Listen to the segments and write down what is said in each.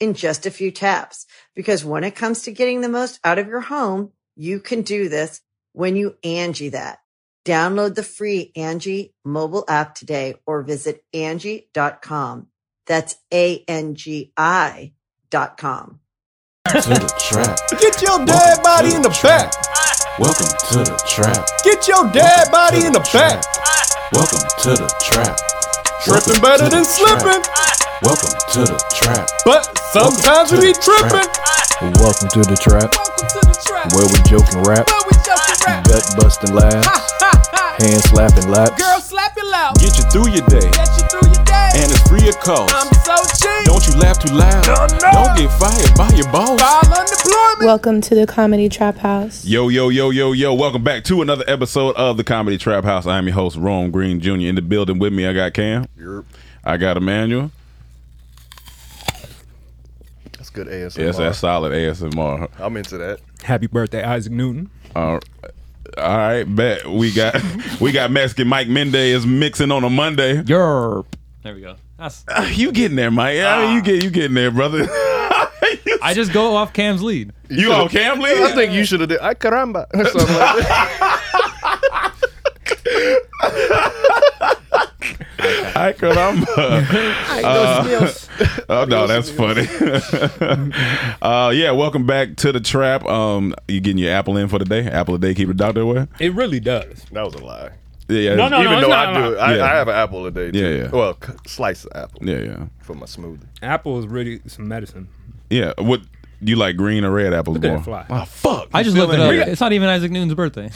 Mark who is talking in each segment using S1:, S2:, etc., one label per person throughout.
S1: in just a few taps. Because when it comes to getting the most out of your home, you can do this when you Angie that. Download the free Angie mobile app today or visit Angie.com. That's A-N-G-I dot com.
S2: to the trap.
S3: Get your dead body in the back.
S2: Welcome to the trap.
S3: Get your dead body in the back.
S2: Welcome to the trap.
S3: Tripping better than slipping,
S2: Welcome to the trap.
S3: but sometimes we be tripping.
S4: Welcome to the trap,
S3: Welcome to the trap.
S4: where we joke and rap,
S3: we just rap.
S4: butt busting laughs, hand slapping laps.
S3: slap it loud.
S2: Get you through your day,
S3: Get you through your day.
S2: and it's free of cost.
S3: so cheap.
S2: Don't you laugh too loud.
S3: Um. no.
S2: Don't get fired by your boss.
S3: unemployment.
S5: Welcome to the Comedy Trap House.
S6: Yo, yo, yo, yo, yo. Welcome back to another episode of the Comedy Trap House. I am your host, Rome Green Jr. In the building with me, I got Cam. I got Emmanuel.
S7: That's good ASMR.
S6: Yes, that's solid ASMR.
S7: I'm into that.
S4: Happy birthday, Isaac Newton.
S6: All right, bet we got we got Mexican Mike Mendez mixing on a Monday.
S4: Yerp.
S8: There we go. That's
S6: You getting there, Mike? Yeah, you get you getting there, brother.
S8: I just go off Cam's lead.
S6: you on Cam Lee?
S7: I think you should have did "Ay caramba" or something like that.
S6: I could. I'm.
S9: Uh,
S6: oh no, that's funny. uh, yeah, welcome back to the trap. Um, you getting your apple in for the day? Apple a day, keep it doctor away.
S9: It really does.
S7: That was a lie.
S6: Yeah, yeah,
S9: No, Oh, no,
S7: Even
S9: no,
S7: though
S9: it's
S7: I
S9: not.
S7: do, I,
S6: Yeah.
S7: I have an apple a day. Too.
S6: Yeah, yeah.
S7: Well, c- slice of apple
S6: yeah, yeah,
S7: for my smoothie.
S9: Apple is really some medicine.
S6: yeah. What you like, green or red apples
S9: Look at
S6: more?
S9: that fly.
S6: Oh fuck!
S8: I just
S6: Still
S8: looked it
S6: in
S8: up.
S6: here.
S8: It's not even Isaac Newton's birthday.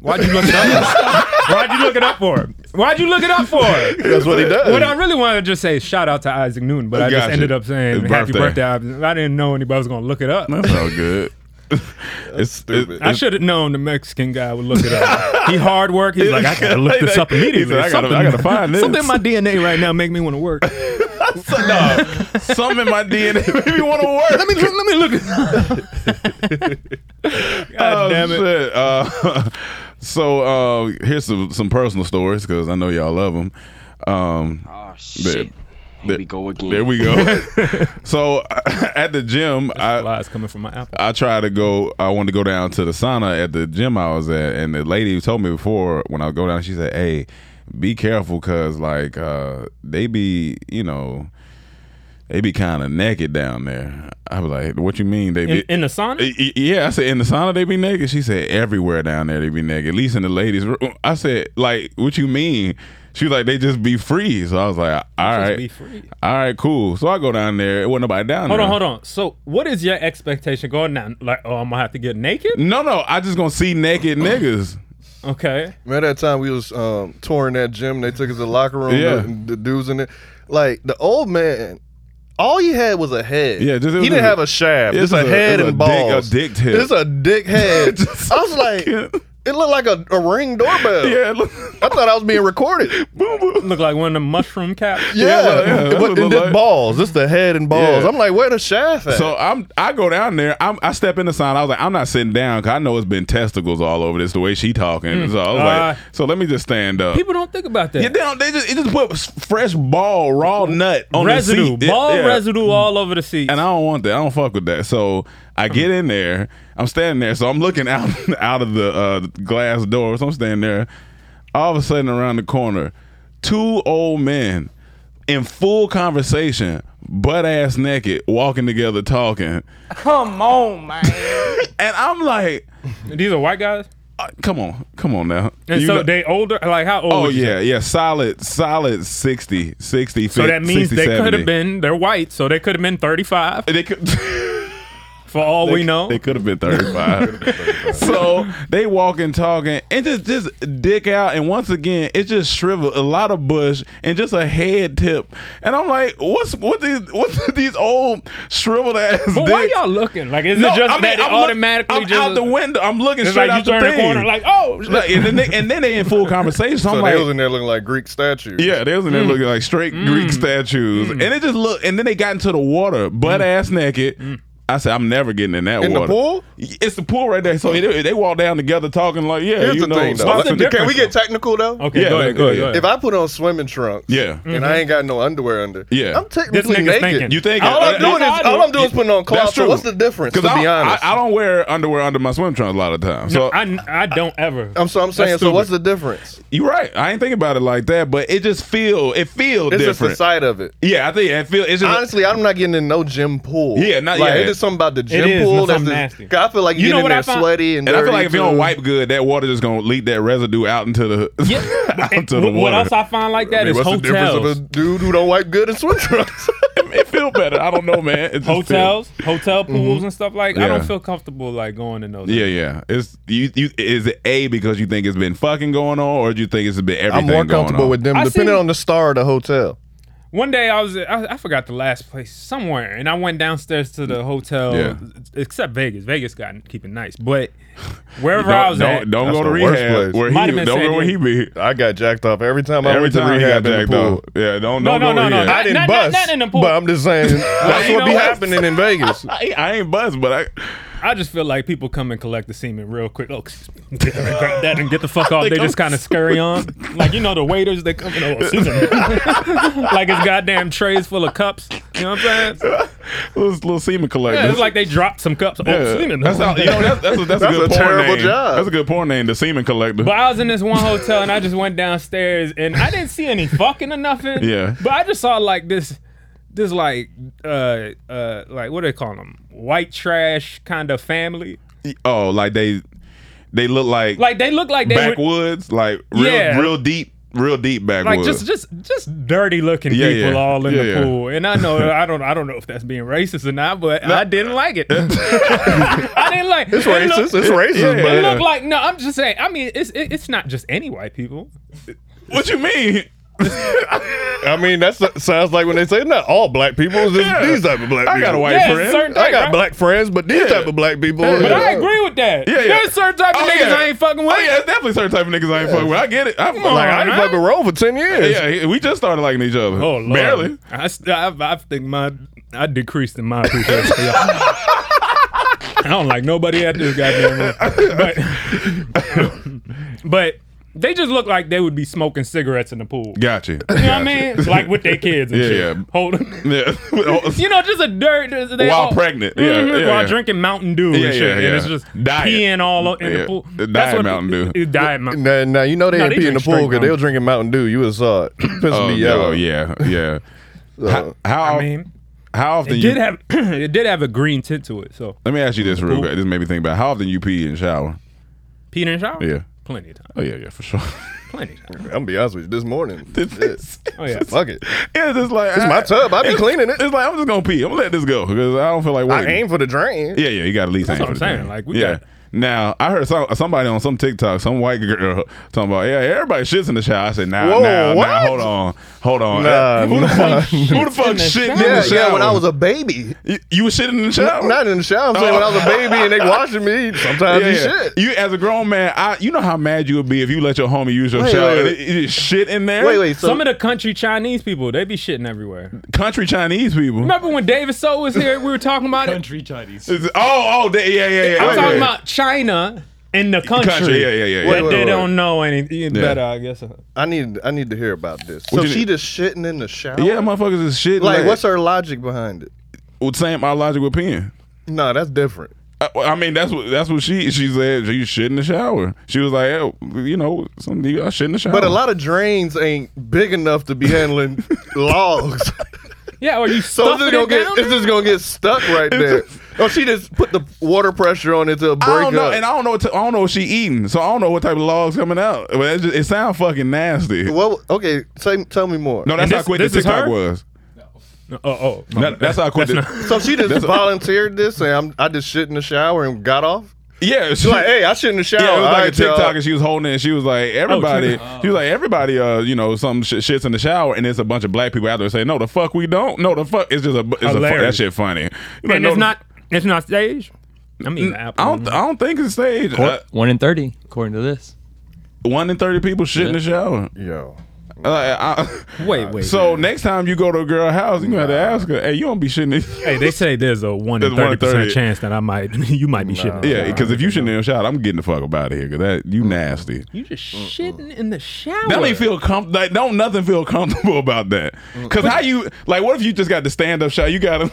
S9: Why'd you look it up? Why'd you look it up for? Why'd you look it up for?
S7: That's what he does.
S9: What I really wanted to just say is shout out to Isaac Newton, but I just
S6: Gotcha.
S9: ended up saying
S6: His
S9: happy
S6: birthday.
S9: birthday. I I didn't know anybody was gonna look it up.
S6: That's all good. it's
S7: stupid.
S6: it-
S9: I should have known the Mexican guy would look it up. he hard work. He's like, I gotta look this up immediately.
S6: He said, "I gotta- I
S9: Something-
S6: gotta find this."
S9: Something in my DNA right now make me want to work. let
S6: Something in my DNA made me want to work.
S9: me let me look. God
S6: Oh,
S9: damn it.
S6: shit. Uh, so uh, here's some some personal stories because I know y'all love them. Um,
S10: Oh shit. Here
S6: there-
S10: we go again.
S6: there we go. so at the gym, I
S9: Lies coming from my apple.
S6: I tried to go. I wanted to go down to the sauna at the gym I was at, and the lady told me before when I go down, she said, "Hey, be careful, cause like uh, they be you know." They be kind of naked down there. I was like, "What you mean they
S9: In,
S6: be
S9: in the sauna.
S6: Y- y- Yeah, I said in the sauna they be naked. She said everywhere down there they be naked. At least in the ladies' room. I said like, what you mean? She was like they just be free. So I was like, all right,
S9: be free.
S6: all right, cool. So I go down there. It wasn't nobody down
S9: Hold
S6: there.
S9: on, hold on. So, what is your expectation going now? Like, oh, I'm gonna have to get naked?
S6: No, no, I just gonna see naked niggas.
S9: Okay.
S7: Remember that time we was um, touring that gym? They took us to the locker room.
S6: Yeah.
S7: The, the dudes in it. Like the old man. All he had was a head.
S6: Yeah, just- it
S7: he
S6: was
S7: didn't
S6: a-
S7: have a shaft.
S6: it's
S7: It's
S6: a-
S7: a,
S6: it's
S7: head
S6: a
S7: and
S6: dick- a
S7: balls.
S6: dick head.
S7: It's a dick head.
S6: Just
S7: I was like,
S6: fucking-
S7: it looked like a, a ring doorbell.
S6: Yeah, look,
S7: I thought I was being recorded.
S6: boom, boom.
S9: Look like one of the mushroom caps.
S7: Yeah,
S6: well, yeah, that's what
S7: but
S6: it look
S7: and this
S6: like.
S7: balls. This the head and balls.
S6: Yeah.
S7: I'm like, where the shaft at?
S6: So I'm, I go down there. I'm, I step in the sauna. I was like, I'm not sitting down because I know it's been testicles all over this. The way she talking. So I was like,
S9: Uh,
S6: so let me just stand up.
S9: People don't think about that.
S6: Yeah, they, don't, they just it just put s- fresh ball, raw nut on
S9: residue,
S6: the seat. It-
S9: ball
S6: yeah. Mm.
S9: residue all over the seat.
S6: And I don't want that. I don't fuck with that. So I get in there. I'm standing there. So I'm looking out out of the uh, glass door. So I'm standing there. All of a sudden, around the corner, two old men in full conversation butt ass naked, walking together, talking,
S9: Come on, man.
S6: and I'm like,
S9: These are white guys.
S6: uh, come on, come on now.
S9: And
S6: You
S9: so
S6: know-
S9: they older. Like how old?
S6: Oh
S9: would you say?
S6: yeah, yeah, solid, solid 60, 60,
S9: So that means
S6: 60,
S9: they could
S6: 70.
S9: have been. They're white, so they could have been thirty-five.
S6: They could.
S9: For all Oh, we know,
S6: They could have been 35. so they walking, talking, and just just dick out. And once again, it's just shriveled, a lot of bush, and just a head tip. And I'm like, what's what these what's with these old shriveled ass?
S9: But why
S6: dicks?
S9: y'all looking? Like, is
S6: No,
S9: it just
S6: I mean,
S9: that it
S6: I'm look-
S9: automatically
S6: I'm
S9: just
S6: out the window. I'm looking
S9: It's
S6: straight
S9: like
S6: out
S9: you turn
S6: the
S9: the,
S6: thing.
S9: corner, like, oh,
S6: Like, and then they, and then they in full conversation. So
S7: So
S6: I'm
S7: they
S6: like,
S7: was in there looking like Greek statues.
S6: yeah, they was in there looking like straight Greek statues, and it just looked. And then they got into the water, butt ass naked. I said, I'm never getting in that
S7: In the
S6: water.
S7: pool?
S6: It's the pool right there. So they, they walk down together talking like, yeah,
S7: Here's
S6: you
S7: the
S6: know,
S7: thing,
S6: spots
S7: though.
S6: and
S7: Can we get technical though?
S9: okay,
S6: Yeah,
S9: go ahead, go ahead,
S6: yeah,
S9: go
S6: yeah.
S9: ahead.
S7: If I put on swimming trunks,
S6: Yeah.
S7: and I ain't got no underwear under,
S6: Yeah.
S7: I'm technically
S9: This nigga's
S7: naked.
S9: thinking.
S6: You think
S7: All
S6: uh,
S7: I'm
S6: that-
S7: doing
S9: that's
S7: is
S9: how I
S7: all
S9: do
S7: I'm doing is putting on clothes.
S6: that's
S7: So
S6: true.
S7: what's the difference? To
S6: Because I,
S7: be honest,
S6: I, I don't wear underwear under my swim trunks a lot of times. So
S9: I, I don't ever.
S7: am so I'm saying. So what's the difference?
S6: you're right. I ain't think about it like that, but it just feel it feel
S7: It's just the
S6: different.
S7: sight of it.
S6: yeah, I think it feel it's just
S7: Honestly, I'm not getting in no gym pool.
S6: Yeah, not-
S7: like
S6: yeah.
S7: it's just something about the gym
S9: is,
S7: pool
S9: it's
S7: that's
S9: something
S7: just-
S9: nasty.
S7: 'cause I feel like you,
S9: You
S7: get
S9: know
S7: in
S9: what
S7: there
S9: I find-
S7: sweaty and
S6: and I
S7: dirty
S6: feel like if you
S7: too.
S6: don't wipe good, that water just gonna leak that residue out into the out
S9: And
S6: into the water.
S9: what else I find like
S7: I
S9: that
S7: mean,
S9: is
S7: what's the difference of a
S9: hotels,
S7: dude who don't wipe good in swim trunks?
S6: it feel better. I don't know, man. It just
S9: hotels, hotel pools and stuff like. I
S6: Mm-hmm. Yeah.
S9: don't feel comfortable like going in those.
S6: feel- Yeah, yeah. It's you. You is it a because you think it's been fucking going on, or do you think it's been everything?
S7: I'm more
S6: going
S7: comfortable
S6: on?
S7: with them,
S9: I
S7: depending
S9: see-
S7: on the star of the hotel.
S9: One day I was I, I forgot the last place somewhere, and I went downstairs to the hotel.
S6: Mm. Yeah.
S9: Except Vegas. Vegas got keep it nice, but wherever
S6: Don't,
S9: I was
S6: don't,
S9: at,
S6: don't
S7: That's
S6: go to
S7: the worst
S6: rehab
S7: place.
S6: where
S9: Might
S6: he
S9: have been
S6: don't
S9: San
S6: go where he
S9: Diego.
S6: be.
S7: I got jacked off every time I
S6: Every
S7: went to
S6: time he got
S7: rehab in the
S6: jacked
S7: pool.
S6: off. Yeah, don't
S9: No,
S6: don't go
S9: no, no,
S6: rehab.
S9: no.
S7: I didn't
S9: Not- not-
S7: bust,
S9: not in the pool.
S7: but I'm just saying that's
S9: You
S7: what
S9: know
S7: be
S9: what?
S7: happening in Vegas.
S6: I, I ain't buzzed, but I
S9: I just feel like people come and collect the semen real quick. Oh, excuse me. grab that and get the fuck off. They
S6: think
S9: just
S6: I'm
S9: kind of scurry on. Like, you know, the waiters, they come in oh, excuse me. like it's goddamn trays full of cups. You know what I'm saying?
S6: little, little semen collector.
S9: Yeah, it's like they dropped some cups. Oh,
S6: Yeah.
S9: semen.
S6: That's how, you know that's that's a, that's a
S7: That's
S6: good
S7: a
S6: porn
S7: terrible
S6: name.
S7: job.
S6: That's a good porn name, the semen collector.
S9: But I was in this one hotel and I just went downstairs and I didn't see any fucking or nothing.
S6: Yeah.
S9: But I just saw like this, this like, uh, uh, like what do they call them? White trash kind of family.
S6: oh, like they they look like,
S9: Like they look like they were-
S6: backwoods, like real
S9: Yeah.
S6: real deep, real deep backwoods.
S9: like just just just dirty looking
S6: Yeah,
S9: people
S6: yeah.
S9: all in
S6: Yeah,
S9: the
S6: yeah.
S9: pool and i know i don't i don't know if that's being racist or not but i didn't like it i didn't like
S7: It's
S9: it
S7: racist.
S9: look-
S7: It's racist,
S6: Yeah.
S7: but
S9: it looked like no i'm just saying i mean it's it, it's not just any white people
S6: what you mean?
S7: I mean that sounds like when they say not all black people, it's just
S6: Yeah.
S7: these type of black
S6: I
S7: people.
S6: got a white
S9: Yeah,
S6: friend.
S9: certain
S7: I
S9: type,
S7: got
S9: right?
S7: black friends, but these
S6: Yeah.
S7: type of black people.
S9: but
S7: yeah.
S9: I agree with that.
S6: Yeah, yeah.
S9: There's certain type of
S6: Oh,
S9: niggas
S6: yeah.
S9: I ain't fucking with.
S6: Oh yeah, it's definitely certain type of niggas I ain't fucking with. I get it. I'm
S9: on,
S6: like,
S7: Like I
S6: I,
S7: didn't
S9: Huh?
S7: fuck with Rome for ten years.
S6: yeah, we just started liking each other.
S9: Oh, Lord.
S6: barely.
S9: I, st- I, I think my I decreased in my appreciation. for y'all. I don't like nobody at this goddamn room. But, but they just look like they would be smoking cigarettes in the pool.
S6: Gotcha.
S9: You know what I mean? Like with their kids and
S6: Yeah,
S9: shit.
S6: yeah.
S9: Hold them.
S6: Yeah.
S9: You know, just a dirt. just- They
S6: While
S9: all-
S6: pregnant. Yeah,
S9: Mhm,
S6: yeah,
S9: while
S6: yeah.
S9: drinking Mountain Dew
S6: Yeah,
S9: and shit.
S6: yeah, yeah.
S9: And it's just
S6: Diet.
S9: peeing all o- in
S6: Yeah.
S9: the pool.
S6: The diet Mountain Dew.
S9: it- Diet Mountain
S7: Now, now you know they
S9: No,
S7: ain't
S9: they
S7: pee in the
S9: drink
S7: pool
S9: straight
S7: because
S9: rum.
S7: they were drinking Mountain Dew. You would have saw it. Pissing
S6: Oh,
S7: me
S6: no,
S7: yellow.
S6: yeah, yeah. How, how,
S9: I mean,
S6: how often
S9: it
S6: you
S9: did have it did have a green tint to it. So
S6: Let me ask you this real quick. This made me think about how often you pee and shower.
S9: peeing in the shower.
S6: Yeah.
S9: Plenty of time.
S6: Oh yeah, yeah, for sure.
S9: Plenty of time.
S7: I'm gonna be honest with you. This morning,
S6: it's,
S9: Oh yeah.
S7: fuck it.
S6: it's just like
S7: It's my tub. I be cleaning it.
S6: It's like I'm just gonna pee. I'm gonna let this go because I don't feel like
S7: I
S6: waiting.
S7: aim for the drain.
S6: Yeah, yeah, you got to at least
S9: That's
S6: aim
S9: what
S6: for the
S9: I'm saying.
S6: drain.
S9: Like, we
S6: yeah.
S9: got-
S6: now I heard some, somebody on some TikTok, some white girl talking about, yeah, everybody shits in the shower. I said, nah,
S7: Whoa,
S6: nah,
S7: what?
S6: nah, hold on, hold on. Eh,
S7: Nah,
S6: who, the
S7: nah.
S6: fuck, who the fuck shitting in the
S7: yeah,
S6: shower? Oh.
S7: yeah, When I was a baby,
S6: you, you was shitting in the shower.
S7: not in the shower. I'm saying when I was a baby and they washing me, sometimes
S6: Yeah,
S7: you
S6: yeah.
S7: shit.
S6: You as a grown man, I you know how mad you would be if you let your homie use your
S7: Wait,
S6: shower.
S7: wait,
S6: and
S7: wait.
S6: it- it is shit in there.
S7: Wait, wait. So
S9: Some of the country Chinese people, they be shitting everywhere.
S6: country Chinese people.
S9: Remember when David So was here, we were talking about it?
S8: Country Chinese.
S6: Is it- oh, oh, they, yeah, yeah, yeah.
S9: I'm
S6: okay.
S9: talking about China and the country.
S6: Country, yeah, yeah, yeah, yeah.
S9: That
S7: Wait,
S9: they
S7: wait,
S9: don't know anything better, I guess.
S7: I need I need to hear about this. So
S6: you
S7: she
S6: need?
S7: just shitting in the shower.
S6: yeah, motherfuckers is shit.
S7: Like, what's her logic behind it?
S6: well, same our logic with pen?
S7: No, that's different.
S6: I, I mean, that's what that's what she she said. You shit in the shower. She was like, "Hey, you know, some I Oh. shit in the shower.
S7: But a lot of drains ain't big enough to be handling logs.
S9: Yeah, or you
S7: So
S9: stuffing
S7: it's just
S9: it
S7: gonna get
S9: down
S7: it's
S9: there?
S7: just gonna get stuck right there. Oh, she just put the water pressure on it to break
S6: I don't know,
S7: up.
S6: and I don't know. What t- I don't know what she eating, so I don't know what type of logs coming out. But it's just, it sounds fucking nasty.
S7: well, okay, say, tell me more.
S6: No, that's
S9: And
S6: how
S9: this-
S6: quick the
S9: this is
S6: TikTok
S9: her?
S6: was.
S9: Oh, oh, my
S6: That-
S9: bad.
S6: that's how quick. the-
S7: so she just volunteered this, and I'm, I just shit in the shower and got off.
S6: yeah, she,
S7: She's like, "Hey, I shit in the shower."
S6: yeah, it was
S7: Oh, All
S6: like a
S7: right, y'all.
S6: TikTok, and she was holding it. And she was like, everybody, she was like, everybody, uh, you know, some sh- shits in the shower, and it's a bunch of black people out there saying, no, the fuck, we don't. No, the fuck, it's just a, bu- it's a fu- that
S9: Hilarious.
S6: shit funny. Like,
S9: and
S6: no, the-
S9: it's not it's not staged. I mean,
S6: I don't, I don't think it's staged. Uh,
S8: One in thirty, according to this.
S6: one in thirty people shit in the shower.
S7: Yo,
S6: Uh, I-
S9: wait, wait.
S6: so next time you go to a girl house, you gonna have to ask her, hey, you don't be shitting. in-
S9: hey, they say there's a one
S6: There's
S9: in
S6: one in
S9: thirty
S6: 30.
S9: percent chance that I might you might be shitting.
S6: Yeah, because if you shouldn't in the shower, I'm getting the fuck up out of here. Cause that you nasty.
S9: you just shitting in the shower.
S6: That don't feel com- like don't nothing feel comfortable about that. Cause how you like? What if you just got the stand up shower? You got to.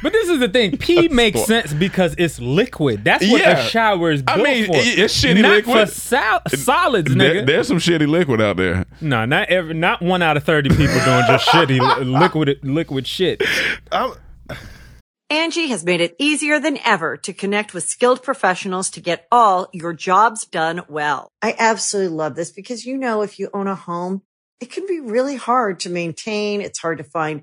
S9: But this is the thing. Pee makes
S6: what-
S9: sense because it's liquid. That's what
S6: Yeah.
S9: a shower is
S6: I
S9: built
S6: mean,
S9: for.
S6: it- it's shitty
S9: not
S6: liquid.
S9: for sol- solids,
S6: There,
S9: nigga.
S6: there's some shitty liquid out there.
S9: no, not every, not one out of thirty people doing just shitty li- liquid liquid shit.
S7: I'm,
S1: Angie has made it easier than ever to connect with skilled professionals to get all your jobs done well. I absolutely love this because, you know, if you own a home, it can be really hard to maintain. It's hard to find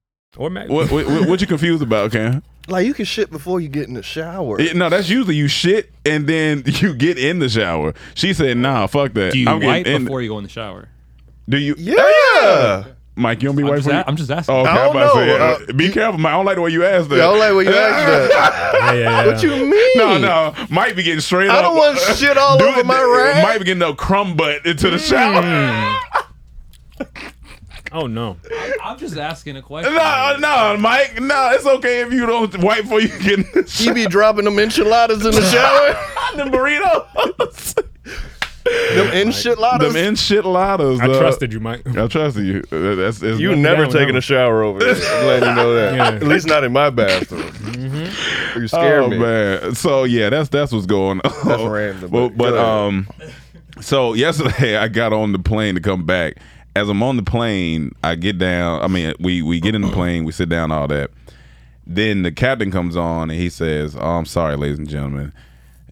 S9: Or maybe
S6: What, what, what, what you confused about, Cam?
S7: like, you can shit before you get in the shower.
S6: It- no, that's usually you shit and then you get in the shower. She said, "Nah, fuck that."
S8: Do you
S6: I'm getting
S8: wipe
S6: in-
S8: before you go in the shower?
S6: Do you?
S7: yeah.
S6: Mike, you don't be
S8: I'm
S6: white
S8: just,
S6: for
S8: a-
S6: you.
S8: I'm just asking.
S6: Oh, okay,
S7: I
S6: I'm
S7: don't
S6: about to say,
S7: know.
S6: uh, be careful, Mike. I don't like the way you asked that.
S7: Yo, like when you asked that.
S9: yeah, yeah,
S7: What you mean?
S6: No, no. Mike be getting straight
S7: I
S6: up.
S7: don't want shit all
S6: Dude,
S7: over my rag.
S6: Mike be getting no crumb butt into the shower.
S7: Hmm.
S9: Oh no.
S8: I'm just asking a question.
S6: No, no, Mike. No, it's okay if you don't wipe before you get in the
S7: You be dropping them enchiladas in the shower.
S6: the burritos.
S7: them enchiladas.
S6: Them in shit ladders.
S9: I trusted you, Mike.
S6: I trusted you. Uh, That's, that's
S7: you
S6: nothing
S7: never
S6: down with
S7: taking
S6: that.
S7: a shower over there. I'm letting you know that.
S9: Yeah.
S7: At least not in my bathroom. You scare
S6: Oh
S7: me.
S6: man. So yeah, that's that's what's going on.
S7: That's random,
S6: Well,
S7: but
S6: but
S7: go ahead.
S6: um, so yesterday I got on the plane to come back. As I'm on the plane, I get down. I mean, we we get in the plane, we sit down, all that. Then the captain comes on and he says, oh, "I'm sorry, ladies and gentlemen.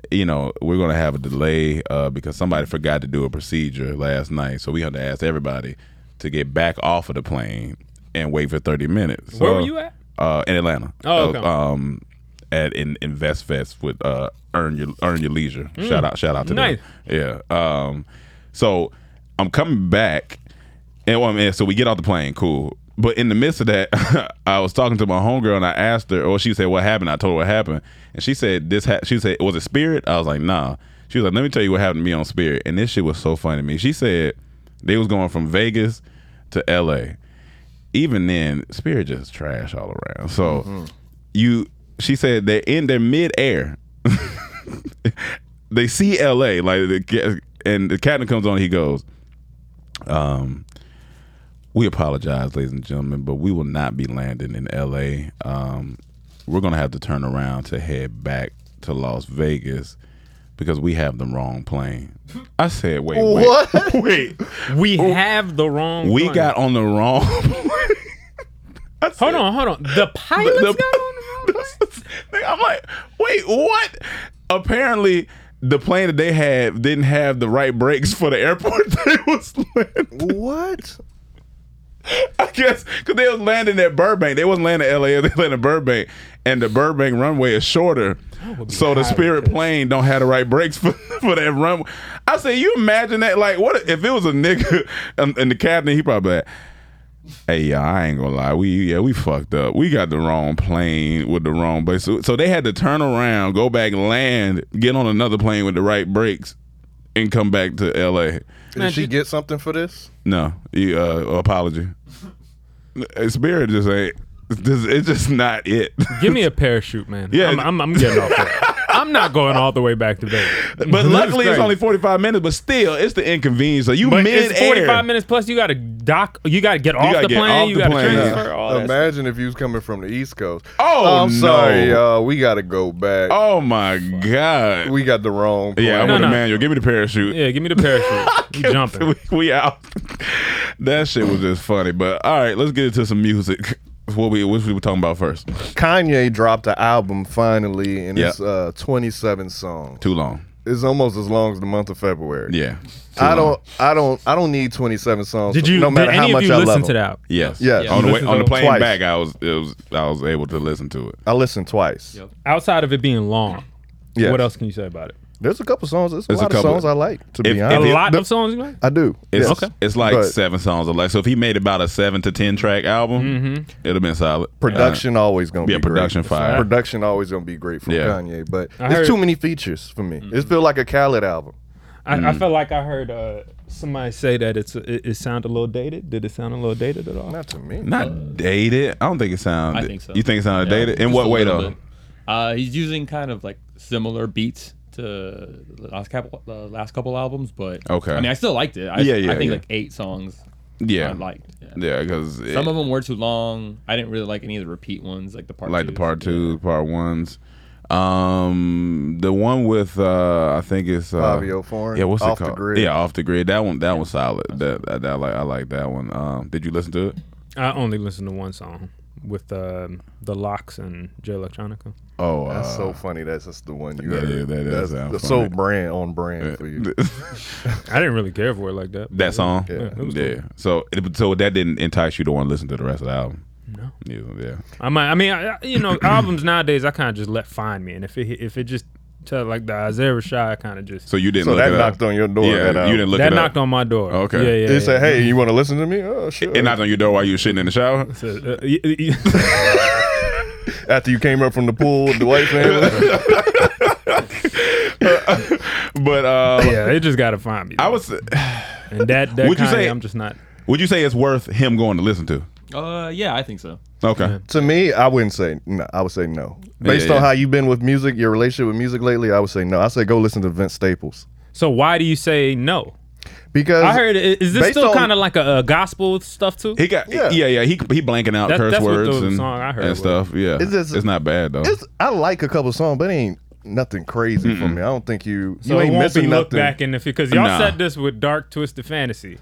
S6: You know we're gonna have a delay uh, because somebody forgot to do a procedure last night, so we had to ask everybody to get back off of the plane and wait for 30 minutes."
S9: Where were
S6: So-
S9: you at?
S6: uh, in Atlanta.
S9: Oh, okay.
S6: Uh, um, at in Invest Fest with uh, Earn Your Earn Your Leisure. Shout out, shout out to
S9: Nice.
S6: them. Yeah. Um, so I'm coming back, and well, I mean, so we get off the plane. Cool. But in the midst of that, I was talking to my homegirl and I asked her, or she said, "What happened?" I told her what happened, and she said, "This." Ha-, she said, "Was it Spirit?" I was like, "Nah." She was like, "Let me tell you what happened to me on Spirit," and this shit was so funny to me. She said they was going from Vegas to L.A even then, Spirit just trash all around. So you, she said they're in their mid air. they see L.A. like the ca- and the captain comes on. He goes, um, we apologize, ladies and gentlemen, but we will not be landing in L.A. Um, we're gonna have to turn around to head back to Las Vegas because we have the wrong plane. I said, wait, wait,
S7: What?
S6: wait.
S9: We have the wrong.
S6: We
S9: one.
S6: got on the wrong. plane.
S9: Hold on, hold on. The pilots
S6: the-
S9: got on the wrong. plane?
S6: Nigga, I'm like, wait, what? Apparently, the plane that they had didn't have the right brakes for the airport. they was landing.
S7: what?
S6: I guess because they was landing at Burbank. They wasn't landing at LA. They landed at Burbank, and the Burbank runway is shorter, so the Spirit plane don't have the right brakes for, for that runway. I say, you imagine that? Like, what if it was a nigga in, in the cabinet? He probably. Like, Hey, yeah, I ain't gonna lie. We yeah, we fucked up. We got the wrong plane with the wrong base. So, so they had to turn around, go back, land, get on another plane with the right brakes, and come back to L.A.
S7: Did she get something for this?
S6: No, you, uh, apology. Uh, Spirit just ain't. It's just, it's just not it.
S9: Give me a parachute, man.
S6: Yeah.
S9: I'm, I'm, I'm getting off. That. I'm not going all the way back to Vegas.
S6: But luckily, it's
S9: crazy.
S6: only forty five minutes. But still, it's the inconvenience. So you
S9: But
S6: mid
S9: it's 45
S6: air.
S9: minutes plus. You got to dock. You got to get off
S6: gotta
S9: the
S6: get
S9: plane.
S6: off
S9: you
S6: the
S9: got to
S6: plane.
S9: transfer.
S7: Oh,
S9: All that stuff.
S7: Imagine if you was coming from the East Coast.
S6: Oh,
S7: I'm
S6: no.
S7: sorry, y'all. We gotta go back.
S6: Oh my god.
S7: We got the wrong. Plane.
S6: yeah, I'm
S9: No,
S6: with
S9: no.
S6: Emmanuel. Give me the parachute.
S9: Yeah, give me the parachute. You jumping.
S6: we, we out. that shit was just funny. But all right, let's get into some music. What we what we were talking about first?
S7: Kanye dropped an album finally, and
S6: Yeah.
S7: it's uh, 27 songs.
S6: Too long.
S7: It's almost as long as the month of February.
S6: Yeah. Too long.
S7: I don't, I don't, I don't need 27 songs.
S9: Did you?
S7: No matter
S9: did
S7: how
S9: any
S7: much
S9: of you
S7: I
S9: listen
S7: love
S9: to
S7: them.
S9: that?
S6: Yes.
S7: Yes.
S6: On the way,
S9: Listen
S6: on the
S9: to them
S6: plane
S7: twice.
S6: back, I was it was I was able to listen to it.
S7: I listened twice.
S8: Yep.
S9: Outside of it being long,
S7: Yes.
S9: what else can you say about it?
S7: There's a couple songs. There's a
S6: There's a
S7: lot of
S6: couple.
S7: songs I like. To
S6: If- if
S7: be
S9: A
S7: honest,
S6: it-
S9: lot of songs you like?
S7: I do.
S6: It's
S7: Yes.
S9: Okay.
S6: It's like
S7: But-
S6: seven songs or less. So if he made about a seven to ten track album,
S8: Mm-hmm.
S6: it'd have been solid.
S7: Production always gonna
S6: Yeah,
S7: be great.
S6: production fire.
S7: Production always gonna be great for
S6: Yeah. Mm-hmm.
S7: Kanye, but
S9: I
S7: it's
S9: heard-
S7: too many features for me. It feels like a Khaled album.
S9: I, I felt like I heard uh, somebody say that it's it, it sounded a little dated. Did it sound a little dated at all?
S7: Not to me.
S6: Uh, not dated. I don't think it sounds.
S8: I think so.
S6: You think it sounded
S8: Yeah,
S6: dated? In
S8: just
S6: what
S8: a
S6: way
S8: little
S6: though?
S8: bit. Uh, he's using kind of like similar beats to the last couple, the last couple albums, but
S6: Okay.
S8: I mean, I still liked it. I,
S6: Yeah, yeah,
S8: I think
S6: yeah.
S8: like eight songs
S6: Yeah.
S8: I liked. Yeah.
S6: Yeah, because
S8: Some of them were too long. I didn't really like any of the repeat ones, like the part.
S6: like the
S8: twos.
S6: part two, part ones. Um, the one with uh, I think it's uh,
S7: Fabio Foreign,
S6: Yeah, what's it
S7: Off the
S6: called?
S7: Grid.
S6: Yeah, off the grid. That one, that one's solid. That, that, that like I like that one. Um, did you listen to it?
S9: I only listened to one song with um, the Locks and Jay Electronica.
S6: Oh,
S7: That's
S6: uh,
S7: so funny. That's just the one you
S6: Yeah,
S7: heard.
S6: yeah, that does
S7: That's-
S6: sound
S7: that's
S6: funny.
S7: so brand on brand for you.
S6: uh,
S9: I didn't really care for it like that.
S6: that song.
S7: Yeah,
S9: it was
S6: yeah. So, it- so that didn't entice you to want to listen to the rest of the album.
S9: No.
S6: Yeah, yeah.
S9: I might. I mean, I, I- you know, albums nowadays I kind of just let find me, and if it if it just tell like the Isaiah Rashad, I kind of just
S6: So you didn't.
S7: So
S6: look
S7: that
S6: it up.
S7: knocked on your door,
S6: Yeah,
S7: that uh, album.
S6: you didn't look
S9: that
S6: it
S9: knocked
S6: up.
S9: on my door.
S6: Okay.
S9: Yeah, yeah.
S7: They
S9: yeah.
S7: said, "Hey, you want to listen to me?" Oh, sure.
S6: It knocked on your door while you were sitting in the shower.
S9: Uh, y- y-
S7: After you came up from the pool with the white family,
S6: But uh,
S9: yeah, they just gotta find me.
S6: I was.
S9: and that, that
S6: Would you
S9: Kanye,
S6: say-
S9: I'm just not.
S6: Would you say it's worth him going to listen to?
S8: Uh, yeah, I think so.
S6: Okay.
S7: to me, I wouldn't say no. I would say no. Based
S6: yeah,
S7: on
S6: yeah.
S7: how you've been with music, your relationship with music lately, I would say no. I say go listen to Vince Staples
S9: So why do you say no?
S7: because
S9: I heard. i- Is this
S7: based
S9: still
S7: on-
S9: kind of like a, a gospel stuff too?
S6: He got yeah,
S7: Yeah.
S6: yeah. He he blanking out
S9: That-
S6: curse
S9: that's what
S6: words
S9: the
S6: and,
S9: song I heard
S6: and
S9: was.
S6: stuff. Yeah,
S7: It's just-
S6: it's not bad though.
S7: It's, I like a couple songs, but it ain't nothing crazy for me. I don't think you
S9: So
S7: you
S9: it
S7: ain't
S9: won't
S7: missing
S9: be looked
S7: nothing.
S9: back in the because y'all
S6: Nah.
S9: said this with Dark Twisted Fantasy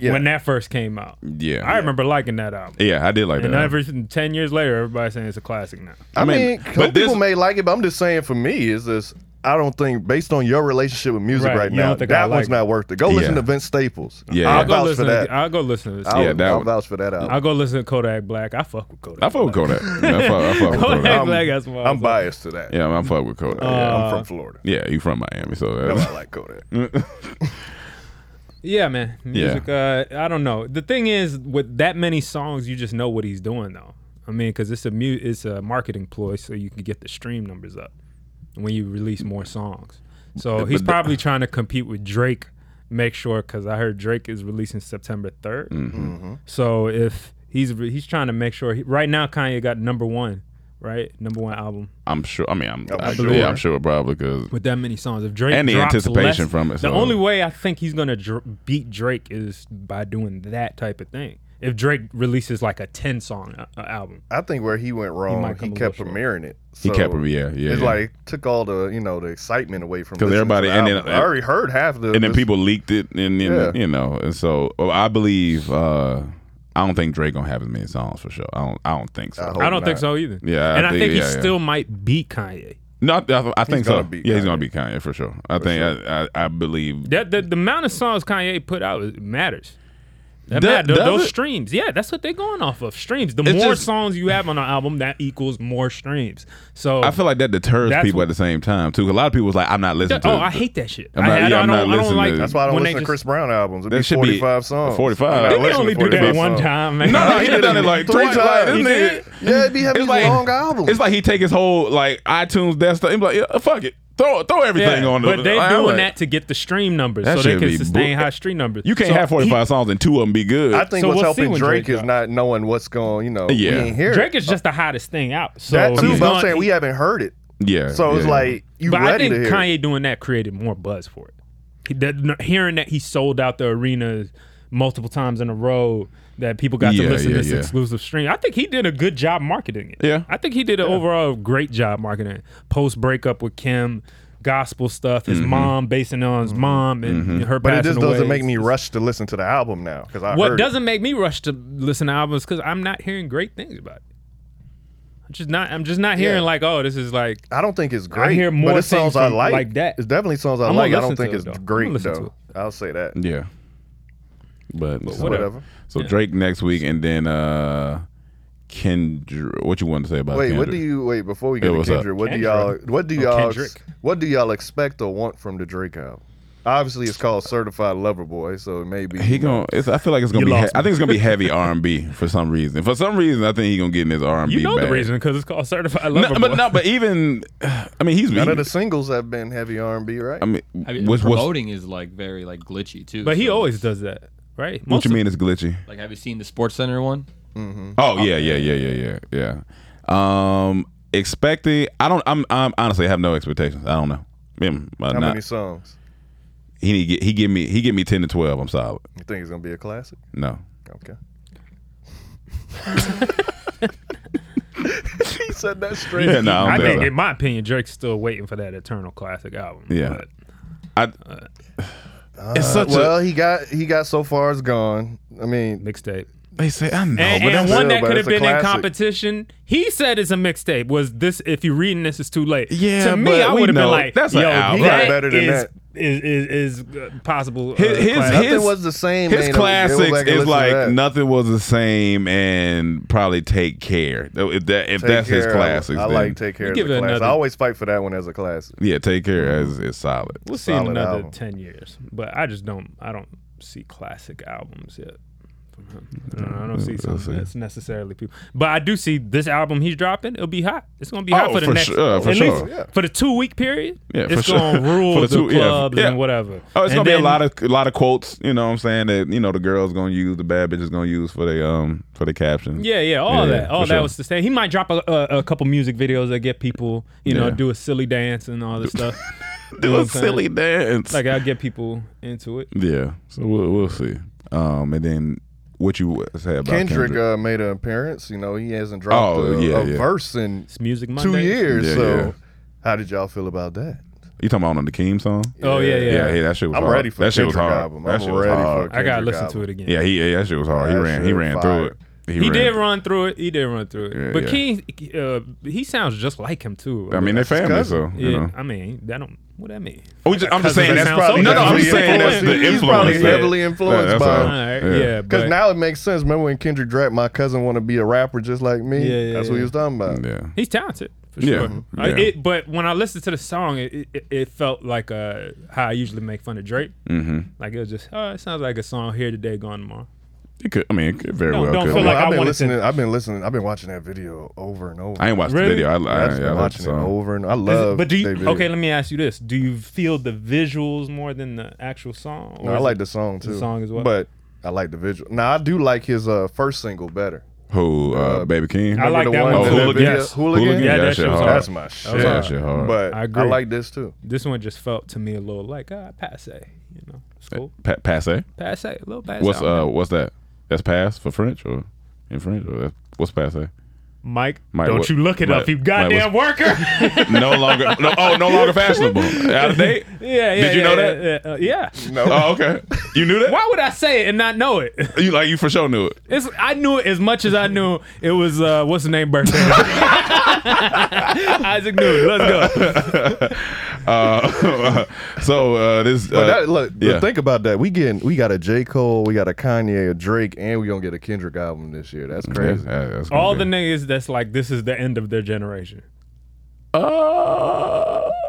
S9: when that first came out.
S6: yeah,
S9: I remember liking that album.
S6: Yeah, I did like
S9: and
S6: that.
S9: every ten years later, everybody's saying it's a classic now.
S7: I
S6: I mean,
S7: mean,
S6: but
S7: some
S6: this-
S7: people may like it, but I'm just saying for me is this. I don't think based on your relationship with music
S9: Right,
S7: right,
S9: you
S7: now,
S9: don't think
S7: that
S9: I
S7: one's
S9: like
S7: not worth it. Go listen
S6: Yeah.
S7: to Vince Staples.
S6: Yeah,
S7: I'll
S9: I'll go
S7: vouch for
S9: listen.
S7: that.
S9: To, I'll go listen to this.
S7: I'll,
S6: Yeah, that
S7: I'll
S6: one.
S7: vouch for that album.
S9: I'll go listen to Kodak Black. I fuck with Kodak.
S6: I fuck with
S9: Black.
S6: Kodak. Yeah, I fuck, I fuck with
S9: Kodak
S6: Kodak.
S9: Black. That's why I
S7: I'm
S9: was like-
S7: biased to that.
S6: Yeah, I fuck with Kodak.
S9: Uh,
S6: yeah.
S7: I'm from Florida.
S6: yeah, you from Miami, so
S7: No,
S6: that's,
S7: I like Kodak.
S9: Yeah, man. Music. Uh, I don't know. The thing is, with that many songs, you just know what he's doing, though. I mean, because it's a mu- it's a marketing ploy, so you can get the stream numbers up when you release more songs. So he's probably trying to compete with Drake. Make sure, because I heard Drake is releasing September 3rd
S7: Mm-hmm.
S6: Mm-hmm.
S9: So if he's re- he's trying to make sure he, right now, Kanye got number one, right? Number one album
S6: I'm sure. I mean, I'm,
S7: I'm
S6: I-
S7: sure.
S6: yeah, I'm sure probably because
S9: with that many songs. If Drake
S6: And the
S9: drops
S6: anticipation
S9: less-
S6: from it,
S9: The
S6: so-
S9: only way I think he's gonna dr- beat Drake is by doing that type of thing. If Drake releases like a ten song uh, album,
S7: I think where he went wrong,
S9: might
S7: he
S9: come a
S7: kept
S9: little short.
S7: premiering it.
S6: He
S7: So
S6: kept- yeah, yeah,
S7: It's
S6: yeah.
S7: like took all the you know the excitement away from
S6: 'Cause
S7: listening to
S6: everybody-
S7: the
S6: and then-
S7: album. I already heard half the
S6: and then people leaked it, and, and
S7: Yeah.
S6: you know, and so well, I believe uh, I don't think Drake gonna have as many songs for sure. I don't. I don't think so.
S7: I hope
S9: I don't think
S7: not.
S9: so either.
S6: Oh, Yeah, I
S9: and I
S6: think-
S9: think,
S6: yeah,
S9: he
S6: yeah.
S9: still might beat Kanye.
S6: No, I, I, I think so.
S7: gonna beat
S6: Yeah, he's
S7: Kanye.
S6: gonna beat Kanye for sure. I think I, I, I believe
S9: That the, the amount of songs Kanye put out is- matters. That
S6: Do-
S9: matter. Th-
S6: does
S9: Those
S6: it?
S9: streams. Yeah, that's what they're going off of. Streams. The
S7: It's
S9: more
S7: just-
S9: songs you have on an album, that equals more streams. So
S6: I feel like that deters
S9: Oh, That's
S6: people
S9: what-
S6: at the same time too. 'cause A lot of people was like, "I'm not listening."
S9: oh,
S6: to
S9: I hate that shit.
S6: I'm
S9: I-
S6: not-
S9: I
S6: yeah,
S9: don't-
S6: I'm
S9: I
S6: not
S9: don't- I don't
S6: listening
S9: like-
S6: to-
S7: That's why I don't
S9: when they
S7: listen to
S9: just-
S7: Chris Brown albums. It'd
S6: That
S7: be
S6: should be
S7: 45 songs.
S6: 45.
S7: I'm not
S6: Didn't he
S9: They
S7: listening
S9: only
S7: to
S9: do that
S7: 45
S9: one
S7: songs.
S9: time, man.
S6: No, no, he done it like
S7: Three
S6: twice. Like,
S7: times.
S6: this
S7: He
S6: nigga-
S7: did. Yeah, it'd be having
S6: It's
S7: these
S6: like-
S7: long albums.
S6: It's like he take his whole like iTunes desktop. And be like, yeah, fuck it, throw throw everything
S9: Yeah,
S6: on.
S9: but
S6: the,
S9: they're
S6: like, I'm
S9: doing
S6: like,
S9: that to get the stream numbers
S6: That
S9: so they
S6: shit be
S9: can sustain
S6: bull-
S9: high stream numbers.
S6: You can't
S9: So
S6: have forty five songs and two of them be good.
S7: I think
S9: So
S7: what's
S9: we'll see
S7: helping
S9: when
S7: Drake,
S9: Drake
S7: is
S9: drops.
S7: not knowing what's going. You know, we
S6: Yeah.
S7: ain't here.
S9: Drake is just the hottest thing out. So
S7: that too,
S9: he's
S7: but I'm
S9: gonna-
S7: saying we haven't heard it.
S6: yeah.
S7: So it's
S6: yeah.
S7: like you
S9: e- but I
S7: ready
S9: think
S7: to hear. it.
S9: Kanye doing that created more buzz for it. He- that- n- hearing that he sold out the arena multiple times in a row, that people got
S6: Yeah,
S9: to listen
S6: yeah,
S9: to this
S6: yeah.
S9: exclusive stream. I think he did a good job marketing it.
S6: Yeah.
S9: I think he did an overall great job marketing it. Post breakup with Kim, gospel stuff,
S6: Mm-hmm.
S9: his mom basing it on his mom and, and her.
S7: Mm-hmm. But it
S9: passing
S7: just doesn't
S9: away.
S7: make me rush to listen to the album now because I
S9: What
S7: heard
S9: doesn't make me rush to listen to albums because I'm not hearing great things about it. I'm just not. I'm just not hearing like, oh, this is like.
S7: It. I don't think it's great.
S9: hear
S7: but
S9: more
S7: it's songs
S9: things
S7: I
S9: from-
S7: like.
S9: like that.
S7: It's definitely songs I
S9: I'm gonna
S7: like. I don't
S9: listen
S7: think
S9: to it,
S7: it's
S9: though. I'm gonna
S7: great
S9: listen to
S7: though.
S9: it.
S7: I'll say that.
S6: yeah. But, so-
S7: Whatever.
S6: So Drake next week, and then uh, Kendra. What you want to say about?
S7: Wait, what
S6: Kendrick?
S7: do you wait before we get
S6: Yeah,
S7: to
S6: what's up?
S7: Kendrick? What do y'all?
S9: Kendrick?
S7: What do
S9: Oh,
S7: y'all?
S9: Kendrick.
S7: What do y'all expect or want from the Drake album? Obviously, it's called Certified Lover Boy, so it may be.
S6: He gonna. It's, I feel like it's gonna be.
S9: You
S6: He- I
S9: lost me.
S6: think it's gonna be heavy R and B for some reason. For some reason, I think he gonna get in his R and B.
S9: You know the reason because it's called Certified Lover
S6: No, but
S9: Boy.
S6: no, but even. I mean, he's.
S7: none
S6: he-
S7: of the singles have been heavy R and B, right?
S6: I mean,
S8: I mean,
S6: what's, what's,
S8: promoting is like very like glitchy too.
S9: But he
S8: so-
S9: always does that, right?
S6: what
S9: Most
S6: you
S9: of-
S6: mean it's glitchy?
S8: like. Have you seen the Sports Center one?
S7: Mm-hmm.
S6: Oh yeah, yeah, yeah, yeah, yeah, yeah. Um, expecting. I don't. I'm. I'm honestly I have no expectations. I don't know. Him, uh,
S7: How
S6: not-
S7: many songs?
S6: he need get- he give me he give me ten to twelve. I'm solid.
S7: You think it's gonna be a classic?
S6: No.
S7: Okay. he said that straight.
S6: Yeah, no. I
S9: I
S6: don't
S9: think,
S6: think
S9: in my opinion, Drake's still waiting for that eternal classic album.
S6: Yeah.
S9: but
S6: so. I, it's such
S7: Uh, Well,
S6: a.
S7: he got he got so far as gone. I mean,
S9: mixtape.
S6: They say I know,
S9: And,
S6: but
S9: and
S6: that's-
S9: one
S7: still,
S9: that
S7: but
S9: could
S7: it's
S9: have
S7: a
S9: been in
S7: classic.
S9: competition, he said it's a mixtape. Was this? If you're reading this, it's too late.
S6: Yeah,
S9: to me,
S6: but
S9: I
S6: we
S9: would have
S6: know
S9: been like,
S6: that's an
S9: yo,
S6: album.
S7: He got
S9: that
S7: better than
S9: is-
S7: that.
S9: Is is is uh, possible? uh,
S6: His- his-
S9: classic.
S7: nothing
S6: his-
S7: was the same.
S6: His
S7: man. They go back
S6: classics
S7: and
S6: is
S7: listen to
S6: like
S7: that.
S6: nothing was the same, and probably take care. Though, If that if
S7: Take
S6: that's his
S7: Care, I-
S6: classics,
S7: I
S6: then-
S7: like take care. As a
S9: give it
S7: classic. I
S9: another-
S7: always fight for that one as a classic.
S6: Yeah, take care is is solid.
S9: We'll see in
S7: solid
S9: another
S7: album.
S9: ten years, but I just don't. I don't see classic albums yet. from him. I don't, know, I don't see something
S6: see.
S9: that's necessarily people, but I do see this album he's dropping. It'll be hot. It's gonna be hot
S6: Oh,
S9: for the
S6: for
S9: next,
S6: sure, uh, for
S9: at
S6: sure.
S9: least
S7: Yeah.
S9: for the two week period.
S6: Yeah, for
S9: it's
S6: sure.
S9: gonna rule
S6: For the
S9: the,
S6: two- yeah,
S9: clubs
S6: yeah.
S9: and whatever.
S6: Oh, it's
S9: And
S6: gonna be a
S9: then-
S6: lot of a lot of quotes. You know, what I'm saying that you know the girls gonna use, the bad bitches gonna use for the um for the caption.
S9: Yeah, yeah, all
S6: Yeah,
S9: that, all
S6: for
S9: that
S6: sure.
S9: was to say. He might drop a, a, a couple music videos that get people, you know,
S6: Yeah.
S9: do a silly dance and all this stuff. You know
S6: do
S9: what
S6: a
S9: I'm saying?
S6: silly dance.
S9: Like I get people into it.
S6: yeah, so we'll we'll see. Um, and then what you say about
S7: Kendrick,
S6: Kendrick?
S7: Uh, made an appearance. You know, he hasn't dropped
S6: Oh,
S7: a,
S6: yeah,
S7: a
S6: yeah.
S7: verse in
S9: It's music Monday.
S7: two years.
S6: Yeah,
S7: so,
S6: yeah.
S7: how did y'all feel about that?
S6: you talking about on the Keem song?
S9: Oh yeah, yeah.
S6: Yeah, hey, that shit was
S7: I'm
S6: hard.
S7: ready for
S6: that shit was
S7: Kendrick
S6: hard.
S7: album.
S6: That
S7: I'm
S6: shit was
S7: ready
S6: hard.
S7: for
S9: I gotta
S7: Kendrick
S9: listen
S7: album.
S9: to it again.
S6: Yeah, he yeah, that shit was hard. he
S7: That
S6: ran he
S7: shit
S6: ran
S7: fire.
S6: through it.
S9: He
S6: ran-
S9: did run through it. He did run through it.
S6: Yeah,
S9: but
S6: yeah.
S9: King, uh, he sounds just like him too.
S6: I mean, they family,
S7: cousin.
S6: so you
S9: yeah.
S6: know.
S9: I mean, that don't. What that mean?
S6: We just, I'm just
S9: Cousin
S6: saying that's
S9: sounds so
S6: probably no, no. I'm just
S9: heavily
S6: saying that's the
S7: influenced.
S6: influence.
S7: He's probably
S6: that-
S7: heavily
S6: that-
S7: influenced
S6: that's
S7: by-
S6: all.
S9: All right. Yeah.
S7: Because
S9: but,
S7: now it makes sense. Remember when Kendrick dropped "My Cousin Want to Be a Rapper Just Like Me"?
S9: Yeah, yeah,
S7: That's what he
S9: yeah.
S7: was talking about.
S6: Yeah.
S9: he's talented for
S6: Yeah,
S9: sure. I-
S6: yeah.
S9: it- but when I listened to the song, it, it, it felt like uh, how I usually make fun of Drake.
S6: Mm-hmm.
S9: Like it was just, oh, it sounds like a song here today, gone tomorrow.
S6: It could. I mean, it could very
S9: No,
S6: well.
S9: don't
S6: could.
S9: feel like
S7: I've
S9: I
S7: been
S9: wanted to-
S7: listening. I've been listening. I've been watching that video over and over.
S6: I ain't watched
S9: Really?
S6: the video. I, I,
S7: I've just
S6: I,
S7: been
S6: I watched the
S7: watching it
S6: song.
S7: over and I love.
S9: but do
S7: that
S9: you?
S7: video.
S9: Okay, let me ask you this: Do you feel the visuals more than the actual song?
S7: No, I like the song too.
S9: the song as well.
S7: But I like the visual. Now I do like his uh, first single better.
S6: Who, uh, Baby King?
S9: I like
S7: the
S9: that
S7: one
S6: Oh,
S9: one.
S7: with
S9: too.
S7: the
S6: Hooligan?
S7: video-
S9: Yes.
S7: Hooligan?
S6: Hooligan?
S9: Yeah,
S6: Yeah,
S9: that
S6: that
S9: shit
S6: shit
S9: was
S6: hard.
S9: hard.
S7: That's my shit.
S9: was
S6: Yeah,
S9: hard.
S6: that shit hard.
S7: But
S9: I
S7: I,
S9: agree.
S7: like this too.
S9: This one just felt to me a little like ah, passe. You know, it's cool.
S6: Pa- passe.
S9: Passe, a little passe.
S6: Uh, What's
S9: out, man.
S6: uh? What's that? That's pass for French or in French or that, what's passe?
S9: Mike,
S6: Mike,
S9: don't
S6: what-
S9: you look it
S6: Mike-
S9: up, you
S6: Mike,
S9: goddamn worker.
S6: no longer, no, oh, no longer fashionable. Out of date.
S9: yeah, yeah.
S6: Did you
S9: yeah,
S6: know that?
S9: Yeah. yeah, uh, yeah.
S6: Oh, okay. You knew that?
S9: Why would I say it and not know it?
S6: You like you for sure knew it.
S9: It's, I knew it as much as I knew it was uh, what's the name birthday. Isaac Newton. Let's go.
S6: Uh, so uh, this. Uh,
S7: But that, look,
S6: yeah.
S7: think about that. We getting we got a J Cole, we got a Kanye, a Drake, and we gonna get a Kendrick album this year. That's
S6: Yeah,
S7: crazy.
S6: that- that's
S9: All the
S6: gonna
S9: niggas that's like this is the end of their generation.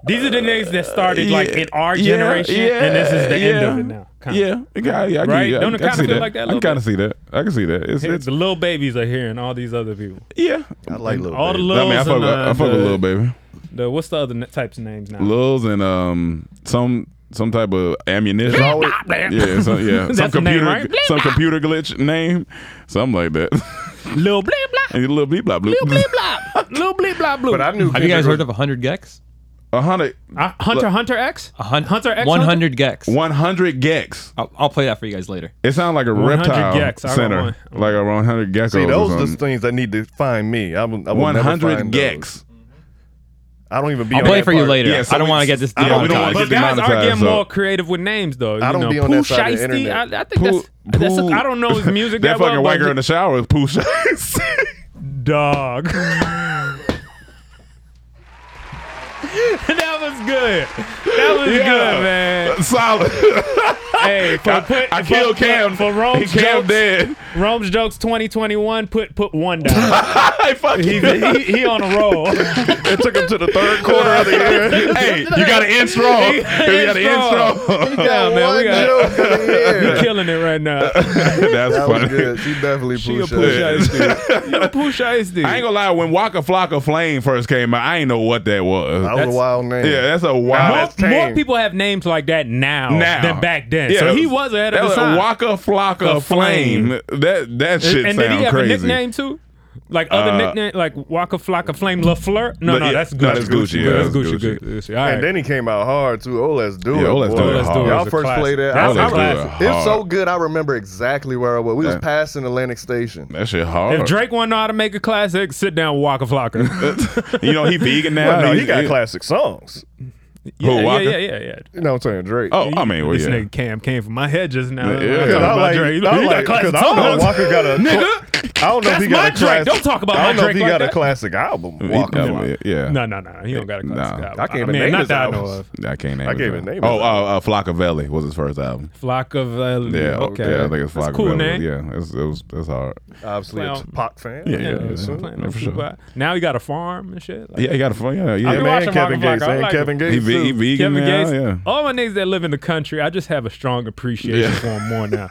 S9: These are the niggas that started like
S6: Uh, yeah,
S9: in our
S6: yeah,
S9: generation, and this is the end of it now.
S6: be- yeah, yeah, yeah, I,
S9: Right?
S6: can, yeah,
S9: Don't
S6: I can
S9: it
S6: see
S9: kinda feel
S6: that.
S9: like that a
S6: I can
S9: little
S6: kind of see that. I can see that. It's,
S9: Hey,
S6: it's
S9: the little babies are here, and all these other people.
S6: yeah.
S7: I like little
S9: all the
S7: Baby.
S9: little.
S6: I mean, I fuck, with, I fuck with Lil Baby,
S9: The, what's the other n- types of names now?
S6: Lils, and um some some type of ammunition.
S7: always-
S6: yeah, some, yeah, some
S9: That's the name,
S6: computer,
S9: right? Bleep,
S6: some computer glitch name, something like that.
S9: Lil Blah Blah.
S6: and you little bleep blah bleep.
S9: Blah. Lil Blee Blah Blue.
S7: But I knew.
S8: Have you guys
S7: Kendrick
S8: heard of 100 Gex?
S6: A hundred,
S9: Uh, Hunter Hunter X?
S8: A hun-
S9: Hunter X
S8: 100 Gex.
S6: one hundred gex.
S8: I'll, I'll play that for you guys later.
S6: It sounds like a
S9: 100
S6: reptile
S9: gex, I got
S6: center,
S9: one.
S6: like a one hundred geckos.
S7: See,
S6: or
S7: those are the
S6: something.
S7: things that need to find me. I'm, I will
S6: one
S7: never
S6: hundred
S7: find those.
S6: gex.
S7: I don't even be.
S8: I'll
S7: on
S8: play
S7: that
S8: for you
S7: part.
S8: later.
S6: Yeah, so
S8: I don't
S6: we-
S8: want to get this
S6: yeah, we don't wanna
S8: demonetized.
S6: get
S9: But guys are
S6: demonetized,
S9: getting
S6: so-
S9: more creative with names, though. You
S7: I don't
S9: know,
S7: be on
S9: Pooh
S7: that side of the
S9: Shiesty,
S7: internet.
S9: I, I think that's, that's a, I don't know his music
S6: that
S9: that,
S6: fucking
S9: well.
S6: white
S9: but
S6: girl in the shower is Pooh Shiesty.
S9: dog. that was good. That was
S6: Yeah.
S9: good, man.
S6: Solid.
S9: Hey, for, put,
S6: I
S9: for-
S6: killed
S9: for-
S6: Cam.
S9: for
S6: He
S9: Rome's
S6: Cam
S9: jokes.
S6: dead.
S9: Rome's jokes 2021. Put put one down.
S6: Hey, fuck
S9: he,
S6: you.
S9: he, he on a roll.
S6: It took him to the third quarter of the year. hey, you got to end strong. You got to end
S9: strong.
S6: strong.
S9: Yeah, man, we got
S7: Joke of the year.
S9: we killing it right now.
S6: That's
S7: That was
S6: funny.
S7: good. She definitely
S9: She a
S7: pushed
S9: push
S7: it.
S9: ice dude. You a push ice dude.
S6: I ain't gonna lie. When Waka Flocka Flame first came out, I ain't know what that was.
S7: That was a wild name.
S6: yeah, that's a
S9: more,
S6: wild.
S7: that's tame.
S9: more people have names like that now,
S6: now
S9: Oh. than back then.
S6: Yeah,
S9: so
S6: that
S9: he was ahead of
S6: that
S9: his time.
S6: was Waka Flocka
S9: A
S6: Flame.
S9: flame.
S6: That that shit
S9: and
S6: sounds
S9: did he have
S6: crazy.
S9: a nickname too? Like other
S6: Uh,
S9: nickname, like Waka Flocka Flame LaFleur? No,
S6: But
S9: no,
S6: yeah,
S9: that's Gucci.
S6: no, that's Gucci, yeah,
S9: that's
S6: that's
S9: Gucci.
S6: Gucci.
S9: Gucci. Gucci. All right.
S7: And then he came out hard too. Oh, let's do
S6: Yeah,
S7: it.
S6: Oh, Let's
S7: boy.
S6: Do It
S9: Let's do
S6: hard.
S9: it.
S7: Y'all
S9: It's a
S7: first
S9: classic.
S7: played that.
S9: That's
S7: I
S9: a
S7: was-
S9: classic.
S6: classic.
S7: It's so good. I remember exactly where I was. We was
S6: Yeah.
S7: passing Atlantic Station.
S6: That shit hard.
S7: uh,
S9: If Drake wanna know how to make a classic, sit down, Waka
S6: Uh,
S9: Flocka.
S6: you know he vegan now.
S7: Well, no, he
S6: He's-
S7: got classic songs.
S9: yeah,
S6: Who,
S9: yeah,
S6: Waka?
S9: yeah, yeah, yeah.
S7: You know what I'm saying, Drake.
S6: Oh, I mean, well,
S9: this
S6: yeah.
S9: nigga Cam came from my head just now.
S6: Yeah,
S9: I'm
S6: yeah.
S9: talking
S6: Cause
S7: I
S9: about
S7: like,
S9: Drake.
S7: I
S9: You
S7: like,
S9: got classic
S7: cause I don't
S9: songs.
S7: know Walker got a.
S9: Nigga.
S7: I don't know
S9: That's
S7: if he got
S9: my
S7: a
S9: Drake.
S7: classic.
S9: Don't talk about
S7: I don't
S9: my
S7: know if
S9: Drake
S7: he
S9: like
S7: got a
S9: that.
S7: classic album.
S6: He-
S7: Walker.
S6: yeah,
S7: Flocka.
S6: yeah.
S9: No, no, no. He don't got a classic
S6: Nah.
S9: album.
S7: I can't even
S9: mean,
S7: name
S9: not
S7: his
S9: that I
S7: albums.
S9: know of.
S6: I can't name.
S7: I
S6: his
S7: can't
S6: name.
S7: even name
S6: Oh,
S7: his
S6: uh, uh, Flockavelli was his first album.
S9: Flock of uh,
S6: Yeah,
S9: okay.
S6: yeah, I think it's
S9: That's a
S6: Flockavelli.
S9: cool name.
S6: Yeah, that's that was, that's hard.
S7: Obviously,
S9: Well,
S7: a Tupac fan.
S6: yeah,
S9: Yeah,
S6: yeah,
S9: it's
S6: yeah.
S9: playing
S6: Yeah,
S9: on
S6: for sure.
S9: Tupac. Now he got a farm and shit. Like,
S6: Yeah, he got a fun. Yeah,
S7: Your
S9: been
S6: yeah.
S7: man,
S9: watching
S7: Kevin
S9: Walker
S7: Gates.
S9: Flocka. I
S7: Ain't
S9: like
S7: Kevin
S9: him.
S6: He,
S7: Gates.
S6: ve- he
S7: too.
S6: vegan
S9: uh, Kevin
S6: now.
S9: Gates. Oh,
S6: Yeah.
S9: All my niggas that live in the country, I just have a strong appreciation
S6: Yeah.
S9: for them more now.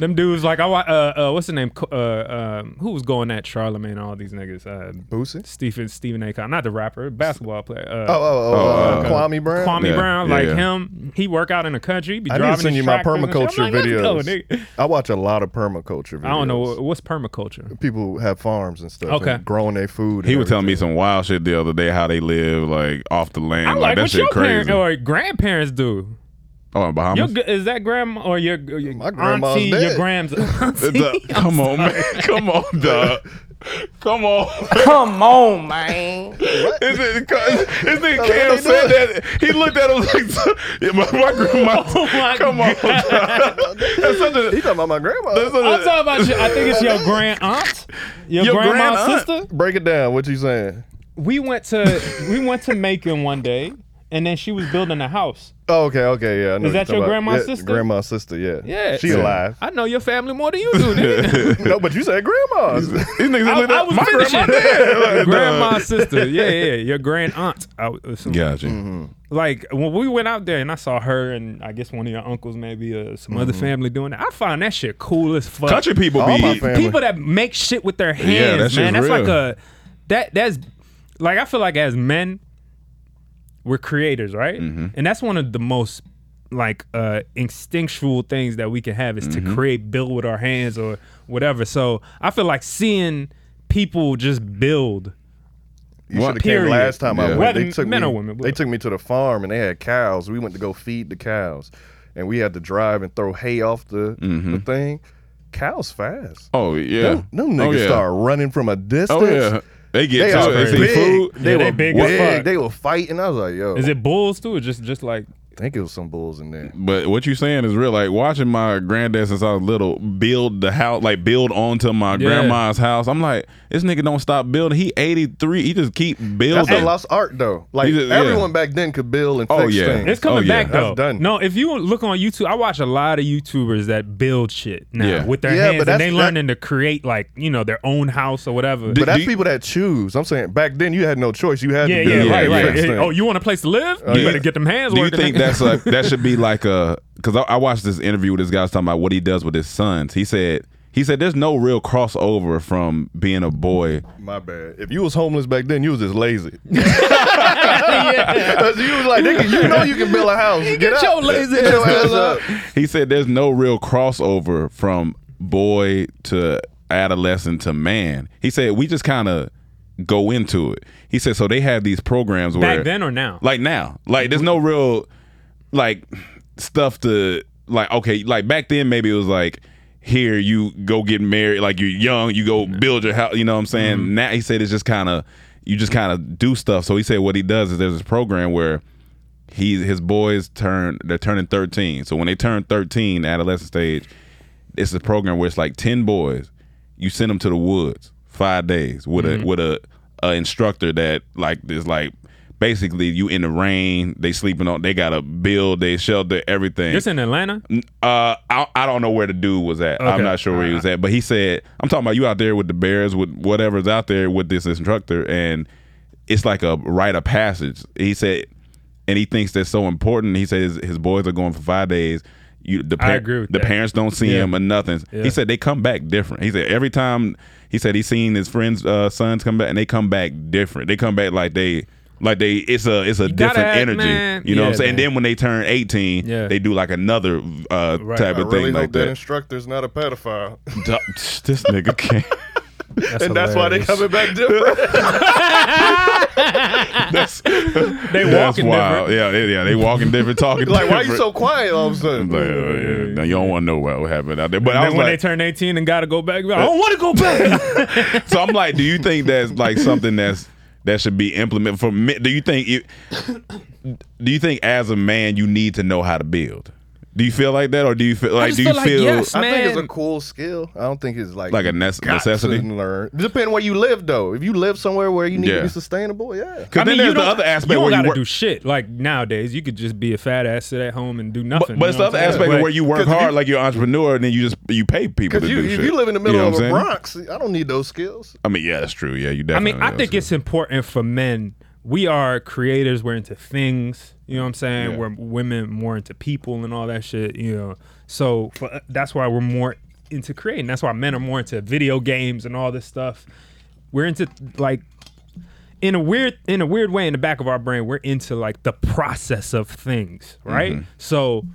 S9: them dudes like I wa- uh, uh what's the name? Co- Uh, um, who was going at Charlemagne? and All these niggas. Uh,
S7: Boosie?
S9: Stephen Stephen A. Con, not the rapper, basketball player. Uh,
S7: Oh, oh, oh, uh,
S6: uh,
S7: Kwame Brown.
S9: Kwame
S6: Yeah,
S9: Brown,
S6: yeah,
S9: like
S6: yeah.
S9: him, he work out in the country. Be
S7: I need
S9: driving
S7: to send
S9: his
S7: you my
S9: tractors and shit. I'm
S7: permaculture
S9: like, let's go,
S7: videos.
S9: nigga.
S7: I watch a lot of permaculture videos.
S9: I don't know what- what's permaculture.
S7: people who have farms and stuff.
S9: Okay.
S7: and growing their food.
S6: He
S7: and
S6: was telling me
S7: everything.
S6: some wild shit the other day how they live like off the land.
S9: I'm
S6: like,
S9: like,
S6: that
S9: what
S6: shit
S9: your
S6: crazy.
S9: parents or grandparents do?
S6: oh, in
S9: Your,
S6: Bahamas.
S9: g- is that grandma or your, your
S7: My grandma's
S9: auntie,
S7: dead.
S9: your grams auntie?
S6: Duh, come on, man. Come on, duh. Come on.
S10: Come on, man.
S6: This nigga this nigga
S7: What
S6: Cam
S7: they
S6: said that. He looked at him like, yeah, my, my grandma.
S9: Oh my
S6: come on. dog. That's such a.
S7: He talking about my grandma.
S6: That's such
S9: I'm
S6: a-
S9: talking about. Your, I think it's your grand aunt, your,
S6: Your
S9: grandma's
S6: grandaunt.
S9: sister.
S7: Break it down. What you saying?
S9: We went to we went to Macon one day, and then she was building a house.
S7: Oh, okay, okay, yeah. I know
S9: Is
S7: what
S9: that
S7: you're
S9: your
S7: talking
S9: grandma's
S7: yeah,
S9: sister?
S7: Grandma's sister, yeah.
S9: Yeah,
S7: she
S9: so-
S7: alive.
S9: I know your family more than you do. Nigga.
S7: no, but you said grandma's.
S6: These niggas
S9: I,
S6: looked
S9: I
S6: at
S9: was
S6: my
S9: finishing.
S6: grandma. dead. Like,
S9: grandma's
S6: dog.
S9: sister. Yeah, yeah, yeah, your grand aunt. I would assume.
S6: Gotcha.
S9: Like when we went out there and I saw her and I guess one of your uncles maybe uh, some other family doing that. I find that shit cool as fuck.
S6: Mm-hmm. Country people
S7: All
S6: be.
S7: my family.
S9: people that make shit with their hands,
S6: Yeah, that
S9: man.
S6: shit's
S9: That's
S6: real.
S9: like a that that's like I feel like as men, we're creators, right?
S6: Mm-hmm.
S9: And that's one of the most like uh instinctual things that we can have is
S6: Mm-hmm.
S9: to create, build with our hands or whatever. So I feel like seeing people just build.
S7: You should have came
S9: Period.
S7: last time I
S6: Yeah.
S7: went.
S9: Whether
S7: they took
S9: men
S7: me,
S9: or women,
S7: They took me to the farm and they had cows. We went to go feed the cows, and we had to drive and throw hay off the, the thing. Cows fast.
S6: Oh, yeah.
S7: Them, them
S6: oh,
S7: niggas
S6: Mm-hmm. yeah.
S7: start running from a distance.
S6: Oh, yeah. They get
S7: They
S6: to
S7: are
S6: it. They see
S7: big.
S6: food.
S7: They
S9: Yeah,
S7: were
S9: they
S7: big.
S9: big as fuck.
S7: They were fighting. I was like, yo,
S9: Is it bulls too, or just just like
S7: I think it was some bulls in there.
S6: But what you saying is real. Like watching my granddad since I was little build the house, like build onto my
S9: Yeah.
S6: grandma's house. I'm like, this nigga don't stop building. He 83. He just keep building.
S7: That's a lost art though. Like
S6: These are- yeah.
S7: everyone back then could build and fix
S6: Oh, yeah.
S7: things.
S9: It's coming
S6: Oh, yeah.
S9: back
S7: That's
S9: though.
S7: done.
S9: No, if you look on YouTube, I watch a lot of YouTubers that build shit now
S6: Yeah.
S9: with their
S7: Yeah, but
S9: hands,
S7: that's-
S9: and they
S7: that-
S9: learning to create like you know their own house or whatever.
S7: But
S6: Do
S7: that's
S6: you-
S7: people that choose. I'm saying back then you had no choice. You had
S9: yeah,
S7: to
S9: yeah,
S7: build
S6: yeah,
S9: right,
S7: and
S6: yeah. Oh,
S9: right.
S7: fix
S9: Hey,
S7: things.
S9: oh, you want a place to live? you
S6: yeah.
S9: better get them hands.
S6: Do you
S9: working.
S6: think that's a that should be like a? Because I, I watched this interview with this guy talking about what he does with his sons. He said he said there's no real crossover from being a boy.
S7: My bad. If you was homeless back then, you was just lazy. 'Cause you was like, nigga, you know you can build a house. Get,
S9: get
S7: up.
S9: your lazy
S7: Get your
S9: ass
S7: ass up.
S6: He said there's no real crossover from boy to adolescent to man. He said we just kind of go into it. He said so they have these programs where
S9: back then or now?
S6: like now like there's no real like stuff to like okay like back then maybe it was like here you go get married like you're young you go build your house you know what i'm saying now he said it's just kind of you just kind of do stuff so he said what he does is there's this program where he his boys turn they're turning 13 so when they turn 13 adolescent stage it's a program where it's like 10 boys you send them to the woods five days with a with a, a instructor that like is like basically you in the rain they sleeping on they gotta build they shelter everything
S9: this in Atlanta?
S6: uh, I, I don't know where the dude was at. I'm
S9: Okay. Uh-huh.
S6: not sure where he was at, but he said, "I'm talking about you out there with the bears, with whatever's out there with this instructor, and it's like a rite of passage." He said, and he thinks that's so important. He says his boys are going for five days. You, the
S9: I
S6: par-
S9: agree with
S6: the
S9: that.
S6: parents don't see
S9: Yeah.
S6: him or nothing. He said they come back different. He said every time he said he's seen his friends' uh, sons come back, and they come back different. They come back like they. Like they, it's a it's a
S9: gotta
S6: different
S9: have-
S6: energy,
S9: man.
S6: you know what I'm
S9: Yeah,
S6: saying.
S9: man.
S6: And then when they turn 18,
S9: Yeah.
S6: they do like another uh,
S9: Right.
S6: type
S7: I
S6: of thing
S7: really
S6: like
S7: hope that
S6: that.
S7: instructor's not a pedophile.
S6: Duh, this nigga can't.
S7: and that's why they coming back different.
S6: That's,
S9: They
S6: that's
S9: walking
S6: wild. Yeah, yeah, yeah, they walking different, talking
S7: like, why you
S6: different.
S7: so Mm. quiet all of a sudden?
S6: Like, oh, yeah. Now you don't want to know what happened out there. But I
S9: Then
S6: was
S9: when
S6: like,
S9: they turn eighteen and gotta go back, I don't want to go back.
S6: so I'm like, do you think that's like something that's that should be implemented for me? Do you think it, do you think as a man you need to know how to build? Do you feel like that, or do you feel like
S9: just
S6: do you
S9: feel like, yes,
S7: I think it's
S9: Man.
S7: a cool skill. I don't think it's like
S6: Like a nec-
S7: got
S6: necessity?
S7: To learn. Depending where you live though. If you live somewhere where you need
S6: Yeah.
S7: to be sustainable, yeah.
S6: Because
S9: I
S6: then
S9: mean,
S6: there's
S9: you
S6: the
S9: don't-
S6: other aspect
S9: you don't
S6: where
S9: gotta
S6: you work,
S9: do shit. Like nowadays, you could just be a fat ass, sit at home and do nothing.
S6: but,
S9: you
S6: but it's
S9: know
S6: the other
S9: what I'm saying?
S6: aspect of
S9: But-
S6: where you work
S7: 'cause if
S6: hard,
S7: you-
S6: like you're an entrepreneur, and then you just you pay people to
S7: Because you,
S6: do
S7: if
S6: shit.
S7: you live in the middle
S6: know
S7: of
S6: what I'm
S7: the
S6: saying?
S7: Bronx, I don't need those skills.
S6: I mean, yeah, that's true. Yeah, you
S9: I
S6: definitely.
S9: mean, I think it's important for men. We are creators. We're into things. You know what I'm saying?
S6: Yeah.
S9: We're women more into people and all that shit. You know, so for, that's why we're more into creating. That's why men are more into video games and all this stuff. We're into like in a weird in a weird way in the back of our brain we're into like the process of things right
S6: Mm-hmm.
S9: so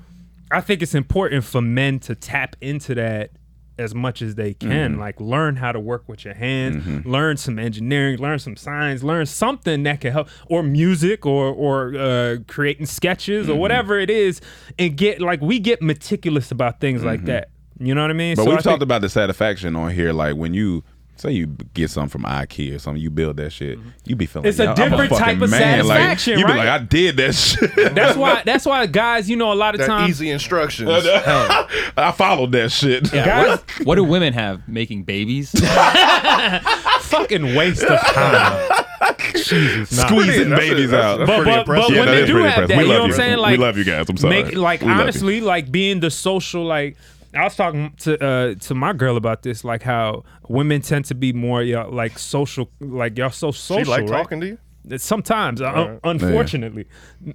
S9: i think it's important for men to tap into that as much as they can
S6: Mm-hmm.
S9: like learn how to work with your hands learn some engineering learn some science learn something that can help or music or or uh, creating sketches
S6: Mm-hmm.
S9: or whatever it is and get like we get meticulous about things like that you know what i mean
S6: Mm-hmm. But
S9: So
S6: we've
S9: I
S6: talked
S9: think-
S6: about the satisfaction on here, like when you. Say you get something from IKEA or something, you build that shit. You be feeling
S9: Mm-hmm. It's a
S6: "Yeah, I'm
S9: different type
S6: fucking
S9: of
S6: man." Like,
S9: satisfaction,
S6: You be
S9: right?
S6: like, I did that shit.
S9: that's why that's why guys you know a lot of
S7: They're
S9: times
S7: easy instructions.
S6: I followed that shit.
S9: guys
S8: What do women have? Making babies?
S9: fucking waste of time. Jesus, nah.
S6: Squeezing
S7: That's it.
S6: babies
S7: That's-
S6: out.
S7: that's pretty
S9: But, but, but
S7: impressive.
S6: Yeah,
S9: when
S6: that
S9: they
S6: is
S9: do
S6: pretty
S9: have
S6: impressive.
S9: that,
S6: We
S9: you know
S6: love
S9: what I'm
S6: you.
S9: saying?
S6: We
S9: Like
S6: love you guys. I'm sorry.
S9: Make, like
S6: We love you.
S9: honestly, like being the social, like I was talking to uh, to my girl about this, like how women tend to be more you know, like social, like y'all so social.
S7: She like
S9: right?
S7: talking to you?
S9: Sometimes, uh, unfortunately,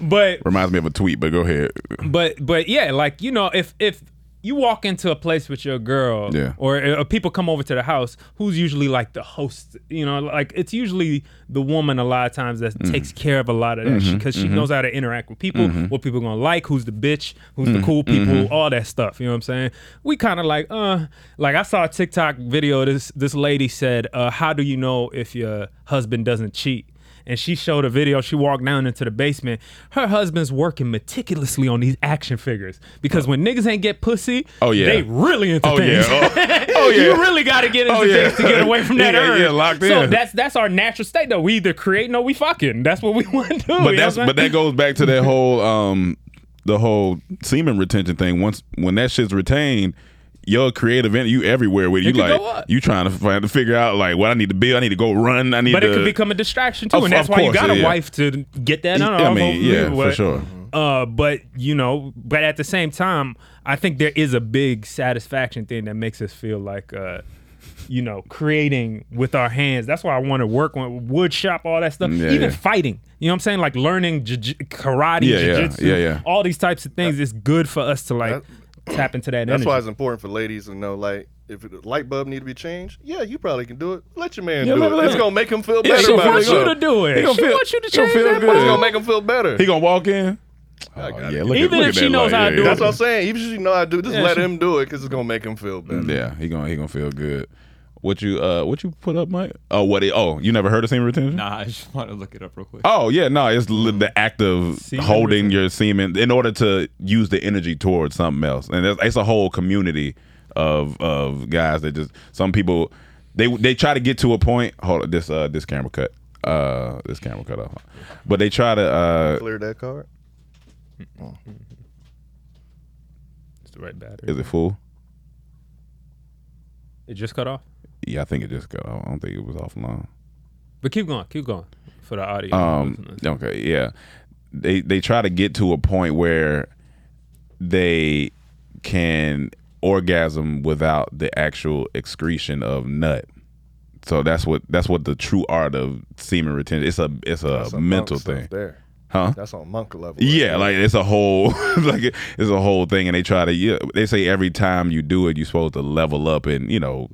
S9: but
S6: Reminds me of a tweet, but go ahead.
S9: but but yeah, like you know, if if you walk into a place with your girl,
S6: Yeah.
S9: or, or people come over to the house, who's usually like the host? You know, like it's usually the woman a lot of times that
S6: Mm-hmm.
S9: takes care of a lot of that because she knows how to interact with people, what people gonna like, who's the bitch, who's
S6: Mm-hmm.
S9: the cool people, all that stuff. You know what I'm saying? We kind of like, uh, like I saw a TikTok video. This this lady said, uh, "How do you know if your husband doesn't cheat?" and she showed a video. She walked down into the basement. Her husband's working meticulously on these action figures because when niggas ain't get pussy,
S6: Oh, yeah.
S9: they really into
S6: Oh,
S9: things.
S6: yeah. Oh, oh, yeah.
S9: you really got to get into
S6: Oh, yeah.
S9: things to get away from that
S6: Yeah,
S9: urge.
S6: yeah, locked
S9: so
S6: in.
S9: that's that's our natural state though. We either create or we fucking. That's what we want to do.
S6: but that's but that goes back to that whole um the whole semen retention thing. Once when that shit's retained, your creative energy, you everywhere with it.
S9: It
S6: you
S9: could
S6: like
S9: go up.
S6: you trying to find to figure out like what I need to build. I need to go run. I need.
S9: But
S6: to,
S9: it could become a distraction too,
S6: Of-
S9: and that's
S6: of
S9: why you
S6: course,
S9: got a
S6: yeah.
S9: wife to get that. No, no,
S6: Yeah, I
S9: I'm
S6: mean,
S9: over you,
S6: yeah, for
S9: but-
S6: sure.
S9: Uh, but you know, but at the same time, I think there is a big satisfaction thing that makes us feel like, uh, you know, creating with our hands. That's why I want to work on wood shop, all that stuff,
S6: Yeah,
S9: even
S6: yeah.
S9: fighting. You know what I'm saying? Like learning jiu- karate,
S6: Yeah, yeah,
S9: jiu-jitsu,
S6: yeah, yeah.
S9: all these types of things. It's good for us to like tap into that.
S7: That's
S9: energy.
S7: why it's important for ladies to know, like, if the light bulb need to be changed, yeah, you probably can do it. Let your man
S9: Yeah,
S7: do
S9: let-
S7: it.
S9: let-
S7: it's gonna make him feel
S6: Yeah,
S7: better.
S9: she
S7: about
S9: wants you
S7: himself.
S9: to do
S6: He
S9: it.
S6: gonna
S9: She
S6: feel-
S9: wants you to
S6: he gonna
S9: change
S6: feel
S9: that.
S6: good.
S7: It's
S9: button.
S7: gonna make him feel better.
S6: He gonna walk in.
S7: I got
S6: Oh, Yeah,
S7: it.
S6: look
S9: Even
S6: at, look
S9: if
S6: at
S9: she
S6: that
S9: knows
S6: light.
S9: how to
S6: yeah,
S9: do
S6: yeah.
S9: it.
S7: That's what I'm saying. Even if you know how to do, it, just
S9: Yeah,
S7: let
S9: she-
S7: him do it because it's gonna make him feel better.
S6: Yeah, he gonna he gonna feel good. What you uh what you put up, Mike? Oh, what? It, oh, you never heard of semen retention?
S8: Nah, I just want to look it up real quick.
S6: Oh yeah, no, it's li- the act of
S9: Semen
S6: holding your semen in order to use the energy towards something else, and it's, it's a whole community of of guys that just some people they they try to get to a point. Hold on, this uh this camera cut, uh this camera cut off, but they try to uh
S7: Clear that card.
S9: It's the right battery.
S6: is it full?
S9: It just cut off.
S6: Yeah, I think it just got. I don't think it was offline.
S9: But keep going, keep going for the audio.
S6: Um, okay, yeah. They they try to get to a point where they can orgasm without the actual excretion of nut. So that's what that's what the true art of semen retention. It's a it's a
S7: That's on
S6: mental
S7: monk stuff
S6: thing,
S7: There.
S6: huh?
S7: That's on monk level. right
S6: Yeah,
S7: there.
S6: like it's a whole like it's a whole thing, and they try to yeah. They say every time you do it, you're supposed to level up and you know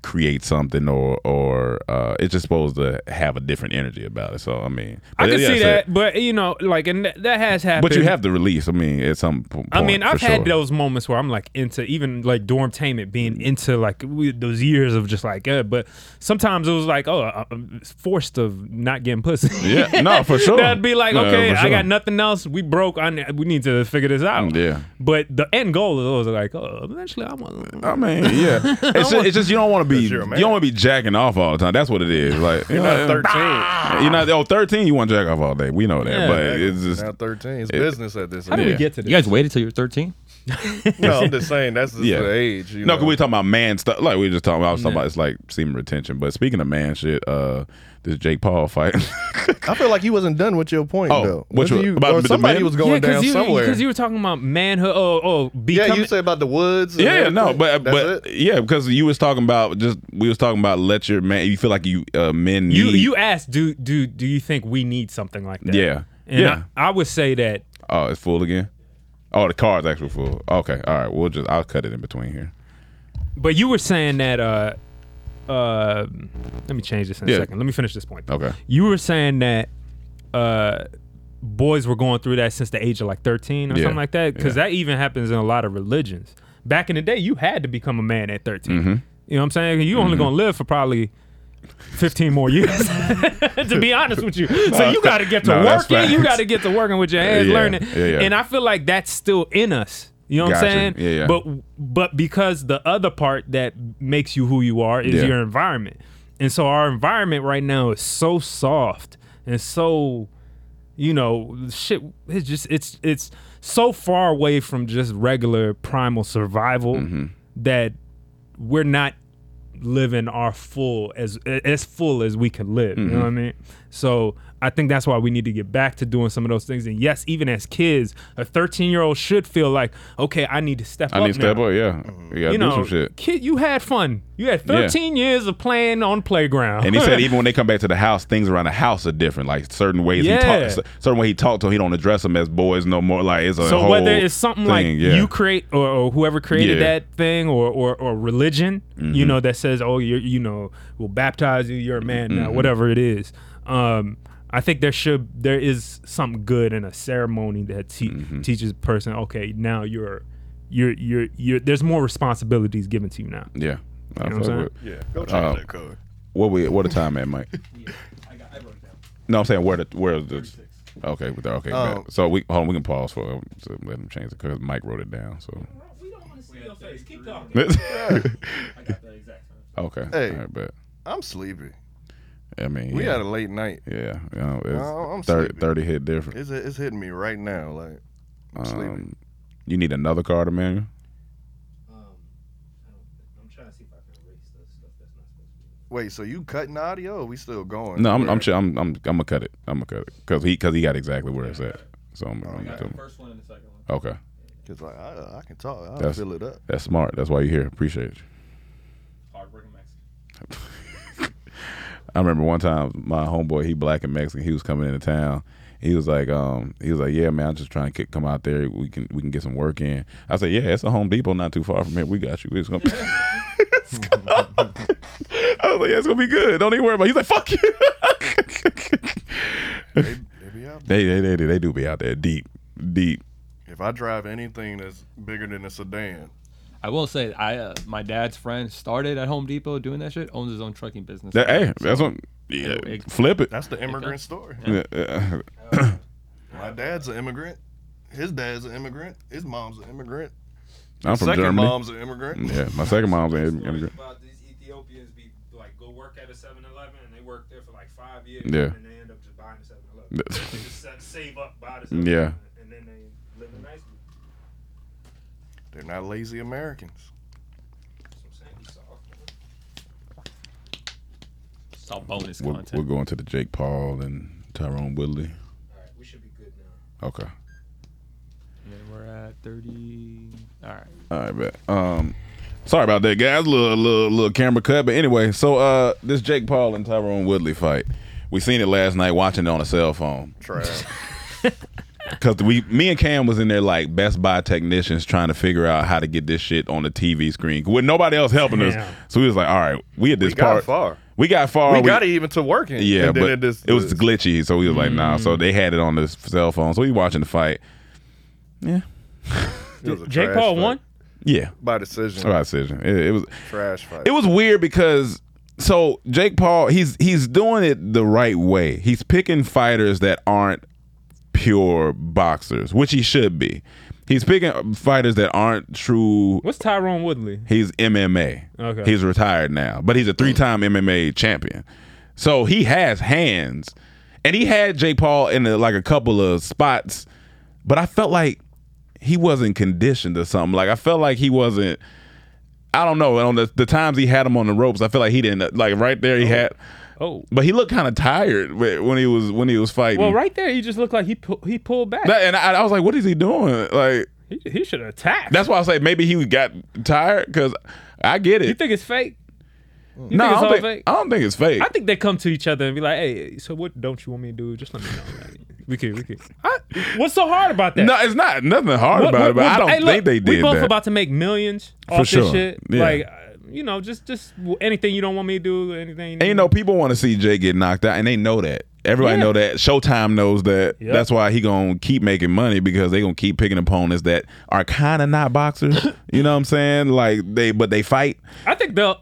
S6: create something or or uh, it's just supposed to have a different energy about it. So I mean,
S9: I can
S6: yeah,
S9: see
S6: so-
S9: that, but you know, like, and that, that has happened.
S6: But you have to release. I mean, at some po- point.
S9: I mean, I've
S6: for
S9: had
S6: sure. Mm-hmm.
S9: those moments where I'm like into even like dormtainment, being into like we, those years of just like, uh, but sometimes it was like, oh, I- I'm forced of not getting pussy.
S6: Yeah, no, for sure.
S9: That'd be like,
S6: No,
S9: okay,
S6: for
S9: I
S6: sure.
S9: got nothing else. We broke. I ne- we need to figure this out.
S6: Yeah.
S9: But the end goal is always like, oh, eventually I want.
S6: I mean, yeah. It's just, it's just you don't want to be you
S7: you're a
S6: don't
S7: man.
S6: want to be jacking off all the time. That's what it is. Like you're
S7: Not 13.
S6: You're not oh 13 You want to jack off all day. We know that,
S9: Yeah.
S6: but it's just
S7: Now 13. It's business at this.
S6: did we
S7: age.
S6: get
S9: to
S8: You guys waited till you were 13?
S7: No, I'm just saying that's just
S6: Yeah.
S7: the age. You
S6: No,
S7: know?
S6: because we talking about man stuff. Like we were just talking about, I was talking about it's like semen retention. But speaking of man shit, uh, this Jake Paul fight.
S7: I feel like you wasn't done with your point
S6: Oh,
S7: though.
S6: which
S7: Whether
S6: one?
S7: you,
S6: About
S7: or
S6: the
S7: somebody
S6: men?
S7: was going down
S9: you,
S7: somewhere.
S9: Because you were talking about manhood. Oh, oh, becoming.
S7: yeah, you said about the woods. and
S6: yeah, no,
S7: everything.
S6: but
S7: That's
S6: but
S7: it?
S6: yeah, because you was talking about just we was talking about let your man. You feel like you uh, men.
S9: You
S6: need-
S9: you asked, do do do you think we need something like that?
S6: Yeah.
S9: And
S6: Yeah.
S9: I, I would say that
S6: Oh, it's full again. Oh, the card's actually full. Okay, all right. We'll just I'll cut it in between here.
S9: but you were saying that uh uh let me change this in
S6: Yeah.
S9: a second. Let me finish this point.
S6: Okay.
S9: You were saying that uh boys were going through that since the age of like 13 or
S6: Yeah.
S9: something like that cuz that even happens in a lot of religions. Back in the day, you had to become a man at 13.
S6: Mm-hmm.
S9: You know what I'm saying? You only going to live for probably 15 more years. to be honest with you. So you got to get to
S6: No, that's
S9: working. You
S6: facts.
S9: got to get to working with your hands
S6: Yeah,
S9: learning.
S6: yeah, yeah.
S9: And I feel like that's still in us. You know what
S6: Gotcha.
S9: I'm saying?
S6: Yeah, yeah.
S9: But but because the other part that makes you who you are is
S6: Yeah.
S9: your environment. And so our environment right now is so soft and so you know, shit it's just it's it's so far away from just regular primal survival that we're not living our full as as full as we can live.
S6: Mm-hmm.
S9: You know what I mean? So I think that's why we need to get back to doing some of those things. And yes, even as kids, a 13 year old should feel like, okay, I need to step
S6: I
S9: up.
S6: need to step
S9: now.
S6: up. Yeah, you gotta
S9: You
S6: do
S9: know,
S6: some shit.
S9: kid, you had fun. You had
S6: Yeah.
S9: 13 years of playing on playground.
S6: And he said even when they come back to the house, things around the house are different. Like certain ways
S9: Yeah.
S6: he talks, certain way he talked to, he don't address them as boys no more. Like it's a
S9: so
S6: whole
S9: whether it's something like
S6: thing, yeah.
S9: you create or, or whoever created
S6: Yeah. Mm-hmm.
S9: that thing or or, or religion you know that says oh you you know we'll baptize you you're a man
S6: Mm-hmm.
S9: now whatever it is um i think there should there is something good in a ceremony that te-
S6: Mm-hmm.
S9: teaches a person okay now you're you're you're you're there's more responsibilities given to you now
S6: yeah. I
S9: You know what I'm
S6: fuck
S9: saying?
S6: with-
S7: yeah, go check
S6: Uh,
S7: that code.
S6: What we what a time at, Mike? No, I'm saying where the where the. Okay, with the, okay.
S7: Oh.
S6: bet. So we hold on. We can pause for to let him change it because Mike wrote it down. So. Okay.
S7: Hey.
S6: All right, bet.
S7: I'm sleepy.
S6: I mean,
S7: We
S6: yeah,
S7: had a late night.
S6: yeah. You know, it's
S7: Oh, I'm
S6: 30,
S7: sleepy.
S6: 30 hit different.
S7: It's it's hitting me right now. Like I'm sleepy.
S6: Um, you need another card, Emmanuel.
S7: Wait, so you cutting audio? Or we still going?
S6: No, I'm I'm sure I'm I'm I'm gonna cut it. I'm gonna cut it because he because he got exactly where it's at. So I'm, I'm gonna tell him.
S8: First one and the second one.
S6: Okay,
S7: Cause like I, I can talk. I will
S6: That's-
S7: fill it up.
S6: that's smart. That's why you're here. Appreciate you.
S8: Hardworking Mexican.
S6: I remember one time my homeboy, he black and Mexican, he was coming into town. He was like, um, he was like, yeah, man, I'm just trying to get, come out there. We can we can get some work in. I said, yeah, it's a Home Depot not too far from here. We got you. It's gonna. It's gonna- I was like, yeah, it's gonna be good. Don't even worry about. it. He's like, fuck you.
S7: They, they be out there.
S6: they, they they do- they do be out there deep deep.
S7: If I drive anything that's bigger than a sedan,
S8: I will say, I uh, my dad's friend started at Home Depot doing that shit. Owns his own trucking business.
S6: That, hey,
S8: So-
S6: that's what. Yeah,
S8: it-
S6: flip it.
S7: that's the immigrant story.
S6: Yeah,
S7: My dad's an immigrant. His dad's an immigrant. His mom's an immigrant.
S6: I'm from
S7: Second
S6: Germany.
S7: mom's an immigrant.
S6: Yeah, my second mom's an immigrant.
S11: about these Ethiopians be like go work at a 7-Eleven and they work there for like five years
S6: Yeah.
S11: and they end up just buying a 7-Eleven. they just sa- save up, buy the 7-Eleven,
S6: Yeah.
S11: and then they live in nice.
S7: They're not lazy Americans.
S8: It's all bonus
S6: We're,
S8: content.
S6: we're going to the Jake Paul and Tyrone Woodley.
S11: All right, we should be good now.
S6: Okay.
S8: And then we're at 30. All right.
S6: All right, bet. Um, sorry about that, guys. Little little little camera cut, but anyway. So uh, this Jake Paul and Tyrone Woodley fight, we seen it last night watching it on a cell phone.
S7: Trash.
S6: Cause we, me and Cam was in there like Best Buy technicians trying to figure out how to get this shit on the TV screen with nobody else helping
S9: Damn.
S6: us. So we was like, all right, we at this
S7: We got
S6: part.
S7: far.
S6: We got far.
S7: we got it even to working.
S6: Yeah,
S7: and then
S6: but
S7: it, just-
S6: it was glitchy, so we was like, nah. So they had it on the s- cell phone, so we watching the fight. Yeah,
S7: it was a
S9: Jake
S7: trash
S9: Paul
S7: fight.
S9: won.
S6: yeah.
S7: by decision.
S6: All right, decision. It, it was
S7: Trash fight.
S6: it was weird because so Jake Paul he's he's doing it the right way. He's picking fighters that aren't pure boxers, which he should be. He's picking fighters that aren't true.
S9: What's Tyrone Woodley?
S6: He's MMA.
S9: Okay.
S6: He's retired now, but he's a three-time MMA champion. So he has hands, and he had Jake Paul in a, like a couple of spots, but I felt like he wasn't conditioned or something. Like I felt like he wasn't. I don't know. On the, the times he had him on the ropes, I feel like he didn't uh, like right there. He had,
S9: Oh,
S6: but he looked kind of tired wh- when he was when he was fighting.
S9: well, right there, he just looked like he pu- he pulled back.
S6: That- and I, I was like, what is he doing? Like
S9: he he should have attacked.
S6: that's why I say maybe he got tired because I get it.
S9: you think it's fake? You
S6: no, Mm.
S9: think
S6: I
S9: it's
S6: don't
S9: all
S6: think,
S9: fake?
S6: I don't think it's fake.
S9: I think they come to each other and be like, "Hey, so what don't you want me to do? Just let me know." Like, we could, we could. I, what's so hard about that?
S6: No, it's not nothing hard
S9: What-
S6: about
S9: what-
S6: it, but
S9: what-
S6: I don't
S9: hey, look,
S6: think they did
S9: We both
S6: that.
S9: about to make millions off
S6: sure.
S9: this shit.
S6: Yeah.
S9: Like, uh, you know, just just w- anything you don't want me to do, anything.
S6: and you know, people want to see Jay get knocked out, and they know that. Everybody
S9: Yeah.
S6: know that. Showtime knows that.
S9: Yep.
S6: That's why he gonna keep making money because they gonna keep picking opponents that are kind of not boxers. you know what I'm saying? Like they, but they fight
S9: I think they'll,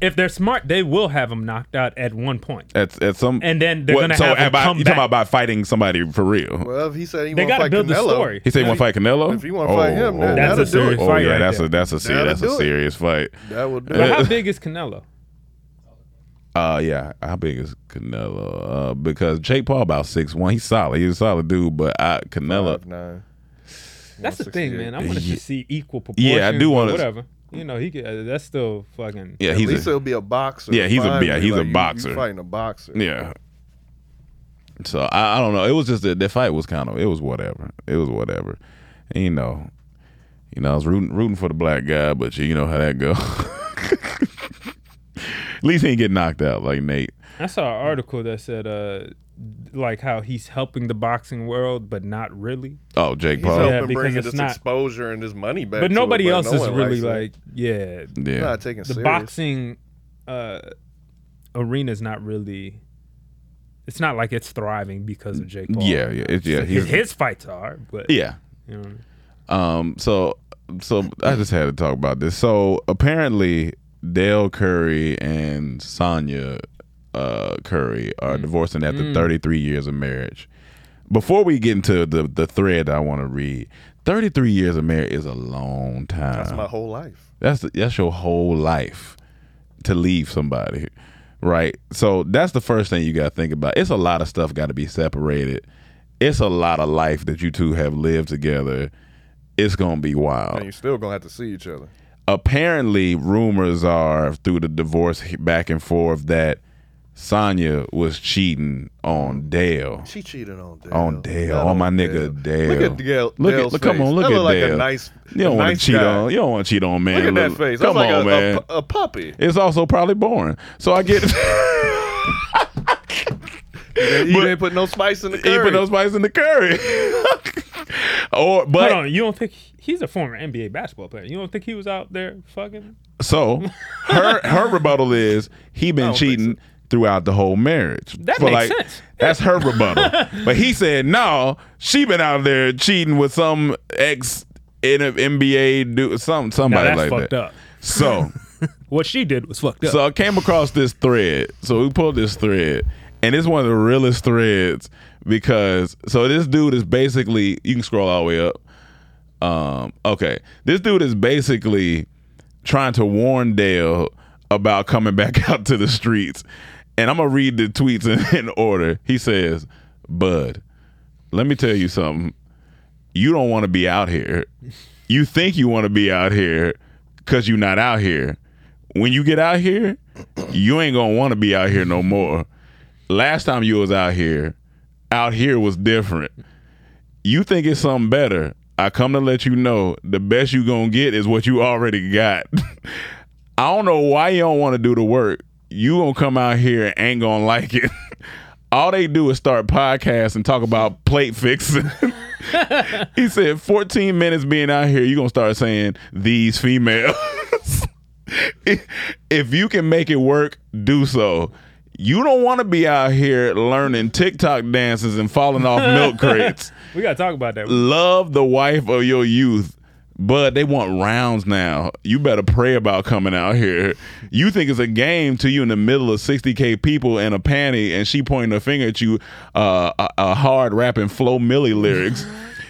S9: if they're smart, they will have him knocked out at one point.
S6: at at some.
S9: And then they're gonna
S6: so
S9: have him
S6: about,
S9: come
S6: you talking
S9: back.
S6: about fighting somebody for real?
S7: Well, if he said he
S9: They
S7: want to
S9: got to
S7: fight
S9: build
S7: Canelo,
S9: the story.
S6: he said he want to fight Canelo.
S7: If he wanna fight him, that-
S9: That's a
S6: that'll
S9: serious
S6: do it. Oh
S9: fight
S6: yeah,
S9: right
S6: that's
S9: there.
S6: a that's a serious,
S7: That'll
S6: that's
S7: do
S6: a
S7: it.
S6: serious fight.
S7: that would do.
S9: But
S7: it.
S9: how big is Canelo?
S6: Uh, yeah. How big is Canelo? Uh, because Jake Paul about six one. He's solid. He's a solid dude. But I, Canelo,
S7: Five, nine.
S9: That's the thing,
S7: 168.
S9: man. I want to
S6: Yeah.
S9: see equal proportions.
S6: Yeah, I do
S9: but
S6: wanna-
S9: Whatever. You know, he could, uh, that's still fucking.
S6: yeah,
S7: At
S6: he's
S7: least
S6: a,
S7: he'll be a boxer.
S6: Yeah, he's a- yeah,
S7: finally.
S6: he's a
S7: Like, you- you
S6: boxer.
S7: fighting a boxer.
S6: yeah. So I, I don't know. It was just that the fight was kind of it was whatever. It was whatever. And, you know, you know, I was rooting rooting for the black guy, but you, you know how that go. At least he ain't get knocked out like Nate.
S9: I saw an article that said, uh, like how he's helping the boxing world, but not really.
S6: Oh, Jake
S7: He's
S6: Paul.
S9: Yeah,
S7: helping
S9: because
S7: bringing
S9: it's
S7: this
S9: not-
S7: exposure and this money back.
S9: But
S7: to it,
S9: nobody else
S7: no
S9: is
S7: one
S9: really
S7: likes it.
S9: like, yeah,
S6: Yeah.
S7: not taking
S9: the
S7: serious.
S9: boxing uh, arena is not really. It's not like it's thriving because of Jake Paul.
S6: yeah, yeah, it, yeah.
S9: his,
S6: He's,
S9: his fights are, but
S6: yeah.
S9: you know,
S6: Um, so so I just had to talk about this. So apparently Dale Curry and Sonya uh, Curry are
S9: Mm.
S6: divorcing after 33 years of marriage. Before we get into the the thread I want to read, 33 years of marriage is a long time.
S7: That's my whole life.
S6: That's that's your whole life to leave somebody, right? So that's the first thing you got to think about. It's a lot of stuff got to be separated. It's a lot of life that you two have lived together. It's gonna be wild
S7: And you're still gonna have to see each other.
S6: apparently rumors are through the divorce back and forth that Sonya was cheating on Dale.
S7: She cheated on Dale.
S6: On Dale, on my nigga Dale.
S7: Look at Dale.
S6: Look
S7: Dale's
S6: at, come on,
S7: face.
S6: look
S7: That
S6: at
S7: look like a
S6: Dale.
S7: nice-
S6: you don't
S7: a
S6: want
S7: nice
S6: to cheat
S7: guy.
S6: on. You don't want to cheat on man.
S7: Look at that face.
S6: Come
S7: That's
S6: on,
S7: like a- a
S6: man.
S7: pu- a puppy.
S6: It's also probably boring. So I get.
S7: You didn't put no spice in the
S6: He
S7: curry.
S6: put no spice in the curry. or but
S9: Hold on, you don't think he's a former NBA basketball player? You don't think he was out there fucking?
S6: So her her rebuttal is he been cheating throughout the whole marriage.
S9: That
S6: For,
S9: makes
S6: like,
S9: sense.
S6: That's her rebuttal. but he said no, she been out there cheating with some ex in NBA dude, some
S9: Now
S6: somebody
S9: that's
S6: like
S9: fucked
S6: that.
S9: up.
S6: So
S9: What she did was fucked up.
S6: so I came across this thread. So we pulled this thread, and it's one of the realest threads because so this dude is basically you can scroll all the way up. Um, okay, this dude is basically trying to warn Dale about coming back out to the streets, and I'm gonna read the tweets in, in order. He says, "Bud, let me tell you something. You don't want to be out here. You think you want to be out here because you're not out here. When you get out here, you ain't gonna want to be out here no more. Last time you was out here, out here was different. You think it's something better. I come to let you know the best you gonna get is what you already got. I don't know why you don't want to do the work. You gonna come out here and ain't gonna like it. All they do is start podcasts and talk about plate fixing. he said, 14 minutes being out here, you gonna start saying these females. if you can make it work, do so. You don't want to be out here learning TikTok dances and falling off milk crates
S9: we gotta talk about that.
S6: love the wife of your youth, but they want rounds now. You better pray about coming out here. You think it's a game to you in the middle of 60k people in a panty, and she pointing a finger at you, uh, a, a hard rapping Flo Millie lyrics.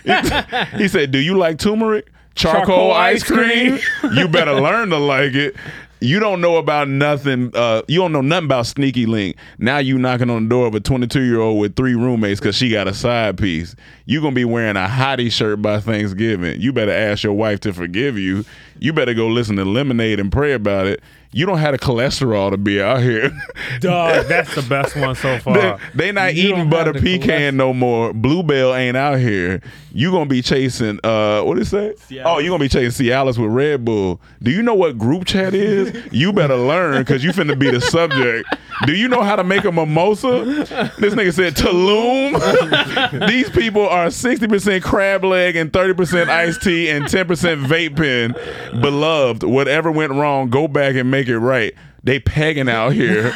S6: he said, "Do you like turmeric, charcoal,
S9: Charcoal
S6: ice
S9: ice
S6: cream? you better learn to like it." You don't know about nothing. Uh, you don't know nothing about Sneaky Link. Now you knocking on the door of a 22 year old with three roommates because she got a side piece. You gonna be wearing a hottie shirt by Thanksgiving. You better ask your wife to forgive you. You better go listen to Lemonade and pray about it. You don't have the cholesterol to be out here.
S9: Dog, that's the best one so
S6: they,
S9: far.
S6: they not
S9: You
S6: eating
S9: don't
S6: butter
S9: have to
S6: pecan
S9: collect-
S6: no more. Bluebell ain't out here. You gonna be chasing uh what is that? Oh, you gonna be chasing Cialis with Red Bull. Do you know what group chat is? you better learn because you finna be the subject. Do you know how to make a mimosa? This nigga said Tulum. These people are 60% crab leg and 30% iced tea and 10% vape pen. Beloved, whatever went wrong, go back and make it right. They pegging out here.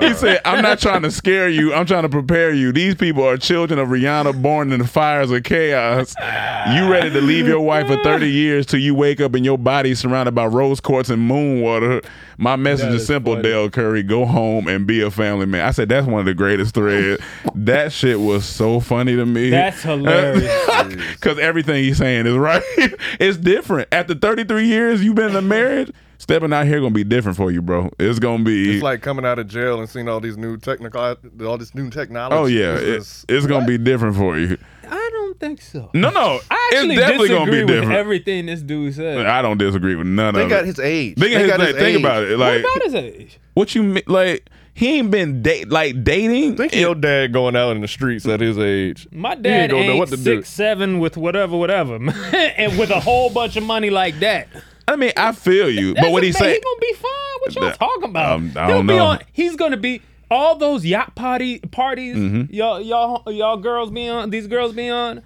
S6: he said, I'm not trying to scare you. I'm trying to prepare you. These people are children of Rihanna born in the fires of chaos. You ready to leave your wife for 30 years till you wake up and your body surrounded by rose quartz and moon water. My message
S8: That
S6: is
S8: is
S6: simple,
S8: funny.
S6: Dale Curry. Go home and be a family man. I said, that's one of the greatest threads. that shit was so funny to me.
S9: That's hilarious.
S6: Because everything he's saying is right. it's different. After 33 years, you've been in a marriage. Stepping out here gonna be different for you, bro. It's gonna be.
S7: It's like coming out of jail and seeing all these new technical, all this new technology.
S6: oh yeah,
S7: It's
S6: it-
S7: just-
S6: it's gonna be different for you.
S9: I don't think so.
S6: No, no,
S9: I
S6: it's
S9: actually
S6: definitely
S9: disagree
S6: gonna be
S9: with
S6: different.
S9: everything this dude said.
S6: I don't disagree with none
S7: they
S6: of
S7: got
S6: it.
S7: his age.
S6: Think, of his, like, think about it. Like
S9: what about his age?
S6: what you mean? Like he ain't been date like dating.
S7: Think of your dad going out in the streets at his age.
S9: My
S7: He ain't
S9: dad
S7: gonna
S9: ain't
S7: know what to
S9: six
S7: do.
S9: seven with whatever, whatever, and with a whole bunch of money like that.
S6: I mean, I feel you,
S9: That's
S6: but what
S9: a
S6: he
S9: man,
S6: say?
S9: He gonna be fine. What y'all
S6: Nah,
S9: talking about?
S6: um, I
S9: He'll
S6: don't
S9: be
S6: know.
S9: on. He's gonna be all those yacht party parties. Y'all, y'all, y'all girls be on. These girls be on.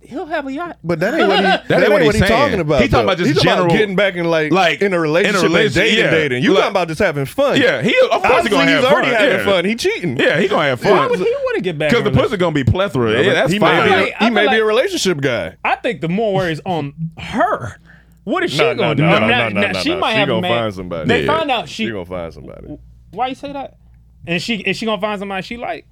S9: He'll have a yacht.
S7: But that ain't what he. that,
S6: ain't
S7: ain't
S6: what
S7: what,
S6: he
S7: he's
S6: saying.
S7: talking about.
S6: He talking
S7: though.
S6: about just
S7: He's
S6: general-
S7: getting back and like,
S6: like,
S7: in a relationship, and
S6: relationship,
S7: dating,
S6: yeah.
S7: dating. You
S6: Like-
S7: talking about just having fun?
S6: yeah, he of course he
S7: Obviously,
S6: gonna
S7: he's
S6: have
S7: already
S6: fun.
S7: having
S6: yeah.
S7: fun. He cheating.
S6: Yeah, he gonna have
S9: Why would
S6: fun
S9: he want to get back?
S6: because the
S9: in a
S6: pussy gonna be plethora. Yeah, that's
S7: he
S6: fine.
S7: May be
S9: Right,
S7: a, he
S9: I feel
S7: may be
S9: like-
S7: a relationship guy.
S9: I think the more worry is on her. What is she
S7: No, no,
S9: gonna do?
S7: no,
S9: Now-
S7: no, no,
S9: now
S7: no,
S9: she
S7: no.
S9: might
S7: She
S9: have a
S7: gonna
S9: man-
S7: find somebody.
S9: They
S7: Yeah.
S9: find out she.
S7: You gonna find somebody?
S9: Why you say that? And she is she gonna find somebody she like?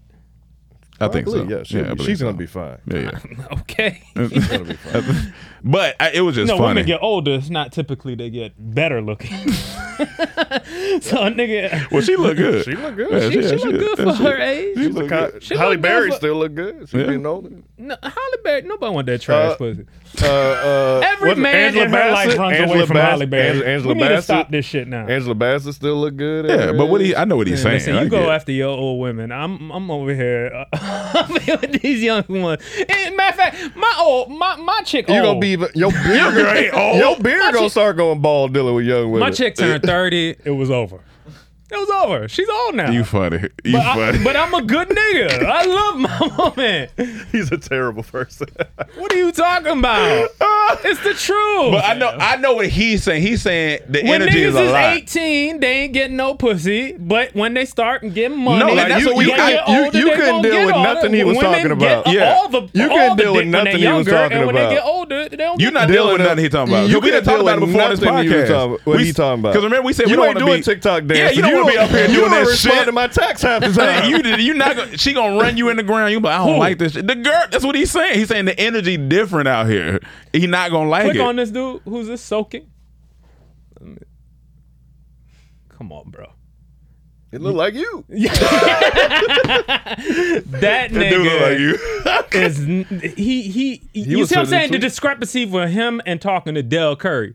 S6: I think so.
S7: believe- yeah, she-
S6: I believe
S7: she's
S6: so.
S7: gonna be fine.
S6: Yeah,
S9: Okay.
S6: yeah.
S9: She's gonna
S7: be
S6: fine. but I, it was
S9: You
S6: just
S9: know,
S6: funny.
S9: women get older. It's not typically they get better looking. so a nigga.
S6: well, she looked good.
S7: She look good.
S6: Yeah,
S9: She- she look good for her age.
S6: She
S9: She's
S6: look
S7: Co-
S6: good.
S9: She
S7: Holly
S9: look good
S7: Berry
S9: for-
S7: still look good. She
S6: Yeah.
S7: getting older.
S9: No, Holly Berry. Nobody want that trash
S7: Uh,
S9: pussy.
S7: Uh, uh,
S9: Every
S7: what's-
S9: man
S7: Angela
S9: in her
S7: Bassett?
S9: life runs
S7: Angela
S9: away from
S7: Bassett-
S9: Holly Berry.
S7: Angela, Angela
S9: we need to
S7: Bassett.
S9: stop this shit now.
S7: Angela Bassett still look good. at
S6: Yeah,
S7: her
S6: but what he?
S7: age.
S6: I know what he's
S9: Man,
S6: saying.
S9: listen,
S6: I
S9: you go
S6: get it.
S9: after your old women. I'm I'm over here. uh, I'm here with these young ones. And matter of fact, my old my my chick.
S7: You gonna
S9: old.
S7: be your beard?
S6: ain't old.
S7: Your beard gonna start going bald dealing with young women.
S9: my chick turned thirty. It was over. It was over. She's old now.
S6: You funny. You
S9: but,
S6: funny.
S9: I, but I'm a good nigga. I love my woman.
S7: He's a terrible person.
S9: What are you talking about? It's the truth.
S6: But I know I know what he's saying. He's saying the
S9: when
S6: energy
S9: niggas
S6: is
S9: is,
S6: a lot.
S9: 18, they ain't getting no pussy. But when they start getting money,
S6: No,
S9: they
S6: like,
S9: get
S6: that's what we-
S7: you-
S9: older,
S7: you
S9: they
S7: couldn't
S9: gonna
S7: deal
S9: get
S7: with
S9: all
S7: nothing
S9: the
S7: he was
S9: women
S7: talking
S9: get
S7: about.
S6: Yeah.
S9: All the,
S7: You
S9: all
S7: couldn't
S9: the
S7: deal
S9: dick
S7: with
S9: when they're
S7: nothing he was
S9: younger,
S7: talking
S9: and when
S7: about.
S9: they get older, they don't.
S6: You're
S9: get
S6: not
S9: no-
S7: Deal
S6: dealing with
S7: with
S6: nothing
S7: it.
S6: he's talking about.
S7: You
S6: So we didn't
S7: couldn't
S6: talk
S7: deal
S6: about it
S7: with
S6: before on this
S7: nothing he was
S6: podcast.
S7: talking- what he talking about.
S6: Because remember we said
S7: You
S6: we don't
S7: ain't
S6: want to
S7: doing
S6: be
S7: TikTok
S6: Yeah,
S7: dances.
S6: you don't
S7: You
S6: want to be
S7: don't-
S6: up here
S7: you
S6: doing
S7: don't
S6: that
S7: respond
S6: shit.
S7: to my text half the
S6: Like,
S7: time.
S6: you did- you not gonna, she gonna run you in the ground. You be like I don't
S9: Who?
S6: like this. shit. The girl. That's what he's saying. He's saying the energy different out here. He not gonna like
S9: Click
S6: it.
S9: on this dude. Who's this soaking? Come on, bro.
S7: It look like you.
S9: That
S6: That dude look like
S9: nigga
S6: you.
S9: is n- he he. you
S7: was
S9: see what
S7: telling
S9: I'm saying?
S7: the
S9: The
S7: truth.
S9: discrepancy for him and talking to Dell Curry.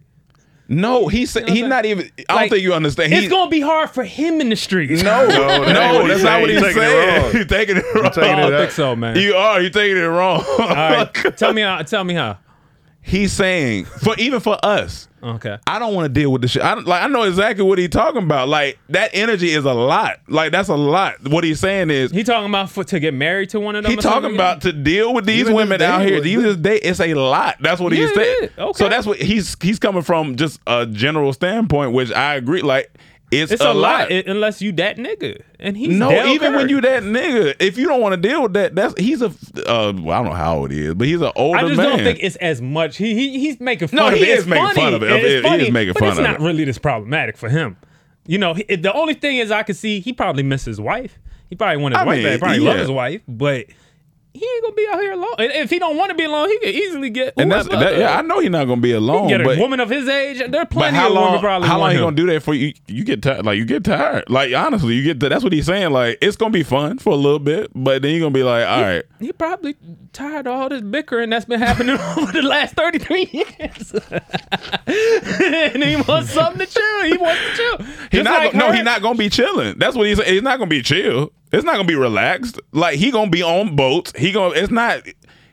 S6: No, he said he's
S9: saying?
S6: not even. I don't
S9: Like,
S6: think you understand.
S9: It's
S6: He-
S9: gonna be hard for him in the streets.
S6: no, no,
S7: that ain't what
S6: that's
S7: he's
S6: not
S7: saying.
S6: what he's
S7: He's taking it
S6: saying. You're taking
S7: wrong.
S6: it wrong.
S7: taking
S9: I don't
S7: it
S9: think so, man.
S6: You are. You're taking it wrong.
S9: All right, tell me how. Tell me how.
S6: He's saying for even for us.
S9: Okay.
S6: I don't want to deal with the shit. I don't, like I know exactly what he's talking about. Like that energy is a lot. Like that's a lot. What he's saying is
S9: He talking about for, to get married to one of them.
S6: he
S9: or something?
S6: talking about to deal with these
S7: Even
S6: women
S7: this
S6: out
S7: day
S6: here.
S7: was-
S6: These this day it's a lot. That's what
S9: Yeah,
S6: he's
S9: it
S6: saying.
S9: is. Okay.
S6: So that's what he's he's coming from just a general standpoint, which I agree. Like it's,
S9: It's
S6: a,
S9: a,
S6: lot.
S9: lot i- unless you that nigga, and he's
S6: no,
S9: Dale
S6: even when
S9: Curry.
S6: you that nigga, if you don't want to deal with that, that's he's a uh, well, I don't know how old he is, but he's an older
S9: I just
S6: man.
S9: don't think it's as much. He, he he's making fun
S6: No,
S9: of
S6: he
S9: it.
S6: is
S9: It's
S6: making
S9: funny.
S6: fun of it.
S9: It's
S6: He is
S9: funny,
S6: making
S9: but
S6: fun
S9: it's
S6: of
S9: not
S6: it.
S9: really this problematic for him. You know, he, the only thing is I could see he probably missed his wife. He probably wanted his
S6: I
S9: wife
S6: mean,
S9: back. Probably
S6: yeah.
S9: love his wife, but he ain't gonna be out here alone. And if he don't want to be alone, he could easily get.
S6: and that's
S9: whoever,
S6: that, yeah, I know he's not gonna be alone.
S9: get a
S6: but
S9: woman of his age. There are
S6: But
S9: plenty
S6: how
S9: of
S6: long?
S9: women probably.
S6: How long
S9: want
S6: you
S9: him.
S6: gonna do that for you? You get tired. Like you get tired. Like honestly, you get. ti- That's what he's saying. Like it's gonna be fun for a little bit, but then you're gonna be like, all right.
S9: He probably tired of all this bickering that's been happening over the last 33 years. and he wants something to chill. He wants to chill.
S6: He
S9: Just
S6: not
S9: like
S6: go- no,
S9: her.
S6: he's not gonna be chilling. That's what he's. He's not gonna be chill. It's not gonna be relaxed. Like he gonna be on boats. He gonna. It's not.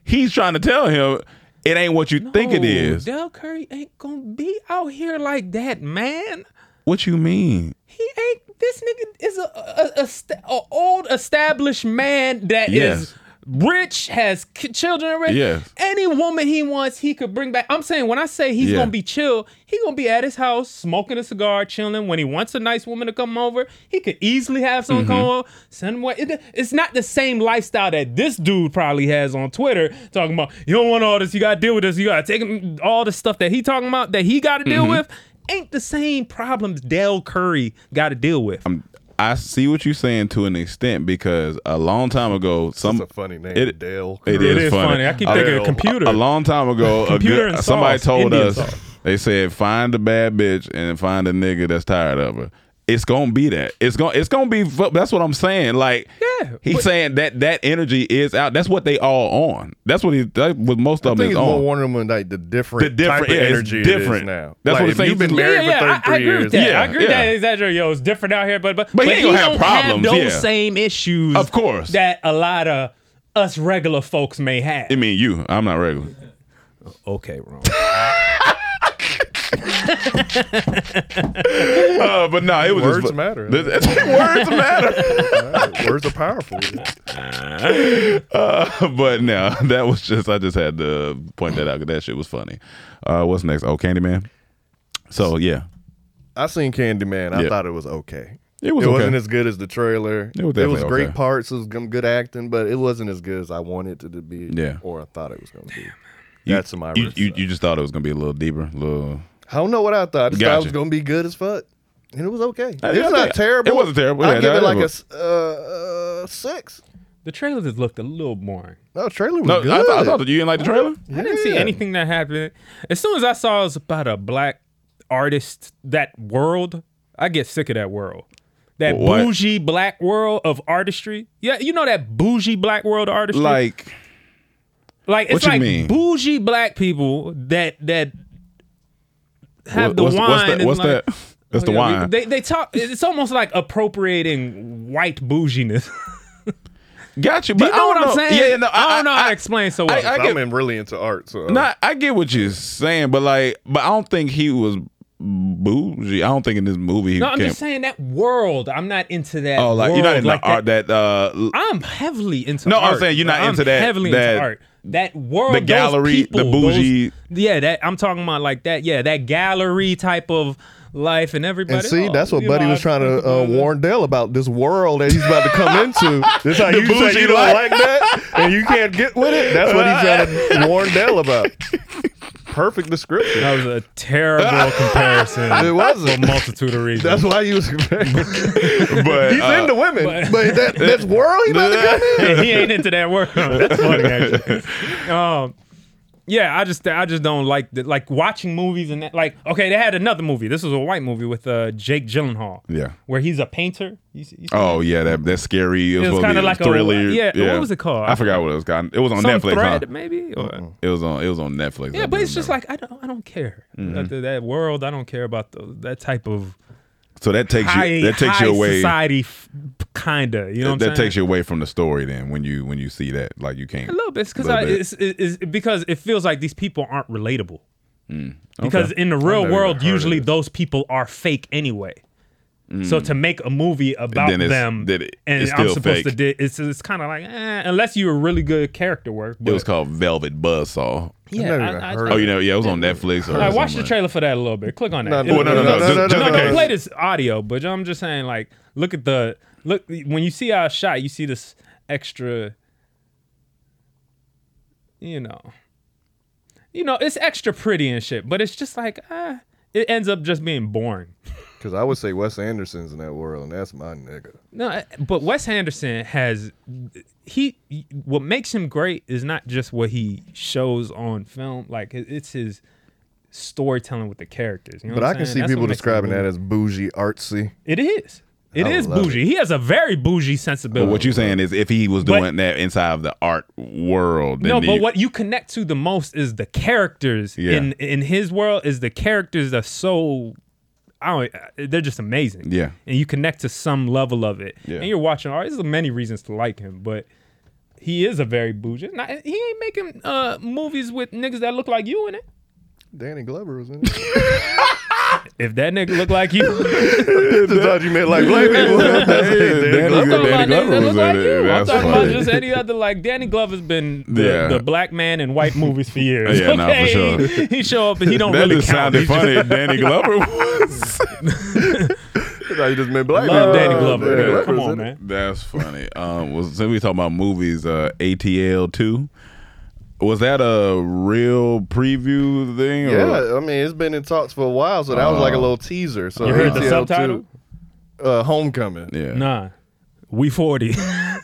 S6: He's trying to tell him it ain't what you think it
S9: No,
S6: is.
S9: Del Curry ain't going to be out here like that, man.
S6: What you mean?
S9: He ain't. This nigga is a, a, a, sta- a old established man that is
S6: Yes.
S9: rich, has k- children rich.
S6: Yes.
S9: Any woman he wants, he could bring back. I'm saying when I say he's
S6: Yeah.
S9: gonna be chill, he gonna be at his house smoking a cigar, chilling. When he wants a nice woman to come over, he could easily have someone come over. Send him away. It- it's not the same lifestyle that this dude probably has on Twitter talking about. You don't want all this. You gotta deal with this. You gotta take him. All the stuff that he talking about that he gotta deal with. Ain't the same problems Dell Curry got to deal with.
S6: I see what you're saying to an extent because a long time ago, some
S7: It's a funny name,
S6: It-
S7: Dale.
S6: It
S7: Curry.
S6: is,
S9: It is
S6: funny.
S9: funny. I keep
S6: A-
S9: thinking of computer.
S6: A long time ago, a
S9: Computer
S6: good- uh,
S9: and
S6: somebody
S9: sauce,
S6: told
S9: Indian
S6: us
S9: sauce.
S6: they said find a bad bitch and find a nigga that's tired of her. It's gonna be that. It's gonna. It's gonna be. fu- That's what I'm saying. Like,
S9: Yeah,
S6: he's
S9: but-
S6: saying that that energy is out. That's what they all on. That's what he. That, what most
S7: I
S6: of them
S7: think
S6: is
S7: it's more
S6: on.
S7: Wonder Woman like the different,
S6: The different-
S7: type of
S6: yeah, it's
S7: energy
S6: different.
S7: It is now.
S6: That's
S7: like,
S6: what I'm
S7: if
S6: saying.
S7: You've been
S6: Yeah,
S7: married
S9: yeah, yeah,
S7: for 33
S9: I, I agree
S7: years.
S9: with that.
S6: Yeah,
S9: I agree with
S6: yeah.
S9: that. Exaggerate, yo, it's different out here, but but,
S6: But he ain't gonna have
S9: don't
S6: problems,
S9: those
S6: yeah.
S9: same issues,
S6: Of course.
S9: that a lot of us regular folks may have.
S6: I mean, you. I'm not regular.
S9: okay, wrong.
S6: Uh, but no, it was just
S7: Words
S6: fu-
S7: matter.
S6: This- words matter.
S7: Yeah, Words are powerful.
S6: Uh, but no, that was just. I just had to point that out 'cause that shit was funny. Uh, what's next? Oh, Candyman. So yeah,
S7: I seen Candyman. I
S6: Yeah.
S7: thought it was okay.
S6: It was okay.
S7: wasn't as good as the trailer.
S6: It was definitely
S7: great
S6: okay.
S7: parts. It was g- good acting, but it wasn't as good as I wanted it to be.
S6: Yeah.
S7: Or I thought it was going to be.
S6: You-
S7: That's my.
S6: you, you,
S7: response.
S6: you just thought it was gonna be a little deeper, a little.
S7: I don't know what I thought. I just thought
S6: Gotcha.
S7: it was going to be good as fuck. and it was okay.
S6: Uh,
S7: It's
S6: yeah,
S7: not
S6: yeah.
S7: terrible.
S6: It wasn't terrible.
S7: I
S6: Yeah,
S7: give
S6: that
S7: it like a
S6: was-
S7: s- uh, uh, six.
S9: The trailer just looked a little boring.
S7: No, trailer was
S6: No, I
S7: good.
S6: thought- I thought- you didn't like the trailer?
S9: I didn't see
S7: Yeah.
S9: anything that happened. As soon as I saw it was about a black artist, that world, I get sick of that world. That
S6: What?
S9: bougie black world of artistry. Yeah, you know that bougie black world of artistry.
S6: Like,
S9: like it's
S6: what you
S9: like
S6: mean?
S9: bougie black people that that have
S6: What-
S9: the
S6: what's-
S9: wine.
S6: what's that-
S9: and
S6: what's
S9: like- Oh,
S6: that? That's the
S9: yeah, we-
S6: wine.
S9: They they talk. It's almost like appropriating white bouginess.
S6: got you.
S9: Do
S6: But
S9: you know
S6: I don't
S9: what I'm saying?
S6: Yeah, yeah, no,
S9: I, don't know how to explain so well.
S6: I
S7: I
S6: get-
S7: am really into art, so
S6: Nah, I get what you're saying, but like, but I don't think he was bougie. I don't think in this movie he
S9: no, I'm
S6: came.
S9: just saying that world. I'm not into that.
S6: oh, like you're not
S9: world
S6: into
S9: like
S6: art that. uh l-
S9: I'm heavily into
S6: No, I'm
S9: art.
S6: saying you're not
S9: I'm
S6: into that-
S9: Heavily
S6: that-
S9: into art. That world,
S6: the
S9: those
S6: gallery, the
S9: people,
S6: bougie-
S9: those- yeah, that I'm talking about like that. Yeah, that gallery type of life and everybody.
S7: And see,
S9: oh,
S7: that's what
S9: you
S7: Buddy
S9: know,
S7: was
S9: I
S7: trying
S9: think
S7: to uh,
S9: about that.
S7: warn Dell about this world that he's about to come into. This how you say
S6: bougie
S7: you don't
S6: life.
S7: like that, and you can't get with it. That's what he's trying to warn Dell about. Uh, Perfect description.
S9: That was a terrible comparison.
S7: It wasn't.
S9: for a multitude of reasons.
S7: That's why he was.
S6: But
S7: he's
S6: uh,
S7: into women, Uh, but,
S9: but-
S7: that, this world he about to come in.
S9: Yeah, he ain't into that world. That's funny actually. Um, yeah, I just I just don't like the, like watching movies and that. Like, okay, they had another movie. This was a white movie with uh, Jake Gyllenhaal.
S6: Yeah.
S9: where he's a painter. You see, you see-
S6: Oh yeah, that that's scary. It was,
S9: It was
S6: supposed to be
S9: kinda like a-
S6: thriller.
S9: yeah, what was it called?
S6: I forgot what it was called. It was on
S9: Some
S6: Netflix. huh? Mm-hmm.
S9: thread, maybe. Or,
S6: It was on. It was on Netflix.
S9: yeah,
S6: I
S9: but it's
S6: do
S9: just
S6: remember.
S9: like I don't I don't care
S6: Mm-hmm.
S9: Uh, that, that world. I don't care about the, that type of
S6: so that takes
S9: high,
S6: you that takes
S9: high
S6: you away.
S9: society f- kinda. You know what I'm
S6: that
S9: saying?
S6: takes you away from the story. Then when you when you see that, like you can't
S9: A little bit, because
S6: Little bit.
S9: it's, it's, it's because it feels like these people aren't relatable.
S6: Mm.
S9: Because in the real world, usually those people are fake anyway. So to make a movie about
S6: Mm. then it's-
S9: them,
S6: then it-
S9: and
S6: it's
S9: I'm
S6: still
S9: supposed to,
S6: fake.
S9: di- it's it's kind of like eh, unless you're a really good character work. But
S6: It was called Velvet Buzzsaw.
S9: yeah,
S7: never
S9: I-
S7: even
S9: I-
S7: heard
S6: Oh, you know, yeah, it was on Netflix. Or
S9: I watched the
S6: something.
S9: trailer for that a little bit. Click on that.
S7: No,
S9: It-
S6: no, no, no,
S7: no, no,
S6: just-
S7: no,
S9: no,
S6: just
S9: don't
S6: in
S9: play
S6: case.
S9: this audio, but I'm just saying, like, look at the look when you see our shot, you see this extra, you know, you know, it's extra pretty and shit, but it's just like, ah, it ends up just being boring.
S7: Because I would say Wes Anderson's in that world, and that's my nigga.
S9: No, but Wes Anderson has he what makes him great is not just what he shows on film, like it- it's his storytelling with the characters. You know
S7: But
S9: what
S7: I
S9: I'm
S7: can
S9: saying?
S7: see
S9: That's what
S7: people
S9: makes him
S7: describing
S9: great.
S7: that as bougie artsy.
S9: It is. It
S7: I
S9: is
S7: love
S9: bougie. He has a very bougie sensibility.
S6: But what you saying is, if he was
S9: But-
S6: doing that inside of the art world, then
S9: no, but
S6: you-
S9: what you connect to the most is the characters
S6: Yeah.
S9: in in his world. Is the characters that so I don't. uh, They're just amazing.
S6: Yeah.
S9: and you connect to some level of it.
S6: Yeah.
S9: and you're watching. All there's many reasons to like him, but he is a very bougie. Not, he ain't making uh, movies with niggas that look like you in it.
S7: Danny Glover was in it.
S9: If that nigga look like you,
S7: Just thought you meant like black people. That's it, Danny
S6: Danny Danny Glover
S7: Glover.
S9: I'm talking about niggas that
S6: was
S9: look
S6: in
S9: like
S6: it.
S9: you. I'm
S6: That's
S9: talking
S6: funny.
S9: about just any other like Danny Glover's been the,
S6: Yeah.
S9: the black man in white movies for years.
S6: Yeah, nah, for
S9: okay?
S6: sure.
S9: He show up and he don't
S6: that
S9: really
S6: just
S9: count.
S6: sounded
S9: He's
S6: funny.
S9: just-
S6: Danny Glover was.
S7: I thought you just meant black people.
S9: Love Danny
S7: Uh,
S9: Glover.
S6: Danny
S9: nigga.
S6: Glover's
S9: Come
S7: was
S9: on,
S7: in it.
S9: man.
S6: That's funny. Um, was since we talking about movies, uh, ATL two. Was that a real preview thing? or-
S7: Yeah, I mean it's been in talks for a while, so that was
S6: Ah.
S7: like a little teaser. So
S9: You heard the
S7: ATL2,
S9: subtitle?
S7: Uh, Homecoming.
S6: yeah.
S9: Nah. We 40.
S7: Oh,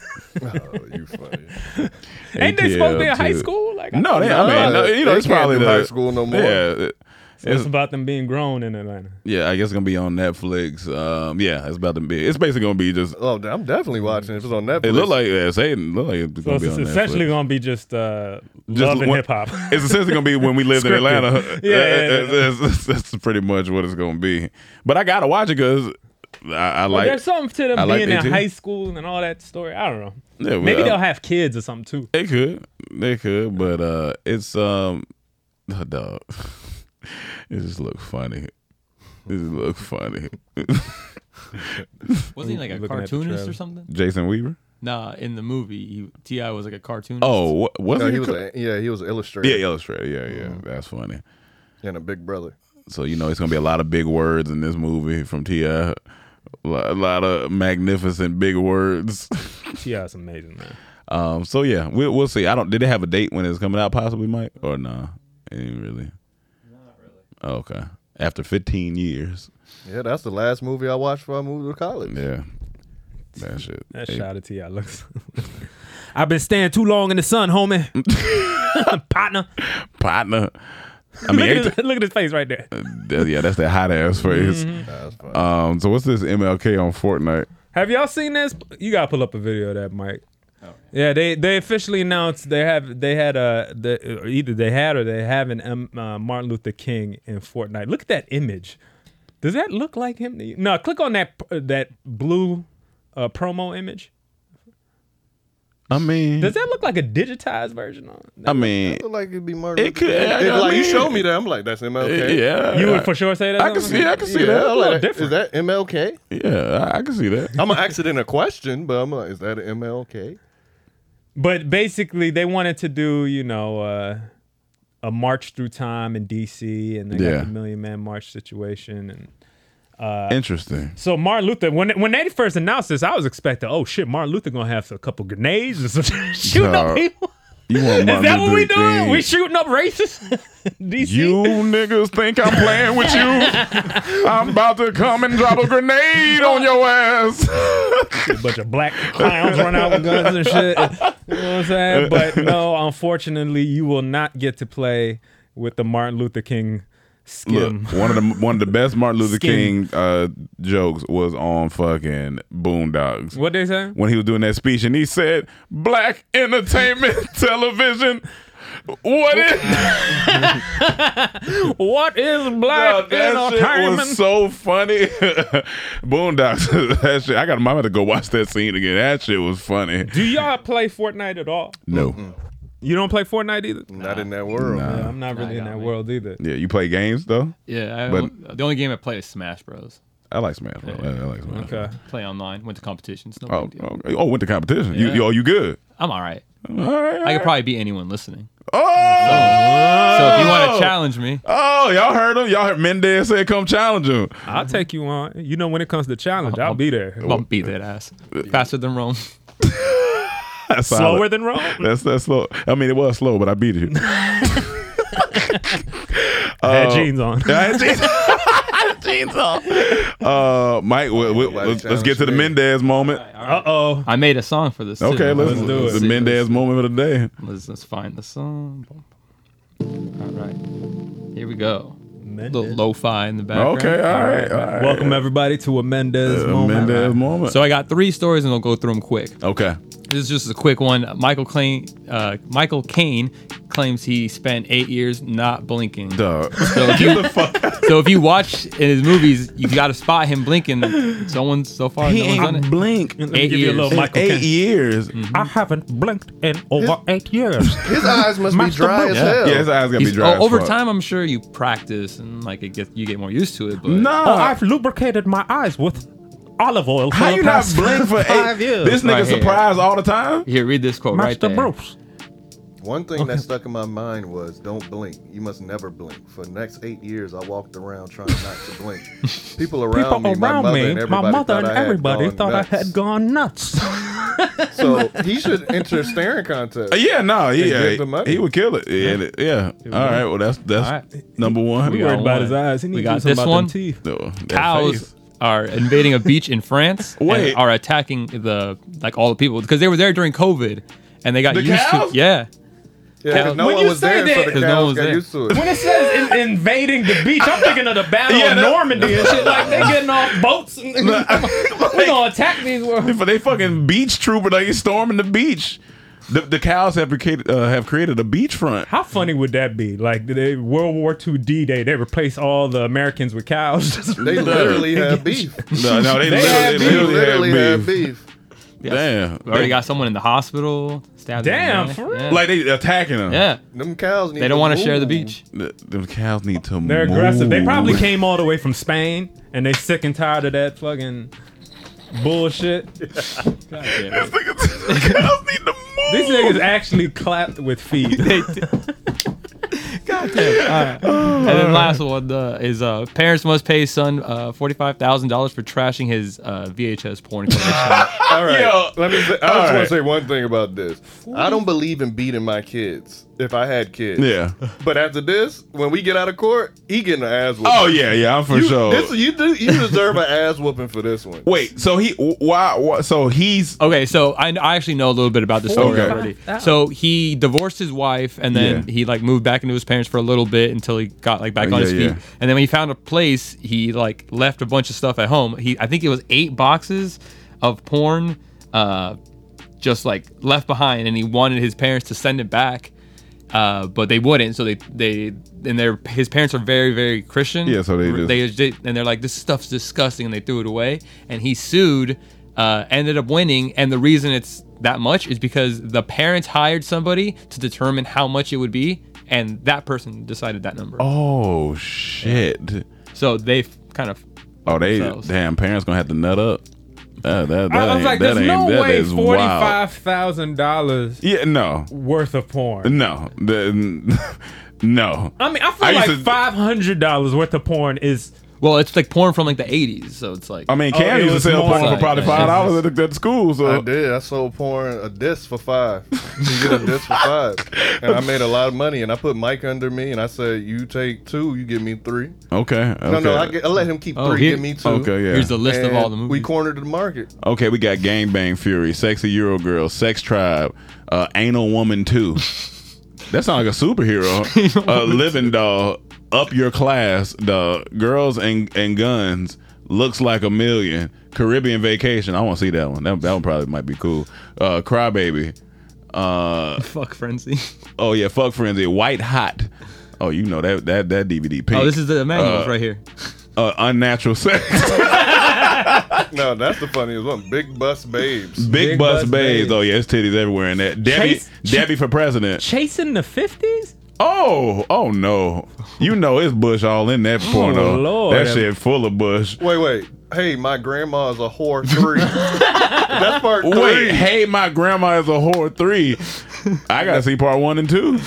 S7: you funny.
S9: Ain't they supposed to be in high
S6: ATL2.
S9: school? Like, I
S6: No,
S9: don't
S6: they,
S9: know.
S6: I mean, no, you know,
S7: They
S6: it's
S7: can't
S6: probably
S7: do
S6: the,
S7: high school no more.
S6: Yeah, it-
S9: It's about them being grown in Atlanta.
S6: yeah. I guess it's gonna be on Netflix. Um, yeah, it's about to be. It's basically gonna be just.
S7: Oh, I'm definitely watching it. If it's on Netflix.
S6: It looked like yeah, Satan. Look like it's
S9: So
S6: gonna
S9: it's
S6: be on
S9: essentially
S6: Netflix.
S9: gonna be just uh, love and
S6: when-
S9: hip hop.
S6: It's essentially gonna be when we lived in
S9: Scripted.
S6: Atlanta.
S9: Yeah, yeah, yeah.
S6: That's- that's, that's pretty much what it's gonna be. But I gotta watch it because I, I
S9: But
S6: like.
S9: there's something to them
S6: I like
S9: being in
S6: AT.
S9: high school and all that story. I don't know.
S6: Yeah, well,
S9: Maybe
S6: I-
S9: they'll have kids or something too.
S6: They could, they could, but uh, it's um, dog. it just look funny. It just look funny.
S8: Wasn't he like a
S9: Looking at the
S8: cartoonist
S9: trailer.
S8: or something?
S6: Jason Weaver.
S8: Nah, in the movie, he, Ti was like a cartoonist.
S6: Oh, what was
S7: No,
S6: it?
S7: he was Mm-hmm. a, yeah, he was an illustrator
S6: yeah, illustrator. Yeah, yeah, that's funny.
S7: and a big brother.
S6: So you know, it's gonna be a lot of big words in this movie from Ti. A lot, a lot of magnificent big words.
S9: Yeah, it's amazing, man.
S6: Um. So yeah, we'll we'll see. I don't. Did they have a date when it's coming out? Possibly, Mike, or no? Nah? It ain't really. Not really. Okay. after 15 years.
S7: Yeah, that's the last movie I watched before I moved to college.
S6: Yeah. That shit.
S9: That
S6: Hey,
S9: shot of T.I. looks. I've been staying too long in the sun, homie. Partner.
S6: Partner. I
S9: look,
S6: mean,
S9: at
S6: every
S9: his, look at his face right there.
S6: ti- yeah, that's that hot ass phrase.
S9: Mm-hmm.
S6: Um, so what's this MLK on Fortnite?
S9: Have y'all seen this? You gotta pull up a video of that, Mike. Yeah, they they officially announced they have they had a the or either they had or they have an M, uh, Martin Luther King in Fortnite. Look at that image. Does that look like him? to you? No, click on that uh, that blue uh, promo image.
S6: I mean,
S9: Does that look like a digitized version? On
S6: I mean,
S7: It looked like it'd be Martin.
S6: It
S7: Luther
S6: could-
S7: King.
S6: yeah,
S7: It-
S6: I
S7: like you
S6: mean-
S7: showed me that. I'm like, that's MLK.
S6: eh, yeah,
S9: you would for sure say that.
S6: uh, I can
S9: though?
S6: see, I can see
S7: Yeah,
S6: that.
S7: I'm
S9: a little
S7: like, is
S9: different.
S7: that MLK?
S6: Yeah, I, I can see that.
S7: I'm asking a question, but I'm like, is that an MLK?
S9: But basically, they wanted to do you know uh, a march through time in D.C. and they
S6: Yeah.
S9: got the Million Man March situation and. Uh,
S6: Interesting.
S9: So Martin Luther, when when they first announced this, I was expecting, oh shit, Martin Luther gonna have a couple grenades and some shooting
S6: Dog,
S9: up people.
S6: You want
S9: Is that what we doing?
S6: King.
S9: We shooting up racists? DC.
S6: You niggas think I'm playing with you? I'm about to come and drop a grenade on your ass.
S9: a bunch of black clowns run out with guns and shit. You know what I'm saying? But no, unfortunately, you will not get to play with the Martin Luther King
S6: Look,
S9: skim.
S6: one of the one of the best Martin Luther
S9: Skin.
S6: King uh, jokes was on fucking Boondocks
S9: What they say?
S6: when he was doing that speech, and he said, "Black entertainment television." What is
S9: What is
S6: Dog, that
S9: black
S6: shit
S9: entertainment?
S6: was so funny? Boondocks. that shit. I got my to go watch that scene again. That shit was funny.
S9: Do y'all play Fortnite at all?
S6: No.
S9: You don't play Fortnite either.
S7: Not in that world.
S9: Yeah, I'm not really in that world either.
S6: Yeah, you play games though.
S8: Yeah, I,
S6: But-
S8: the only game I play is Smash Bros.
S6: I like Smash. Bros. I like Smash. Bros.
S9: Okay.
S8: Play online, went to competitions. No
S6: Oh,
S8: big deal.
S6: oh, oh, went to competition. You,
S8: Yeah.
S6: you, oh, you good?
S8: I'm all right.
S9: Mm-hmm.
S6: All right.
S8: I could probably beat anyone listening.
S6: oh,
S8: So if you want to challenge me,
S6: oh, y'all heard him. Y'all heard Mendez say, "Come challenge him."
S9: I'll take you on. You know, when it comes to challenge, I'll be there.
S6: Oh.
S8: I'm gonna beat that ass
S6: Uh,
S8: faster than Rome.
S6: That's
S9: Slower
S6: solid.
S9: than Rome.
S6: That's that's slow. I mean, it was slow, but I beat you.
S9: I had jeans on.
S6: uh, Mike, w- w-
S7: Nobody
S6: let's, let's
S7: challenged
S6: get to the
S7: me.
S6: Mendez moment.
S9: Uh oh.
S8: I made a song for this.
S6: Okay, let's do it. The Mendez moment of the day.
S8: Let's, let's find the song. All right, here we go. A little lo-fi in the background.
S6: Okay, all right, all right.
S9: Welcome everybody to a Mendez
S6: Uh,
S9: moment.
S6: Mendez moment.
S8: So I got three stories, and I'll go through them quick.
S6: okay.
S8: This is just a quick one. Michael Klein, uh, Michael Caine claims he spent eight years not blinking.
S6: Duh.
S8: So if you so if you watch in his movies, you got to spot him blinking. Someone so far, no one's done it.
S6: blink.
S9: Let me
S8: Eight
S9: give you a
S8: years.
S9: little Michael
S6: Eight
S9: Caine. Mm.
S6: years.
S9: I haven't blinked in over eight years.
S7: His eyes must be
S9: Master
S7: dry
S9: Bruce.
S7: as
S6: Yeah,
S7: hell.
S6: his eyes gotta be
S8: He's- oh,
S6: dry. as
S8: over
S6: fuck.
S8: time, I'm sure you practice and like it gets you get more used to it. But
S6: No.
S9: Oh, I've lubricated my eyes with olive oil for
S6: How
S9: the
S6: you not
S9: past
S6: blink for eight
S9: five years.
S6: This nigga
S8: Right here.
S6: surprised all the time.
S8: here, read this quote right
S9: Master
S8: there.
S9: Bruce.
S7: One thing that stuck in my mind was don't blink. You must never blink. For the next eight years, I walked around trying not to blink. People around
S9: People
S7: me, my
S9: around
S7: mother and
S9: me,
S7: everybody,
S9: my mother
S7: thought
S9: and
S7: I had
S9: everybody
S7: gone
S9: thought I
S7: nuts.
S9: had gone nuts.
S7: So he should enter a staring contest.
S6: Uh, Yeah, no, yeah,
S7: give the money.
S6: he would kill it. Yeah, th- yeah. All right, well that's that's number one.
S8: We got one.
S9: He
S8: We
S9: needs to do
S8: got
S9: something
S8: this
S9: about them
S8: one.
S9: teeth.
S6: No, that face.
S8: Cows are invading a beach in France
S6: Wait.
S8: and are attacking the like all the people because they were there during COVID and they got
S6: The
S8: used
S6: cows?
S8: to yeah.
S7: Yeah, 'cause no
S9: When
S7: one
S9: you
S7: was
S9: say
S7: there,
S9: that-
S7: so the
S8: 'Cause no
S7: cows
S8: one was
S7: got
S8: there.
S7: used to it.
S9: When it says in- invading the beach, I'm thinking of the Battle
S6: Yeah,
S9: of
S6: that-
S9: Normandy and shit. Like they getting off boats. And, we gonna attack these world.
S6: But they fucking beach trooper, they storming the beach. The, the cows have created uh, have created a beachfront.
S9: How funny would that be? Like they, World War II D-Day, they replace all the Americans with cows.
S7: They literally had beef.
S6: No, no, they,
S9: They
S6: literally,
S9: had
S6: they
S7: They
S6: literally,
S7: literally
S6: had
S7: had
S6: beef.
S7: beef.
S6: Damn,
S8: We already got someone in the hospital. Stabbed them in the
S9: Damn,
S8: eye.
S9: for real?
S8: Yeah.
S6: like they attacking them.
S8: yeah.
S7: Them cows need
S8: They don't
S7: to
S8: want to
S7: move.
S8: share the beach.
S6: the, them cows need to.
S9: They're
S6: move.
S9: aggressive. They probably came all the way from Spain and they sick and tired of that fucking bullshit.
S8: Yeah.
S6: the cows need to move.
S9: These niggas actually clapped with feet.
S8: And then last one uh, is uh, parents must pay son uh, forty five thousand dollars for trashing his uh, VHS porn collection.
S7: All right.
S6: Yo.
S7: Let me. Say, I just
S6: All
S7: want
S6: right.
S7: to say one thing about this. I don't believe in beating my kids. if I had kids.
S6: Yeah.
S7: But after this, when we get out of court, he getting an ass whooping.
S6: Oh, yeah, yeah, I'm for
S7: You-
S6: sure.
S7: This, you do, you deserve an ass whooping for this one.
S6: Wait, so he why, why so he's
S8: okay. So I, I actually know a little bit about this story
S6: Okay.
S8: already. So he divorced his wife, and then he like moved back into his parents for a little bit until he got like back on
S6: Oh, Yeah,
S8: his feet.
S6: yeah.
S8: And then when he found a place, he like left a bunch of stuff at home. He I think it was eight boxes of porn, uh, just like left behind, and he wanted his parents to send it back. Uh, but they wouldn't, so they they and their his parents are very very Christian.
S6: Yeah, so they just-
S8: they they- and they're like, this stuff's disgusting, and they threw it away. And he sued, uh, ended up winning, and the reason it's that much is because the parents hired somebody to determine how much it would be, and that person decided that number.
S6: Oh shit.
S8: So they f- kind of
S6: Oh they
S8: themselves.
S6: damn parents gonna have to nut up. That that, that
S9: I was
S6: ain't,
S9: like,
S6: that
S9: there's
S6: ain't
S9: no
S6: that
S9: way
S6: is wild.
S9: forty-five thousand dollars
S6: Yeah, no.
S9: worth of porn.
S6: No. The- no.
S9: I mean, I feel
S6: I used
S9: like
S6: to-
S9: five hundred dollars worth of porn is.
S8: Well, it's like porn from like the '80s, so it's like
S6: I mean,
S9: Oh,
S6: Cam
S9: it
S6: used to
S9: was
S6: sell
S9: more
S6: porn for
S9: like
S6: probably
S8: that.
S6: five dollars at, the- at the school.
S7: I
S6: So
S7: did. I sold porn a disc for five. You get a disc for five, and I made a lot of money. And I put Mike under me, and I said, "You take two, you give me three.
S6: okay, okay.
S7: No, no, I, get, uh, I let him keep
S8: Oh,
S7: three,
S8: here-
S7: give me two.
S6: okay, yeah.
S8: here's the list of
S7: And
S8: all the movies.
S7: We cornered the market.
S6: Okay, we got Gang Bang Fury, Sexy Euro Girl, Sex Tribe, uh, Anal Woman 2. That sounds like a superhero. uh, living Doll, Up Your Class, The Girls and, and Guns, Looks Like a Million, Caribbean Vacation. I want to see that one. That, that one probably might be cool. Uh, Crybaby. Uh,
S8: fuck frenzy.
S6: oh, yeah, Fuck Frenzy, White Hot. Oh, you know that that that DVD. Pink.
S8: Oh, this is the manuals
S6: Uh,
S8: right here.
S6: uh, unnatural sex.
S7: No, that's the funniest one. Big Bus Babes.
S6: Big,
S9: Big
S6: bus,
S9: Bus
S6: babes.
S9: Babes.
S6: Oh yeah, it's titties everywhere in that. Debbie,
S9: Chase-
S6: Debbie for president.
S9: Chasing the fifties?
S6: Oh, oh no. You know it's Bush all in that porno.
S9: Oh, Lord.
S6: That shit full of Bush.
S7: Wait, wait. Hey, my grandma is a whore three. that's part three.
S6: Wait, hey, my grandma is a whore three. I gotta see part one and two.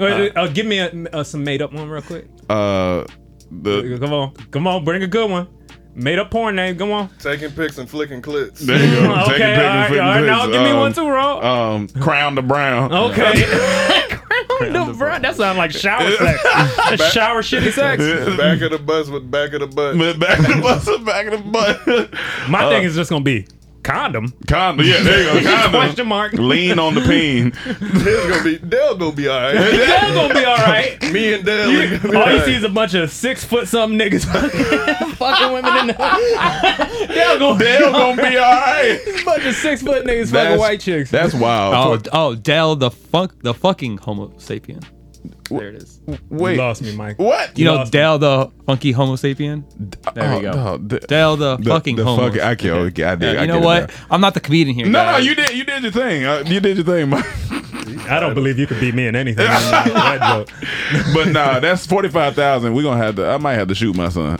S9: Uh, uh, give me a, uh, some made up one real quick.
S6: Uh, the
S9: Come on, come on, bring a good one. Made up porn name. Come on.
S7: Taking pics and flicking clits.
S6: there you go. Take a
S9: Okay,
S6: picture,
S9: all right,
S6: flick
S9: all right.
S6: this.
S9: Now give me
S6: Um,
S9: one too, Oh, Ro.
S6: Um, crown to brown.
S9: okay. Crown the bra- That sounds like shower sex. That's shower shitty sex.
S7: Back of the bus with back of the butt.
S6: But Back of the bus, back of the bus.
S9: My thing is just gonna be condom.
S6: Condom, yeah, there you go. Uh, Condom.
S9: Question mark.
S6: Lean on the peen.
S7: Dale's gonna be Dale gonna be alright.
S9: That's gonna be all right.
S7: Me and Dale. are gonna be
S6: oh,
S9: All you
S7: alright.
S9: see is a bunch of six foot something niggas fucking, fucking women in the. They're gonna
S6: Dale gonna be all right.
S9: bunch of six foot niggas fucking white chicks.
S6: That's
S8: Oh,
S6: wild.
S8: d- oh, Dell the funk, the fucking Homo sapien. There it is.
S6: wait,
S9: You lost me, Mike.
S6: what?
S8: You know,
S9: lost
S8: Dell the funky Homo sapien. There we
S6: Oh,
S8: go.
S6: no, the-
S8: Dell the, fucking
S6: the
S8: Homo.
S6: fucking- I can't. okay, I did.
S8: Yeah,
S6: I
S8: you know
S6: get it
S8: what?
S6: now.
S8: I'm not the comedian here.
S6: No, no,
S8: guys.
S6: you did. You did your thing. Uh, you did your thing, Mike.
S9: I don't believe you could beat me in anything. That joke.
S6: But nah, that's forty five thousand. We're gonna have to. I might have to shoot my son.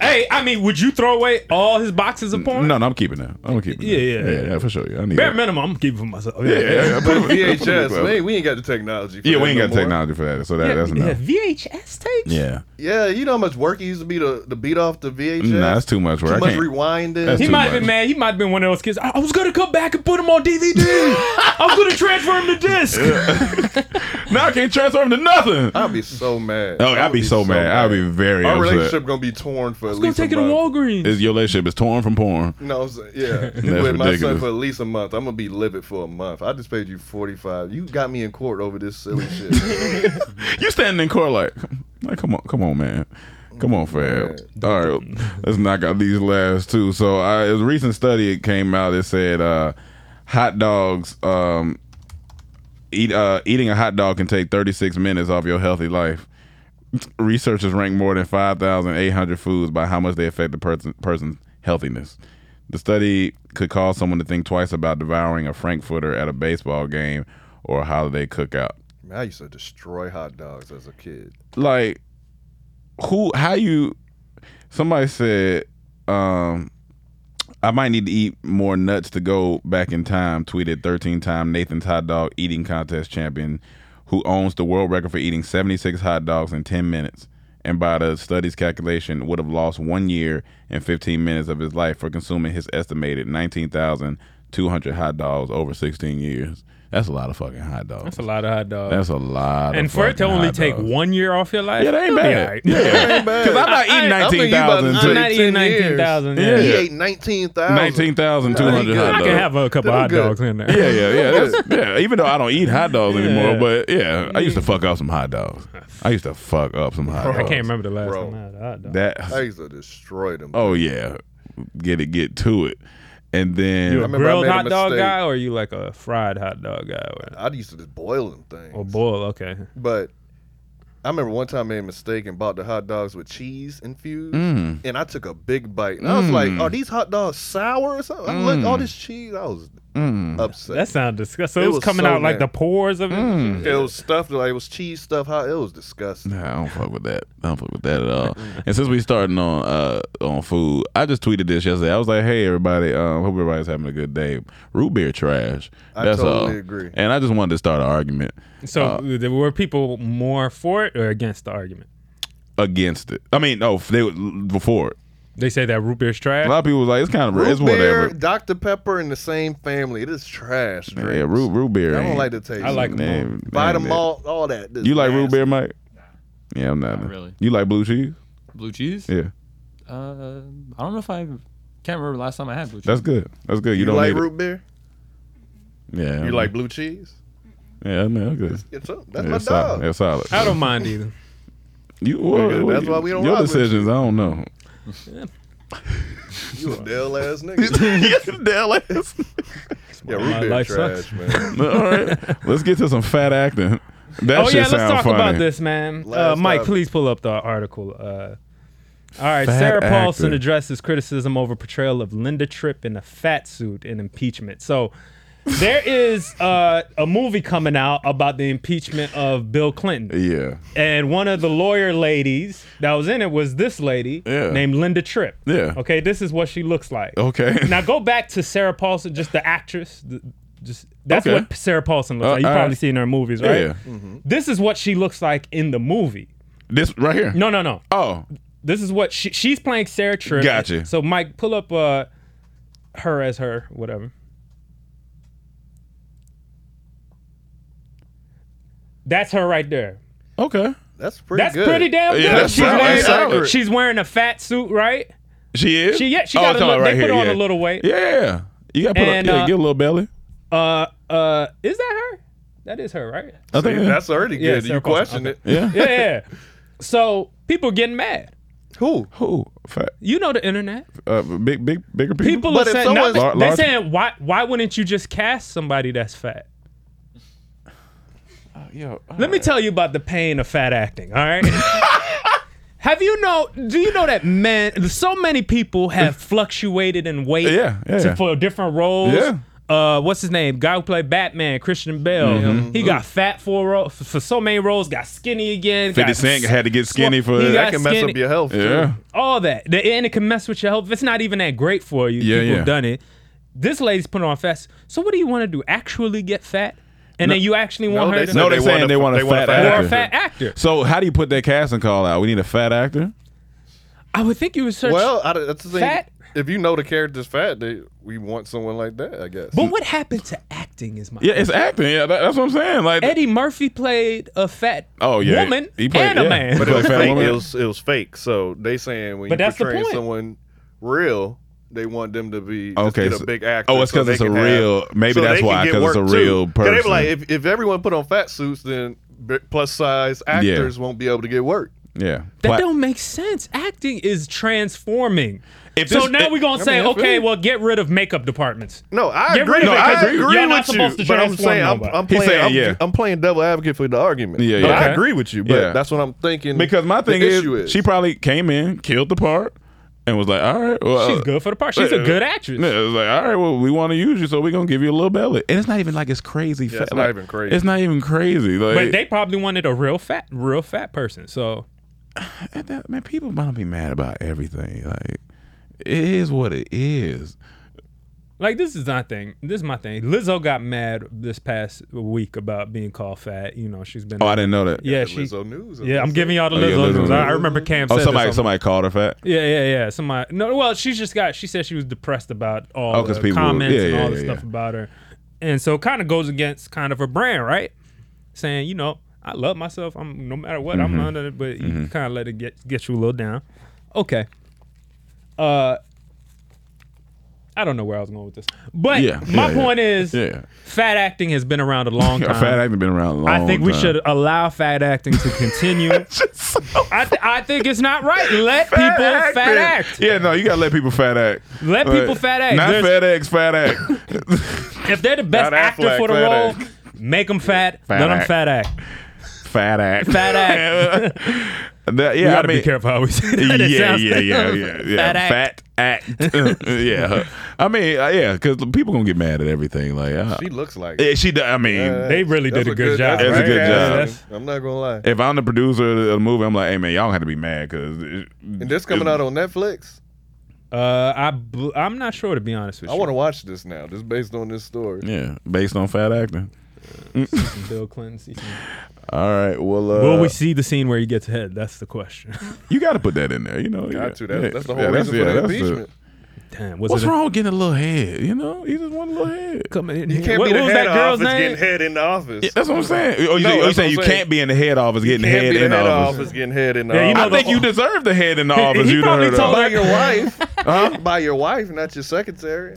S9: Hey, I mean, would you throw away all his boxes of porn?
S6: no, no, I'm keeping that. I'm keeping.
S9: Yeah, yeah,
S6: that.
S9: yeah.
S6: yeah, for sure. I need.
S9: Bare
S6: That.
S9: minimum, I'm keeping for myself.
S6: Yeah, yeah, yeah.
S7: But
S6: Put it- put it-
S7: VHS, we ain't, we ain't got the technology. For
S6: Yeah,
S7: that
S6: we ain't
S7: no
S6: got
S7: more.
S6: technology for that, so that that's enough.
S9: VHS tapes?
S6: Yeah, Mm,
S7: Yeah, you know how much work it used to be to, to beat off the VHS.
S6: nah, that's too much
S7: Too
S6: work. I
S7: much
S6: can't-
S7: rewinding.
S6: That's
S9: He
S6: too
S9: might
S6: much.
S9: have been mad. He might have been one of those kids. I, I was gonna come back and put him on DVD. I was gonna transfer him to disc.
S6: now I can't transform to nothing.
S7: I'd be so mad.
S6: Oh,
S7: I
S6: I'd
S7: would
S6: be so mad. I'd be very
S7: Our
S6: upset.
S7: relationship gonna be torn for at
S9: Let's go
S7: least
S9: take it
S7: a
S9: to
S7: month.
S9: Walgreens.
S6: Is your relationship is torn from porn?
S7: No, I'm saying, yeah, with my son
S6: ridiculous.
S7: for at least a month. I'm gonna be livid for a month. I just paid you forty five. You got me in court over this silly shit.
S6: you standing in court like, like come on, come on, man. Come on, Fab. All right, let's knock out these last two. So, I, a recent study that came out that said uh, hot dogs, um, eat, uh, eating a hot dog can take 36 minutes off your healthy life. Researchers ranked more than 5,800 foods by how much they affect the person, person's healthiness. The study could cause someone to think twice about devouring a Frankfurter at a baseball game or a holiday cookout
S7: Man, I used to destroy hot dogs as a kid.
S6: like who how you somebody said um I might need to eat more nuts to go back in time tweeted 13 time Nathan's hot dog eating contest champion who owns the world record for eating 76 hot dogs in 10 minutes and by the study's calculation would have lost 1 year and 15 minutes of his life for consuming his estimated 19,200 hot dogs over 16 years That's a lot of fucking hot dogs. That's a
S9: lot of hot dogs.
S6: That's a lot.
S9: and
S6: of
S9: for it to
S6: fucking
S9: only
S6: hot
S9: take
S6: dogs.
S9: one year off your life,
S6: Yeah, that ain't
S9: you'll be
S6: bad.
S9: all right.
S6: Yeah. Yeah. 'Cause I'm not eating
S9: I- I-
S6: 19,000
S9: I'm not
S6: too. 19,000,
S9: eating 19,000.
S6: yeah.
S7: He
S6: Yeah.
S7: ate 19,000.
S6: 19,200 hot
S9: I
S6: dogs.
S9: can have a couple
S6: That'd be
S9: hot
S6: good.
S9: dogs in there.
S6: Yeah, yeah, yeah. that's- yeah. Even though I don't eat hot dogs anymore, but yeah, I used to fuck up some hot dogs. I used to fuck up some hot
S9: Bro, I
S6: dogs.
S9: can't remember the last
S7: Bro.
S9: time I had a hot dog.
S6: That
S7: I used to destroy them.
S6: oh yeah, get it, get to it, and then
S9: You a
S7: remember I
S9: grilled
S7: made a
S9: hot dog
S7: mistake.
S9: guy, or you like a fried hot dog guy, or,
S7: I used to just boil them things.
S9: or boil? Okay,
S7: But I remember one time I made a mistake and bought the hot dogs with cheese infused,
S6: Mm.
S7: and I took a big bite. And I was like,
S6: Mm.
S7: "Are these hot dogs sour or something?" I looked all this cheese. I was
S6: Mm.
S7: upset.
S9: that sounds disgusting. So
S7: It
S9: it was,
S7: was
S9: coming
S7: so
S9: out like the
S7: bad.
S9: pores of it.
S6: Mm-hmm.
S7: it was stuffed like it was cheese stuffed hot. It was disgusting.
S6: Nah, I don't fuck with that. I don't fuck with that at all. And since we starting on uh on food, I just tweeted this yesterday. I was like, "Hey everybody, um, hope everybody's having a good day. Root beer trash.
S7: I
S6: That's
S7: totally
S6: all.
S7: agree.
S6: And I just wanted to start an argument
S9: So
S7: uh,
S9: there were people more for it or against the argument?
S6: against it. I mean, no, they were- before it.
S9: They say that root beer's
S6: A
S9: trash.
S6: lot of people was like, "It's kind of it's
S7: Root beer,
S6: whatever."
S7: Dr Pepper, in the same family. It is trash.
S6: Yeah,
S7: drinks.
S6: root root beer.
S7: I don't
S6: ain't-
S7: like the taste.
S9: I like 'em
S6: they-
S9: all.
S6: they
S7: Vita
S6: ain't it.
S7: malt, all that. This
S6: You like root
S7: nasty.
S6: beer, Mike? Yeah, I'm not.
S8: Not really.
S6: You like blue cheese?
S8: Blue cheese?
S6: Yeah,
S8: Uh, I don't know if I can't remember the last time I had blue cheese.
S6: that's good. That's good. You,
S7: You,
S6: don't
S7: like
S6: need Uh-huh.
S7: root beer?
S6: it. Yeah,
S7: You like blue cheese?
S6: Yeah, I mean, that's good.
S7: It's up. That's
S6: yeah,
S7: my
S6: it's solid.
S7: dog.
S6: That's solid.
S9: I don't mind either.
S6: You, well,
S7: Nigga,
S6: well,
S7: that's why we don't
S6: Your
S7: rock with
S6: decisions, I don't know.
S7: You a Dell ass nigga.
S6: Dell ass.
S7: yeah,
S9: My
S7: root beer
S9: life
S7: trash,
S9: sucks.
S7: man.
S6: All right, let's get to some fat acting. That
S9: oh
S6: shit
S9: yeah, let's
S6: sound
S9: talk
S6: funny.
S9: about this, man. Uh,
S7: Last
S9: Mike,
S7: time-
S9: please pull up the article. Uh, all right,
S6: Fat
S9: Sarah Paulson
S6: actor.
S9: addresses criticism over portrayal of Linda Tripp in a fat suit in impeachment. So there is uh, a movie coming out about the impeachment of Bill Clinton,
S6: Yeah,
S9: and one of the lawyer ladies that was in it was this lady
S6: Yeah.
S9: named Linda Tripp.
S6: Yeah.
S9: Okay, this is what she looks like.
S6: Okay.
S9: Now go back to Sarah Paulson, just the actress. the- just that's
S6: Okay.
S9: what Sarah Paulson looks
S6: Uh,
S9: like. You've
S6: all
S9: probably
S6: right.
S9: seen her in movies, right?
S6: Yeah.
S9: This is what she looks like in the movie.
S6: this right here.
S9: No, no, no.
S6: Oh,
S9: This is what she, she's playing Sarah Tripp.
S6: Gotcha.
S9: So Mike, pull up uh her as her, whatever. That's her right there.
S6: okay.
S7: That's pretty
S9: that's
S7: good.
S9: pretty damn good.
S6: Yeah, that's
S9: she's,
S6: solid.
S9: wearing,
S6: That's solid.
S9: she's wearing a fat suit, right?
S6: She is.
S9: She- yeah, she
S6: Oh, I'm
S9: got a
S6: talking
S9: little-
S6: right
S9: they
S6: here,
S9: put on
S6: yeah.
S9: a little weight.
S6: Yeah, you got to put.
S9: And,
S6: a, yeah,
S9: uh,
S6: get a little belly.
S9: Uh uh is that her? That is her, right?
S6: I think
S7: That's already
S9: Yeah,
S7: good.
S9: Sarah
S7: you
S9: Paulson,
S7: question it.
S6: yeah.
S9: Yeah, yeah. so people getting mad.
S7: Who?
S6: Who fat?
S9: You know the internet.
S6: Uh, big, big, bigger people.
S9: People
S7: But
S9: are
S7: if
S9: saying,
S7: someone's-
S9: now
S6: Lar-
S9: they're
S6: large-
S9: saying why why wouldn't you just cast somebody that's fat?
S6: Uh, Yo,
S9: Let me tell you about the pain of fat acting, all right? have you know do you know that men so many people have fluctuated in weight
S6: Yeah, yeah,
S9: to-
S6: yeah.
S9: for different roles?
S6: Yeah.
S9: Uh, what's his name? Guy who played Batman, Christian Bale.
S6: Mm-hmm.
S9: He got fat for a role, for so many roles. Got skinny again.
S6: Fifty
S9: got
S6: Cent had to get skinny for
S9: He
S7: That
S9: got
S7: can mess
S9: skinny.
S7: up your health.
S6: Yeah.
S7: Too.
S9: all that, The- and it can mess with your health. If it's not even that great for you,
S6: Yeah,
S9: people
S6: yeah.
S9: have done it. This lady's putting on fat. So what do you want to do? Actually get fat, and then you actually want
S7: they
S9: her to
S7: said
S6: No, they
S7: They
S6: saying
S7: want a-
S6: they want a
S7: they want
S6: fat,
S7: a fat
S9: or
S6: actor.
S9: a fat actor.
S6: So how do you put that casting call out? We need a fat actor.
S9: I would think you would search.
S7: Well, I, that's the thing.
S9: Fat?
S7: If you know the character's fat, they, we want someone like that, I guess.
S9: but what happened to acting is my.
S6: Yeah, it's acting. Yeah, that, that's what I'm saying. Like,
S9: Eddie Murphy played a fat
S6: oh yeah,
S9: woman
S6: he played,
S9: and a
S6: yeah.
S9: man.
S6: He
S7: But it
S6: played
S7: was
S6: fat
S7: fake.
S6: woman.
S7: It was, it was fake. So they saying when
S9: But
S7: you're
S9: that's the
S7: portraying
S9: point.
S7: someone real, they want them to be just
S6: Okay,
S7: get
S6: so-
S7: a big actor.
S6: oh, it's
S7: so
S6: 'cause
S7: they
S6: it's a
S7: can have-
S6: real- maybe
S7: so
S6: that's
S7: they can
S6: why,
S7: get
S6: 'cause it's a
S7: work,
S6: real
S7: too. 'Cause They be
S6: person.
S7: like, if, if everyone put on fat suits, then b- plus size actors won't be able to get work.
S6: yeah,
S9: That
S6: Pla-
S9: don't make sense. Acting is transforming.
S6: If
S9: so
S6: this-
S9: now
S6: it-
S9: we're gonna say,
S7: that's
S9: okay,
S7: right.
S9: well, get rid of makeup departments.
S7: No, I
S9: Get
S7: agree.
S9: rid of
S7: No,
S9: it, 'cause
S7: I agree
S9: you're
S7: with
S9: not supposed
S7: you,
S9: to
S7: but I'm
S9: transform
S7: saying I'm,
S9: nobody.
S7: I'm
S6: He's
S7: playing.
S6: saying,
S7: I'm,
S6: yeah.
S7: I'm playing devil advocate for the argument.
S6: Yeah,
S7: But
S6: yeah.
S7: I
S6: Okay.
S7: agree with you. But
S6: Yeah.
S7: that's what I'm thinking.
S6: because my
S7: the
S6: thing is,
S7: issue
S6: she probably came in, killed the part, and was like, all right, well,
S7: Uh,
S6: uh,
S9: She's good for the part. She's a good actress.
S6: Yeah, it was like, all right, well, we want to use you, so we're gonna give you a little belly, and it's not even like it's crazy. fat.
S7: it's not
S6: like,
S7: even crazy.
S6: It's not even crazy. Like,
S9: But they probably wanted a real fat, real fat person. So
S6: at that- man, people might be mad about everything. Like, it is what it is.
S9: like this is my thing. This is my thing. Lizzo got mad this past week about being called fat. You know, she's been
S6: Oh, I didn't know that.
S9: yeah,
S7: The
S9: she
S7: Lizzo news.
S9: yeah. I'm giving y'all the
S6: Oh, yeah,
S9: Lizzo.
S6: Lizzo
S9: news. I, I
S6: news.
S9: remember Cam.
S6: Oh,
S9: said
S6: somebody,
S9: this on-
S6: somebody called her fat.
S9: Yeah, yeah, yeah. Somebody. No, well, she's just got. She said she was depressed about all
S6: Oh, 'cause
S9: the
S6: people-
S9: comments
S6: yeah,
S9: and
S6: yeah,
S9: all the
S6: yeah,
S9: stuff
S6: yeah.
S9: about her. And so it kind of goes against kind of a brand, right? Saying, you know, I love myself. I'm no matter what, I'm
S6: Mhm.
S9: under it, but you
S6: Mhm.
S9: kind of let it get get you a little down. Okay. Uh I don't know where I was going with this. But
S6: Yeah,
S9: my
S6: yeah, yeah.
S9: point is
S6: Yeah.
S9: fat acting has been around a long time.
S6: Fat acting been around a long
S9: Uh, I think we
S6: time.
S9: should allow fat acting to continue. I, th- I think it's not right. Let people fat act.
S6: Yeah, no, you gotta let people fat act.
S9: Let people fat act.
S6: Not
S9: There's-
S6: fat acts, fat act.
S9: If they're the best
S6: Not
S9: actor
S6: Affleck,
S9: for the
S6: fat
S9: role, make them fat.
S6: Fat
S9: let them
S6: act.
S9: fat act.
S6: fat act.
S9: Fat act.
S6: That-
S9: We
S6: yeah, I
S9: gotta be
S6: mean,
S9: careful how we say that. It
S6: Yeah,
S9: sounds-
S6: yeah, yeah, yeah, yeah.
S9: Fat act.
S6: Fat act. yeah, I mean, uh, yeah, because people gonna get mad at everything. Like uh,
S7: She looks like
S6: Yeah, she. do- I mean,
S9: They really did a good job.
S6: That's a
S9: right?
S6: good
S9: Yeah,
S6: job.
S9: that's-
S7: I'm not gonna lie.
S6: If I'm the producer of the movie, I'm like, hey man, y'all have to be mad uh, because. And
S7: this coming out on Netflix.
S9: Uh, I bl- I'm not sure to be honest with
S7: I
S9: you.
S7: want to watch this now, just based on this story.
S6: Yeah, based on fat acting.
S9: Some Bill Clinton. see some-
S6: All right. Well, uh,
S9: Will we see the scene where he gets head? That's the question.
S6: You got to put that in there. You know,
S7: Got to. That's- that's the whole
S6: that's-
S7: reason for the
S6: that's the-
S7: impeachment.
S9: Damn,
S6: What's
S9: it a-
S6: wrong with getting a little head? You know, he just want a little head.
S9: Coming in
S7: You can't be the head office getting head in the office.
S6: Yeah, that's what I'm saying. Oh, you,
S7: No,
S6: you
S7: that's
S6: saying
S7: what
S6: you
S7: I'm
S6: can't be in the head office
S7: You
S6: getting
S7: can't
S6: head
S7: be the
S6: in the
S7: head
S6: office.
S7: office getting head in the
S6: Yeah, you know
S7: office.
S6: I think you deserve the head in the
S9: He-
S6: office.
S9: he
S6: you
S9: probably
S6: done heard of.
S9: told
S7: by
S9: her-
S7: your wife, by your wife, not your secretary.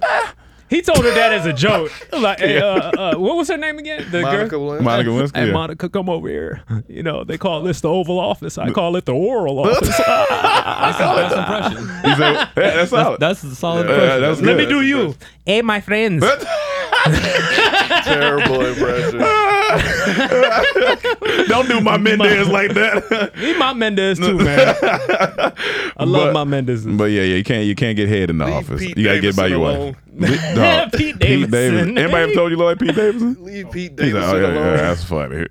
S9: He told her that as a joke. Like, hey, uh, uh, what was her name again? The
S7: Monica
S9: girl?
S7: Lewinsky. Monica Lewinsky,
S9: Hey,
S7: yeah.
S9: Monica, come over here. You know, they call this the Oval Office. I call it the Oral Office. I call it the
S6: He said, "Yeah, that's solid.
S8: That's a solid
S6: Yeah,
S8: impression.
S6: that's
S9: Let me
S6: good.
S9: do you. Hey, my friends.
S7: Terrible impression.
S6: Don't do my Mendez like that.
S9: He my Mendez too, man. I love my Mendez.
S6: But yeah, yeah, you can't you can't get head in the office.
S7: Pete
S6: you gotta get by your
S7: Davidson
S6: wife. Le- dog. Pete
S9: Pete Davidson.
S6: Davidson. Anybody ever told you like Pete Davidson?
S7: Leave Pete
S6: He's
S7: Davidson
S6: like, oh, yeah,
S7: alone.
S6: yeah, that's funny.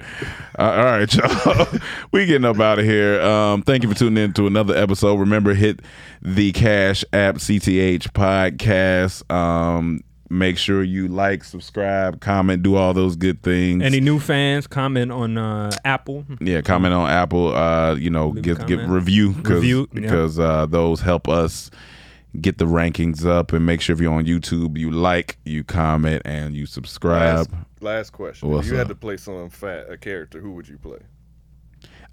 S6: Uh, all right, y'all. we getting up out of here. Um, thank you for tuning in to another episode. Remember, hit the Cash App CTH podcast. Um, make sure you like, subscribe, comment, do all those good things.
S9: Any new fans comment on uh, Apple?
S6: yeah, comment on Apple. Uh, you know,
S9: a
S6: give give
S9: comment.
S6: review
S9: Review, yeah.
S6: because uh, those help us get the rankings up and make sure if you're on YouTube, you like, you comment, and you subscribe.
S7: Last, last question.
S6: What's
S7: if you
S6: up?
S7: had to play someone fat, a character, who would you play?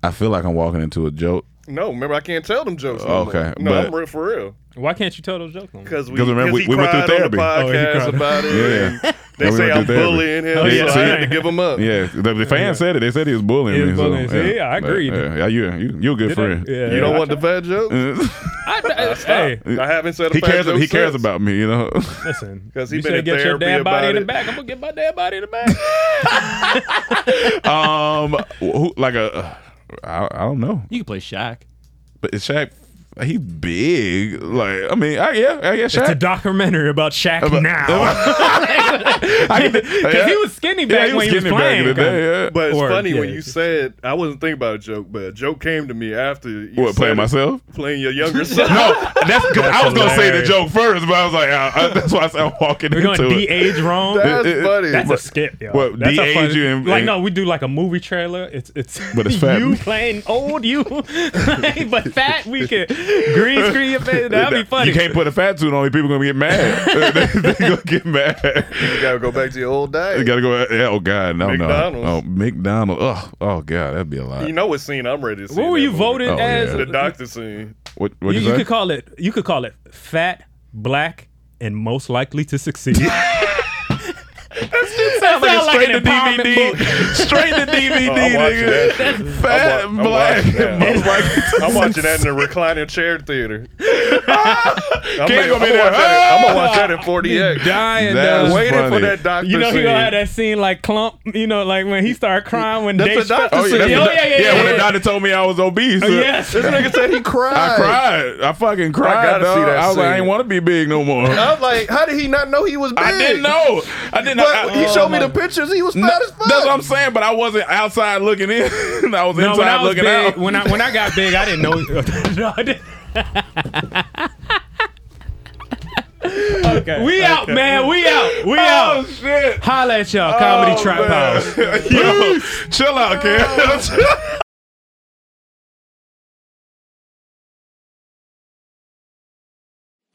S6: I feel like I'm walking into a joke.
S7: No, remember I can't tell them jokes. no more.
S6: Okay,
S7: no,
S6: but-
S7: I'm real for real.
S9: Why can't you tell those jokes? on?
S7: Because we,
S6: 'Cause remember,
S7: 'cause
S6: we-
S7: he
S6: we went through
S7: cried on
S6: therapy.
S7: the
S6: Oh,
S9: he
S7: podcast
S9: cried.
S7: about it.
S6: Yeah.
S7: and They
S6: Yeah, we
S7: say
S6: went
S7: I'm
S6: through therapy.
S7: bullying him,
S9: Oh,
S7: so
S9: yeah,
S7: I
S9: see?
S7: had to give him up.
S6: Yeah, the, the fan said it. They said he was bullying
S9: He was
S6: me. so,
S9: bullying. See, I agreed.
S6: Yeah, yeah, you, you, you a good
S9: Did I?
S6: friend.
S9: Yeah.
S7: You don't want the fat joke?
S9: I, I, hey,
S7: I haven't said a
S6: He
S7: fat
S6: cares.
S7: joke
S6: He cares
S7: since.
S6: about me. You know.
S9: listen.
S7: 'Cause he
S9: You
S7: been
S9: said
S7: in
S9: get your
S7: therapy
S9: damn body
S7: about
S9: in the
S7: it.
S9: back. I'm gonna get my damn body in the back.
S6: um, who, like a, I, I don't know.
S8: You can play Shaq.
S6: But is Shaq, he big. Like I mean, I, yeah, I guess
S9: It's a
S6: Shaq.
S9: documentary about Shaq
S6: About-
S9: now. Because
S6: Because
S9: he was skinny
S6: yeah,
S9: back
S6: he was
S9: when he
S6: skinny back
S9: was
S6: in
S9: playing.
S6: the day. Yeah.
S7: But it's
S9: Or-
S7: funny when
S9: yeah.
S7: you said I wasn't thinking about a joke, but a joke came to me after you
S6: What
S7: said
S6: playing
S7: it,
S6: myself?
S7: playing your younger self.
S6: No, that's because I was gonna say the
S9: hilarious.
S6: joke first, but I was like, uh, I, I, that's why I said I'm walking
S9: We're
S6: into
S9: going
S6: it.
S9: de-age wrong.
S7: That's
S6: It- it-
S7: funny.
S9: That's a
S6: What-
S9: skip, yo.
S6: what,
S9: That's a
S6: de-age
S9: funny-
S6: you and-
S9: like
S6: and-
S9: no, we do like a movie trailer. It's it's
S6: But it's fat.
S9: you playing old you, like, but fat. We can green screen your face. That'd be funny.
S6: You can't put a fat suit on me. People gonna get mad. they, they gonna get mad.
S7: You gotta go back to your old
S6: You
S7: diet.
S6: gotta go. yeah, Oh God, no,
S7: McDonald's.
S6: no. Oh McDonald's. Oh, oh God, that'd be a lot.
S7: You know what scene I'm ready to see.
S9: what were
S7: that
S9: you
S7: movie.
S9: voted
S6: Oh,
S9: as?
S6: yeah.
S7: The doctor scene.
S6: what
S9: You,
S6: what you,
S9: you
S6: say?
S9: could call it. You could call it fat, black, and most likely to succeed.
S6: Sound
S9: sound like
S6: straight
S9: an
S6: to
S9: empowerment book.
S6: DVD. straight to DVD,
S7: Oh, I'm watching
S6: nigga.
S7: that.
S6: Fat
S7: I'm wa- I'm
S6: black.
S7: watching that.
S6: most likely-
S7: I'm watching that in the reclining chair theater. I'm,
S6: Ken gonna be there.
S7: watch that, I'm gonna watch that in 40X.
S9: Dying.
S6: That's
S9: dog.
S7: Waiting
S6: funny.
S7: for that doctor
S9: You know he
S7: scene.
S9: gonna have that scene like clump. You know, like when he started crying when
S7: That's
S9: they.
S7: the doctor
S6: Oh, yeah, that's
S7: scene.
S6: what-
S9: yeah, yeah, yeah,
S6: when
S9: yeah. Oh,
S6: the doctor told me I was obese. uh,
S9: Yes.
S7: This nigga said he cried.
S6: I cried. I fucking cried.
S7: gotta
S6: dog.
S7: see that
S6: I was like, I
S7: scene. Oh,
S6: ain't want to be big no more.
S7: I was like, how did he not know he was big?
S6: I didn't know. I didn't. know.
S7: But
S6: I-
S7: he showed me
S6: No,
S7: the pictures. He was fat as fuck.
S6: That's what I'm saying. But I wasn't outside looking in. I was
S9: No, when
S6: inside
S9: I was
S6: looking
S9: big,
S6: out.
S9: when I when I got big, I didn't know. No, I didn't.
S8: Okay.
S9: We out, man. We out. We
S6: oh
S9: out.
S6: shit.
S9: Holla at y'all, comedy
S6: Oh,
S9: trap
S6: man.
S9: house.
S6: Yo, chill out, kid.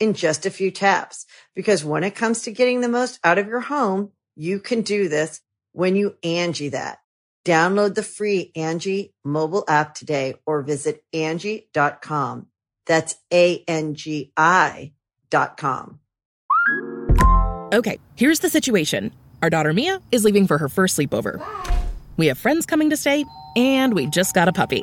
S1: in just a few taps. Because when it comes to getting the most out of your home, you can do this when you Angie that. Download the free Angie mobile app today or visit Angie.com. That's A-N-G-I dot com.
S9: Okay, here's the situation. Our daughter Mia is leaving for her first sleepover. We have friends coming to stay, and we just got a puppy.